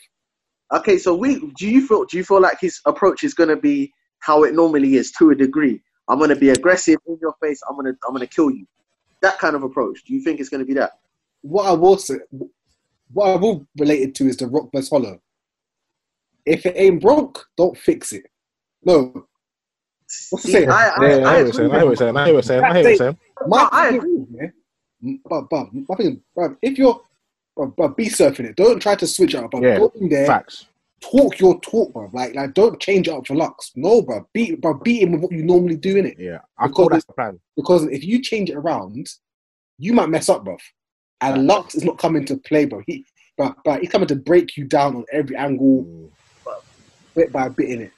Okay, so we do you feel do you feel like his approach is gonna be how it normally is to a degree? I'm gonna be aggressive in your face. I'm gonna I'm gonna kill you. That kind of approach. Do you think it's gonna be that?
What I will say, what I will relate it to is the Rock vs Hollow. If it ain't broke, don't fix it. No, What's the
See,
same?
I,
Yeah,
I, I
I hear what you're
agree
saying. I
with
hear what you're saying. I hear what you're saying. I hear what you're saying.
my
No, I
thing is, yeah, but but my thing, bro, if you're bro, bro, be surfing it, don't try to switch up. Bro.
Yeah,
Go in there,
Facts.
talk your talk, bro. Like like, don't change it up for Lux. No, bro, beat bro, beat him with what you normally do in it.
Yeah. I call that the plan.
because if you change it around, you might mess up, bruv. And Lux is not coming to play, bro. He, but, but he's coming to break you down on every angle, bit by bit in it.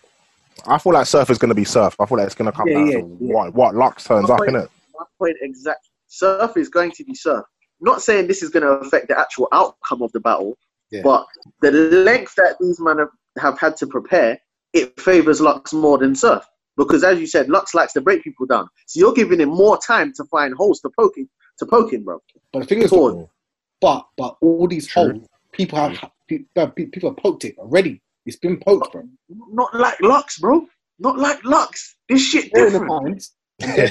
Mm. I feel like surf is going to be surf. I feel like it's going to come
Yeah,
down
yeah,
to
yeah.
what what Lux turns up in it.
my point exactly. Surf is going to be surf. Not saying this is going to affect the actual outcome of the battle,
Yeah.
but the length that these men have, have had to prepare, it favors Lux more than surf. Because as you said, Lux likes to break people down. So you're giving him more time to find holes to poke in, to poke in, bro.
But the thing is,
Pause.
but but all these
True.
holes, people have pe- bro, pe- people have poked it already. It's been poked, bro.
Not like Lux, bro. Not like Lux. This shit
Bear in
different.
mind,
this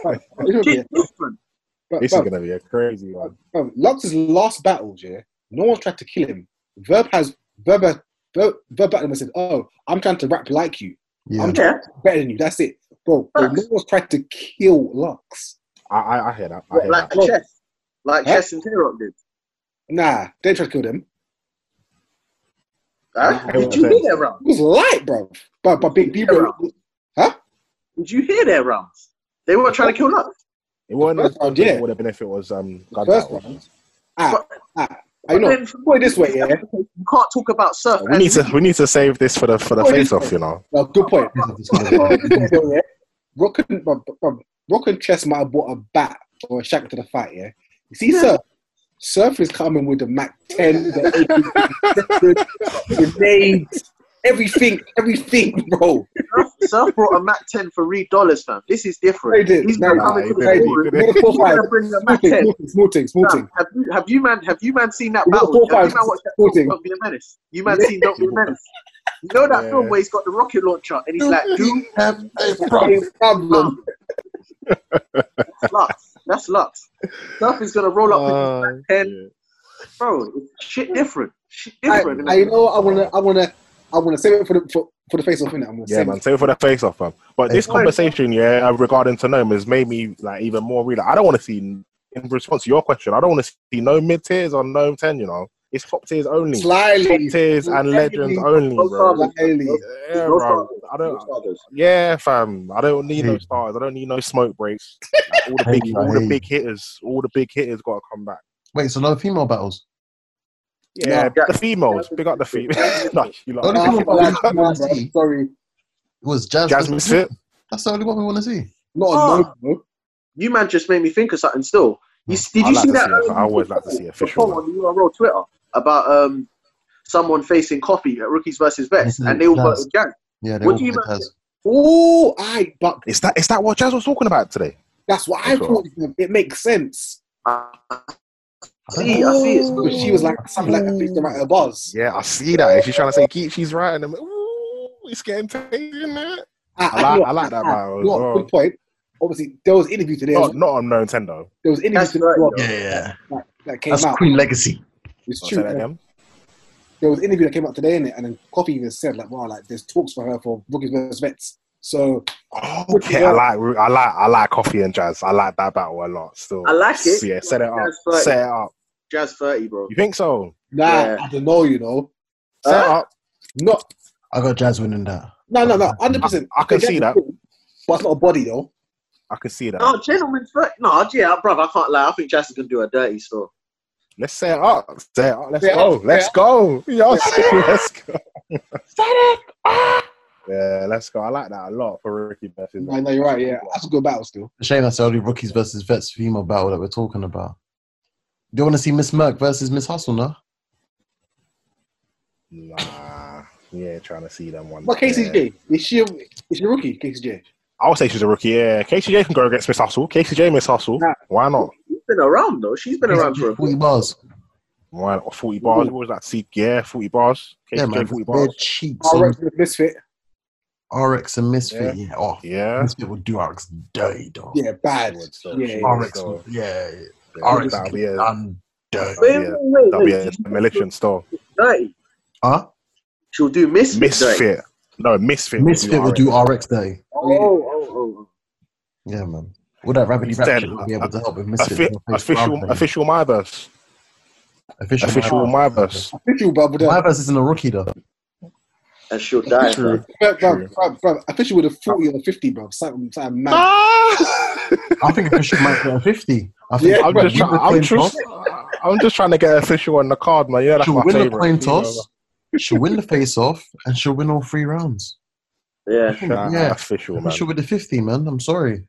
bro, bro,
Shit different.
bro,
is going to be a crazy one.
bro, Lux's last battles, yeah, no one's tried to kill him. Verb has Verb has- Verb, Verb at him and said, "Oh, I'm trying to rap like you.
Yeah.
I'm
Yeah.
better than you. That's it, bro. bro no one's tried to kill Lux.
I, I, I hear that. I hear
Like
that.
chess. Like
Huh?
chess and Tarot did.
Nah, they tried to kill them.
Huh?
I hear
Did
what
you
you're
do
saying.
that, bro?
It was light, bro. But but big B, bro. Huh?
Did you hear their rounds? They weren't trying to kill Nuts.
It wasn't
First
as round,
round, yeah.
it would have been if it was um
First
Gundam.
round.
wasn't it?
I know.
Then-
Put it this way, yeah.
You can't talk about Surf.
We
as
need to we need to save this for the for the
Oh, it is
face off, you know.
No, good point.
It's
So, yeah, Rock and, bruv, bruv, um, Rock and Chess might have bought a bat or a shack to the fight, yeah? You see,
Yeah.
Surf, Surf is coming with the Mac 10, the, the grenades, everything, everything, bro.
Surf, Surf brought a Mac 10 for Reed Dollars, fam. This is different.
They did.
He's
No,
not
no,
coming
he
to the
didn't. He
ballroom.
didn't.
Rock
He's
4 5,
gonna bring the
small
Mac 10.
things, small things, small
Fam,
things.
Have you, have you man have you man seen that
Rock
battle?
four
Have you
five,
man watched that
four
film,
things.
Don't Be a Menace? You man seen Don't Be a Menace? You know that
Yeah.
film where he's got the rocket launcher and he's like, dude,
Fucking problem.
um, that's Lux. That's Lux. Surf is gonna roll up
Uh,
with his Mac 10. Bro, it's shit different. Shit
I,
different.
I know I wanna I wanna I wanna save it for the for, for the face off innit? I'm gonna
Yeah,
save
man,
it.
save it for the face off, man. But this
Hey.
conversation, yeah, uh, regarding Tanome has made me like even more real. I don't want to see in response to your question, I don't want to see no mid tiers or no ten, you know. It's top tiers only. Top
Slyly.
tiers and legends only, bro.
Slyly.
Yeah, bro. I don't yeah, fam. I don't need no
Hey.
stars. I don't need no smoke breaks. Like, all the
Hey,
big all the
hey.
big hitters, all the big hitters gotta come back.
Wait, so no female battles?
Yeah,
No.
but the females. Big up the females. no, you
Only
lot.
people
Oh,
about
come on, bro.
Nasty.
Sorry.
It was Jasmine.
Jasmine's fit.
That's the only one we want to see.
Not a
Oh.
no, bro.
you man just made me think of something still. You, s- did
I
you
like
see
to
that?
see it. I
um,
always like to see
the
official
poll on the URL Twitter about um someone facing coffee at rookies versus vets,
Mhm,
and they all
Jazz.
voted Jazz.
Yeah, they
What
all
do you
picked
man
us.
Oh, I but
Is that is that what Jazz was talking about today?
that's what I
That's all
thought. It makes sense.
I see, I see. It's
But
good.
she was like something like a bitch them at her bars.
Yeah, I see that. She's trying to say keep she's right and then ooh, it's getting taken there. I like- I like that
I-
vibe as
you know what,
well. Oh,
Good point. Obviously, there was interview today.
Not, not on Nintendo.
There was interview
That's
today
right,
well,
yo.
yeah.
that came out.
Queen Legacy.
It's
I'll
true.
say that again.
There was interview that came out today, innit? and then Coffee even said like, "Wow, like there's talks for her for rookies versus vets." So
Oh,
Good
okay,
to
I
know.
like I like I like coffee and jazz. I like that battle a lot. Still,
I like it.
Yeah, set it up.
Jazz thirty.
Set it up.
Jazz thirty, bro.
You think so?
nah,
Yeah.
I don't know. You know,
Set it
Huh?
up.
not
I got Jasmine in that.
no, no, no, hundred percent.
I can see that.
but it's not a body though.
I can see that.
No, gentlemen, thir- no, yeah, bro, I can't lie. I think Jazz is gonna do a dirty still.
Let's set it up. Set it up. Let's
Set it
go.
up.
Let's
Set it
go. Yo, let's go. Yeah, let's go. I like that a lot for Ricky versus.
No, no, you're right. Yeah, that's a good battle still.
Shame that's the only rookies versus vets female battle that we're talking about. Do you want to see Miss Merck versus Miss Hustle, no?
Nah, yeah, trying to see them one.
But
Yeah.
KCJ, is she a, is she a rookie? KCJ.
I would say she's a rookie. Yeah, KCJ can go against Miss Hustle. KCJ Miss Hustle.
Nah.
Why not?
She's been around though. She's been around for a
Forty bars.
Why not? Forty bars. What was that? See, yeah, forty bars. KCJ
Yeah, man.
forty
Their
bars.
cheeks.
All right,
and-
the misfit.
RX and Misfit. Yeah. Oh,
Yeah.
Misfit would do RX dirty, dog.
Yeah, bad.
would, so
yeah,
she
yeah.
would,
RX
so-
would. Yeah. yeah.
yeah,
RX
that'll
would
be
get
a-
done dirty.
Wait,
Yeah.
wait, wait,
That'll be
wait.
a militant store.
Dirty.
Huh?
She'll do misfit. dirty.
Misfit. No, Misfit. would
Misfit would
RX.
do RX dirty.
Oh, oh, oh.
Yeah, man. All that rabbity
Instead,
rap shit would be able to help with Misfit.
Offi- official, official my verse.
official,
Official my verse.
Official, bruv, with
My
a-
verse isn't a rookie though.
oh. and she'll die.
True.
bruv,
True.
bruv, bruv, bruv, official with a 40 or 50, bro. Something, something mad.
Ah!
I think official might get a fifty. I think
Yeah,
I'm
Official
just, try-
will win
I'm,
the
just, I'm just trying to get official on the card, man. Yeah, that's
She'll
my
win the
favorite.
coin toss. She'll win the face off, and she'll win all three rounds.
Yeah.
Yeah.
yeah, official man.
Official with the fifty, man. I'm sorry.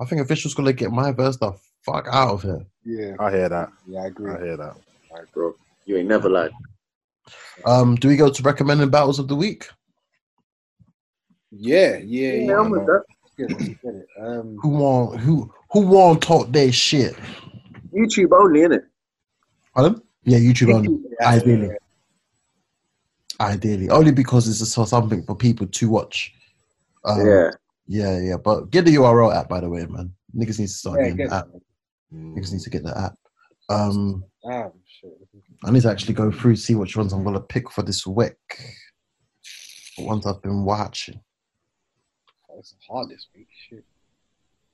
I think official's gonna get my verse the fuck out of here.
Yeah,
I hear that.
yeah, I agree.
I hear that.
Bro, you ain't never lied.
Um, do we go to recommended battles of the week?
Yeah, yeah,
Yeah,
yeah.
I'm with that.
Get it, get it. Um,
Who won't? Who who won't talk their shit?
YouTube only, innit?
Pardon? Yeah, YouTube only.
yeah,
Ideally. Ideally, only because it's just something for people to watch. Um,
yeah.
Yeah, yeah, but get the URL app by the way, man. Niggas needs to start
Yeah,
getting
get
the app.
Mm.
Niggas need to get the app. Um,
Ah, shit.
I need to actually go through see which ones I'm gonna pick for this week. The ones I've been watching.
It's hard this week. Shit.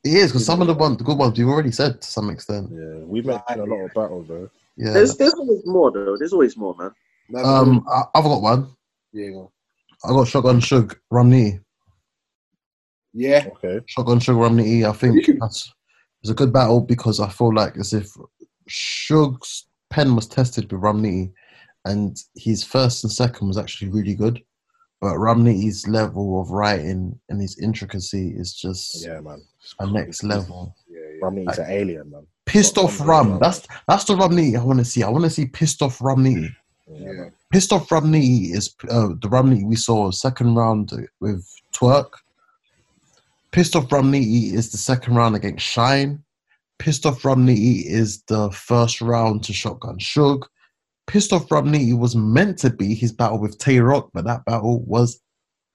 It is because some of the ones, the good ones, we've already said to some extent.
Yeah, we mentioned a lot of battles, bro.
Yeah.
There's, there's always more, though. There's always more, man.
No,
Um, I, I've got one.
yeah, go.
I got Shotgun Shug Romney.
Yeah.
Okay.
Shotgun Sugar Romney, I think that's it's a good battle because I feel like as if Shug's pen was tested with Romney, and his first and second was actually really good. But Romney's level of writing and his intricacy is just
Yeah, man.
a next level.
Yeah, yeah.
Romney is an alien, man.
Pissed off Rum. That's that's the Romney I want to see. I want to see pissed off Romney.
Yeah,
Yeah.
man.
Pissed off Romney is uh, the Romney we saw second round with Twerk. Pissed off Romney is the second round against Shine. Pissed off Romney is the first round to Shotgun Shug. Pissed off Romney was meant to be his battle with Tay Rock, but that battle was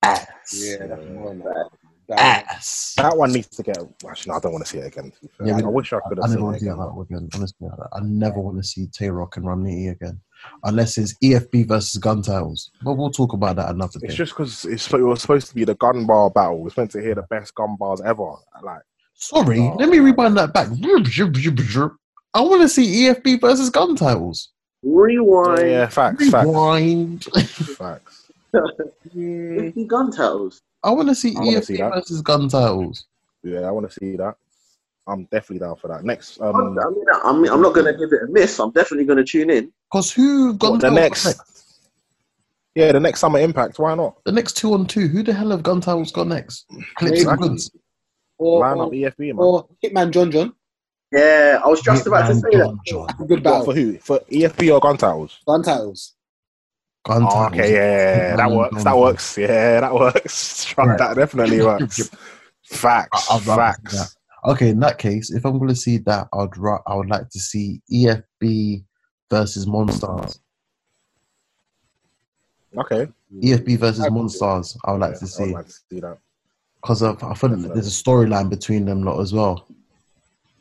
ass.
Yeah, that's
Yeah.
one. That, that,
Ass.
That one needs to get. Actually, no, I don't want to see it again. To be fair.
Yeah,
I
we-
wish I could
I
have
never
seen
want
it
to see that
again.
battle again. Honestly, I, I never want to see Tay Rock and Romney again, unless it's EFB versus Gun Titles. But we'll talk about that another day.
It's just because it's it was supposed to be the gun bar battle. We're meant to hear the best gun bars ever. Like,
Sorry,
Oh.
let me rewind that back. I want to see EFB versus Gun Titles.
Rewind.
yeah, facts, facts,
Rewind.
facts.
mm,
Fifty gun titles.
I want to see
I wanna
EFB
see that.
versus Gun Titles.
Yeah, I want to see that. I'm definitely down for that. Next,
I mean,
um,
I mean, I'm not gonna give it a miss. I'm definitely gonna tune in.
Because who Gun
what, the
Titles
next,
got next?
yeah, the next summer impact. Why not?
The next two on two. Who the hell have Gun Titles got next? Clips and
Exactly.
Goods.
or,
Line up
or,
EFB, man.
or Hitman John John.
Yeah, I was just about to
Hitman
say that.
John John.
That's a good
What, for
battle.
who? For EFB or gun titles?
Gun titles.
Gun
Oh,
Titles.
okay, yeah, yeah, yeah, that
Hitman
works.
Gun
That
Titles.
works. Yeah, that works.
Right.
That definitely works. Facts,
I- I'd rather see
facts.
Okay, in that case, if I'm going to see that, I'd ra- I would like to see EFB versus Monstars.
Okay,
EFB E versus
Okay.
Monstars. I would like
Yeah,
to
I would
see
like to see that.
because I feel that there's a storyline between them lot as well.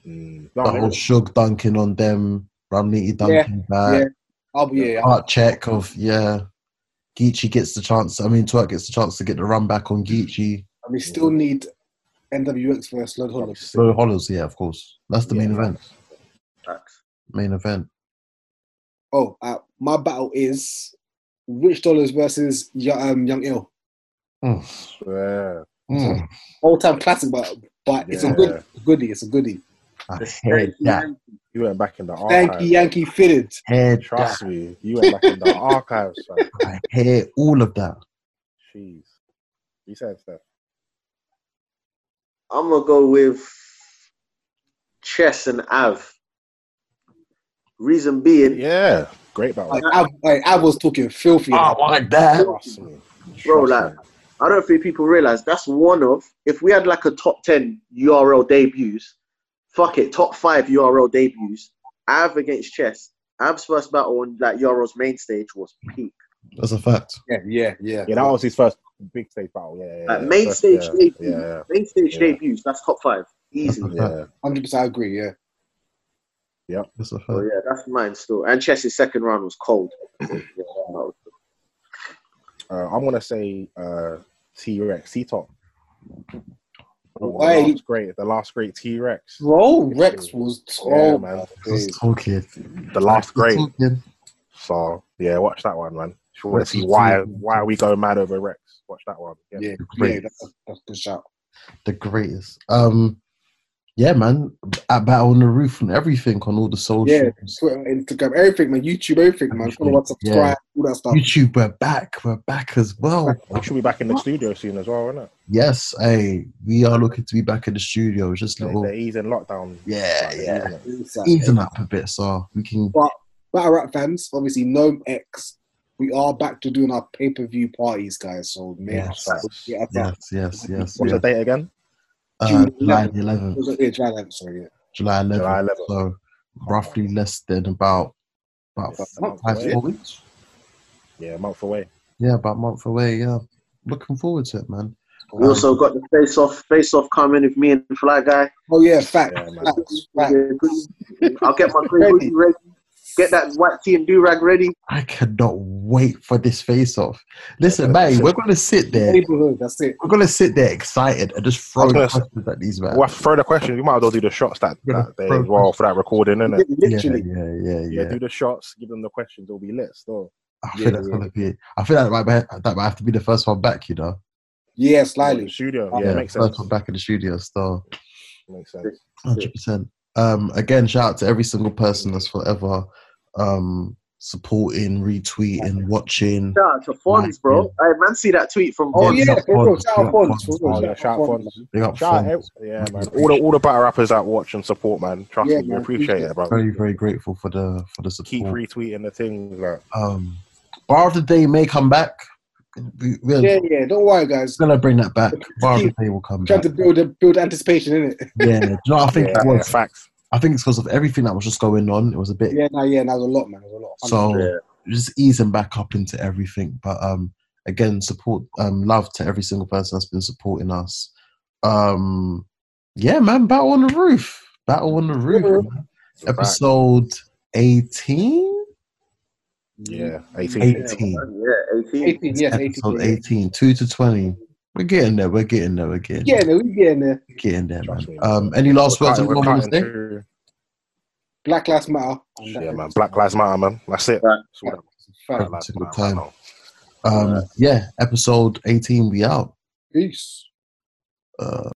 Mm.
The
No,
whole
really-
Shug dunking on them, Ramniti dunking back,
Oh yeah.
heart check of yeah. Geechee gets the chance. I mean, Twerk gets the chance to get the run back on Geechee.
And we still need NWX versus Lord Holland.
Slow Hollows, yeah, of course. That's the main
Yeah.
event.
Facts.
Main event.
Oh, uh, my battle is Rich Dollars versus Yo- um, Young Ill.
Mm.
Yeah.
Mm.
All time classic, but but it's a good goodie. It's a goodie.
I
The
hate that.
Yankee.
You went back in the archives.
Yankee Yankee fitted.
Head that.
Trust me, you went back in the archives. Fam.
I hate all of that.
Jeez, you said stuff.
I'm gonna go with Chess and Av. Reason being,
Yeah, Oh. great battle.
Like I, like, I was talking filthy.
I want that.
Trust me, Trust
Bro,
me.
like- I don't think people realize that's one of. If we had like a top ten URL debuts, fuck it, top five URL debuts. Av against Chess. Av's first battle on like URL's main stage was peak.
That's a fact.
yeah, yeah, yeah.
yeah, that was his first big stage battle. Yeah, yeah, yeah.
Like, main
First-
stage
yeah,
debut.
yeah,
Main stage
Yeah.
debuts, that's top five,
That's
easy.
a fact.
yeah.
Hundred percent agree. Yeah.
That's a fact.
So Oh, yeah, that's mine still. And Chess's second round was cold. Yeah, that was-
Uh, I'm gonna say uh, T Rex, T Top.
Why?
The last great, the last great T Rex.
Bro, Rex was
Yeah,
tall.
man.
Just talking.
The last great.
Talking.
So yeah, watch that one, man. If you want
Rex
to see
is
why
T-Rex.
why we go mad over Rex, watch that one. Yeah.
yeah, yeah,
Great.
that's, that's a good shout.
The greatest. Um, yeah, man. At battle on the roof and everything on all the socials.
Yeah, Twitter, Instagram, everything, man. YouTube, everything, man. Follow us, subscribe, all that stuff.
YouTube, we're back. We're back as well.
We should be back in the studio soon as well, isn't it?
yes, hey, we are looking to be back in the studio. Just a
They're
little,
easing lockdown.
yeah, yeah.
Inside.
Easing up a bit, so we can.
uh, Battle Rap fans, obviously, no X. We are back to doing our pay per view parties, guys. So, man,
Yes.
yeah, that's
Yes, yes, yes.
What's
yes.
the date again?
Uh, July 11th.
It. Yeah, July 11th, sorry, yeah.
July 11th.
July 11th.
So roughly less than about about
Yes.
five, four weeks.
Yeah, a month away.
Yeah, about a month away. Yeah, looking forward to it, man.
We also got the face off face off coming with me and the fly guy.
Oh, yeah, fact.
Yeah, man.
facts, facts.
I'll get my green hoodie ready. Get that white tee and do rag ready.
I cannot wait for this face off. Listen, man, we're gonna sit there.
Neighborhood, that's it.
We're gonna sit there excited and just
I
throw
was gonna
questions at these man.
Well, throw the question. You might as well do the shots that, that day as well for that recording, innit?
Yeah,
Yeah,
Literally.
yeah, yeah,
Yeah.
yeah.
do the shots, give them the questions, it'll be lit still.
I
yeah,
think that's
yeah.
gonna be. I feel like that might, be- that might have to be the first one back. You know,
Yeah, slightly.
Studio.
yeah,
Yeah, makes
first
sense.
one back in the studio, star.
Makes sense.
Hundred percent. Um, again, shout out to every single person that's forever um supporting, retweeting, watching.
Shout out to Fonz, bro. I man, see that tweet from
Oh
Fonz.
yeah,
Fonz,
for real.
Fonz,
Shout out
Fonz,
Fonz.
Fonz.
for real,
Oh, yeah, shout out Fonz.
Big up
Shout out,
Fonz.
ev- yeah, man. All the all the battle rappers that watch and support, man. Trust
Yeah,
me, we
man.
appreciate it, bro.
Very, very grateful for the for the
Keep
support.
retweeting the things, like
Um, bar of the day may come back. We, we're
Yeah, yeah. Don't worry, guys.
gonna bring that back. Bar of the day will come
Trying
back.
to build a, build anticipation, innit?
Yeah, do you know what I think
yeah,
it
yeah,
was?
facts.
I think it's because of everything that was just going on. It was a bit
Yeah, no, yeah. That was a lot, man. That was a lot.
So
Yeah.
just easing back up into everything. But um, again, support, um, love to every single person that's been supporting us. Um, yeah, man, battle on the roof, battle on the roof, man. episode eighteen.
Yeah, 18.
18.
Yeah, 18.
18, yes, 18.
episode
yeah.
18, 2 to 20. We're getting there, we're getting there, we're getting
Yeah,
there.
no, we getting there.
We're getting there, man.
Trust me.
Um, any last
We're
words
cutting- we're
anyone wants to
cutting
say?
through.
Black Lives Matter. And that
Yeah,
is
man. Black Lives Matter, man. That's it.
Right.
That's what
fact.
Black Lives
Single
Matter,
time.
man.
Um, yeah, episode 18, we out.
Peace.
Uh,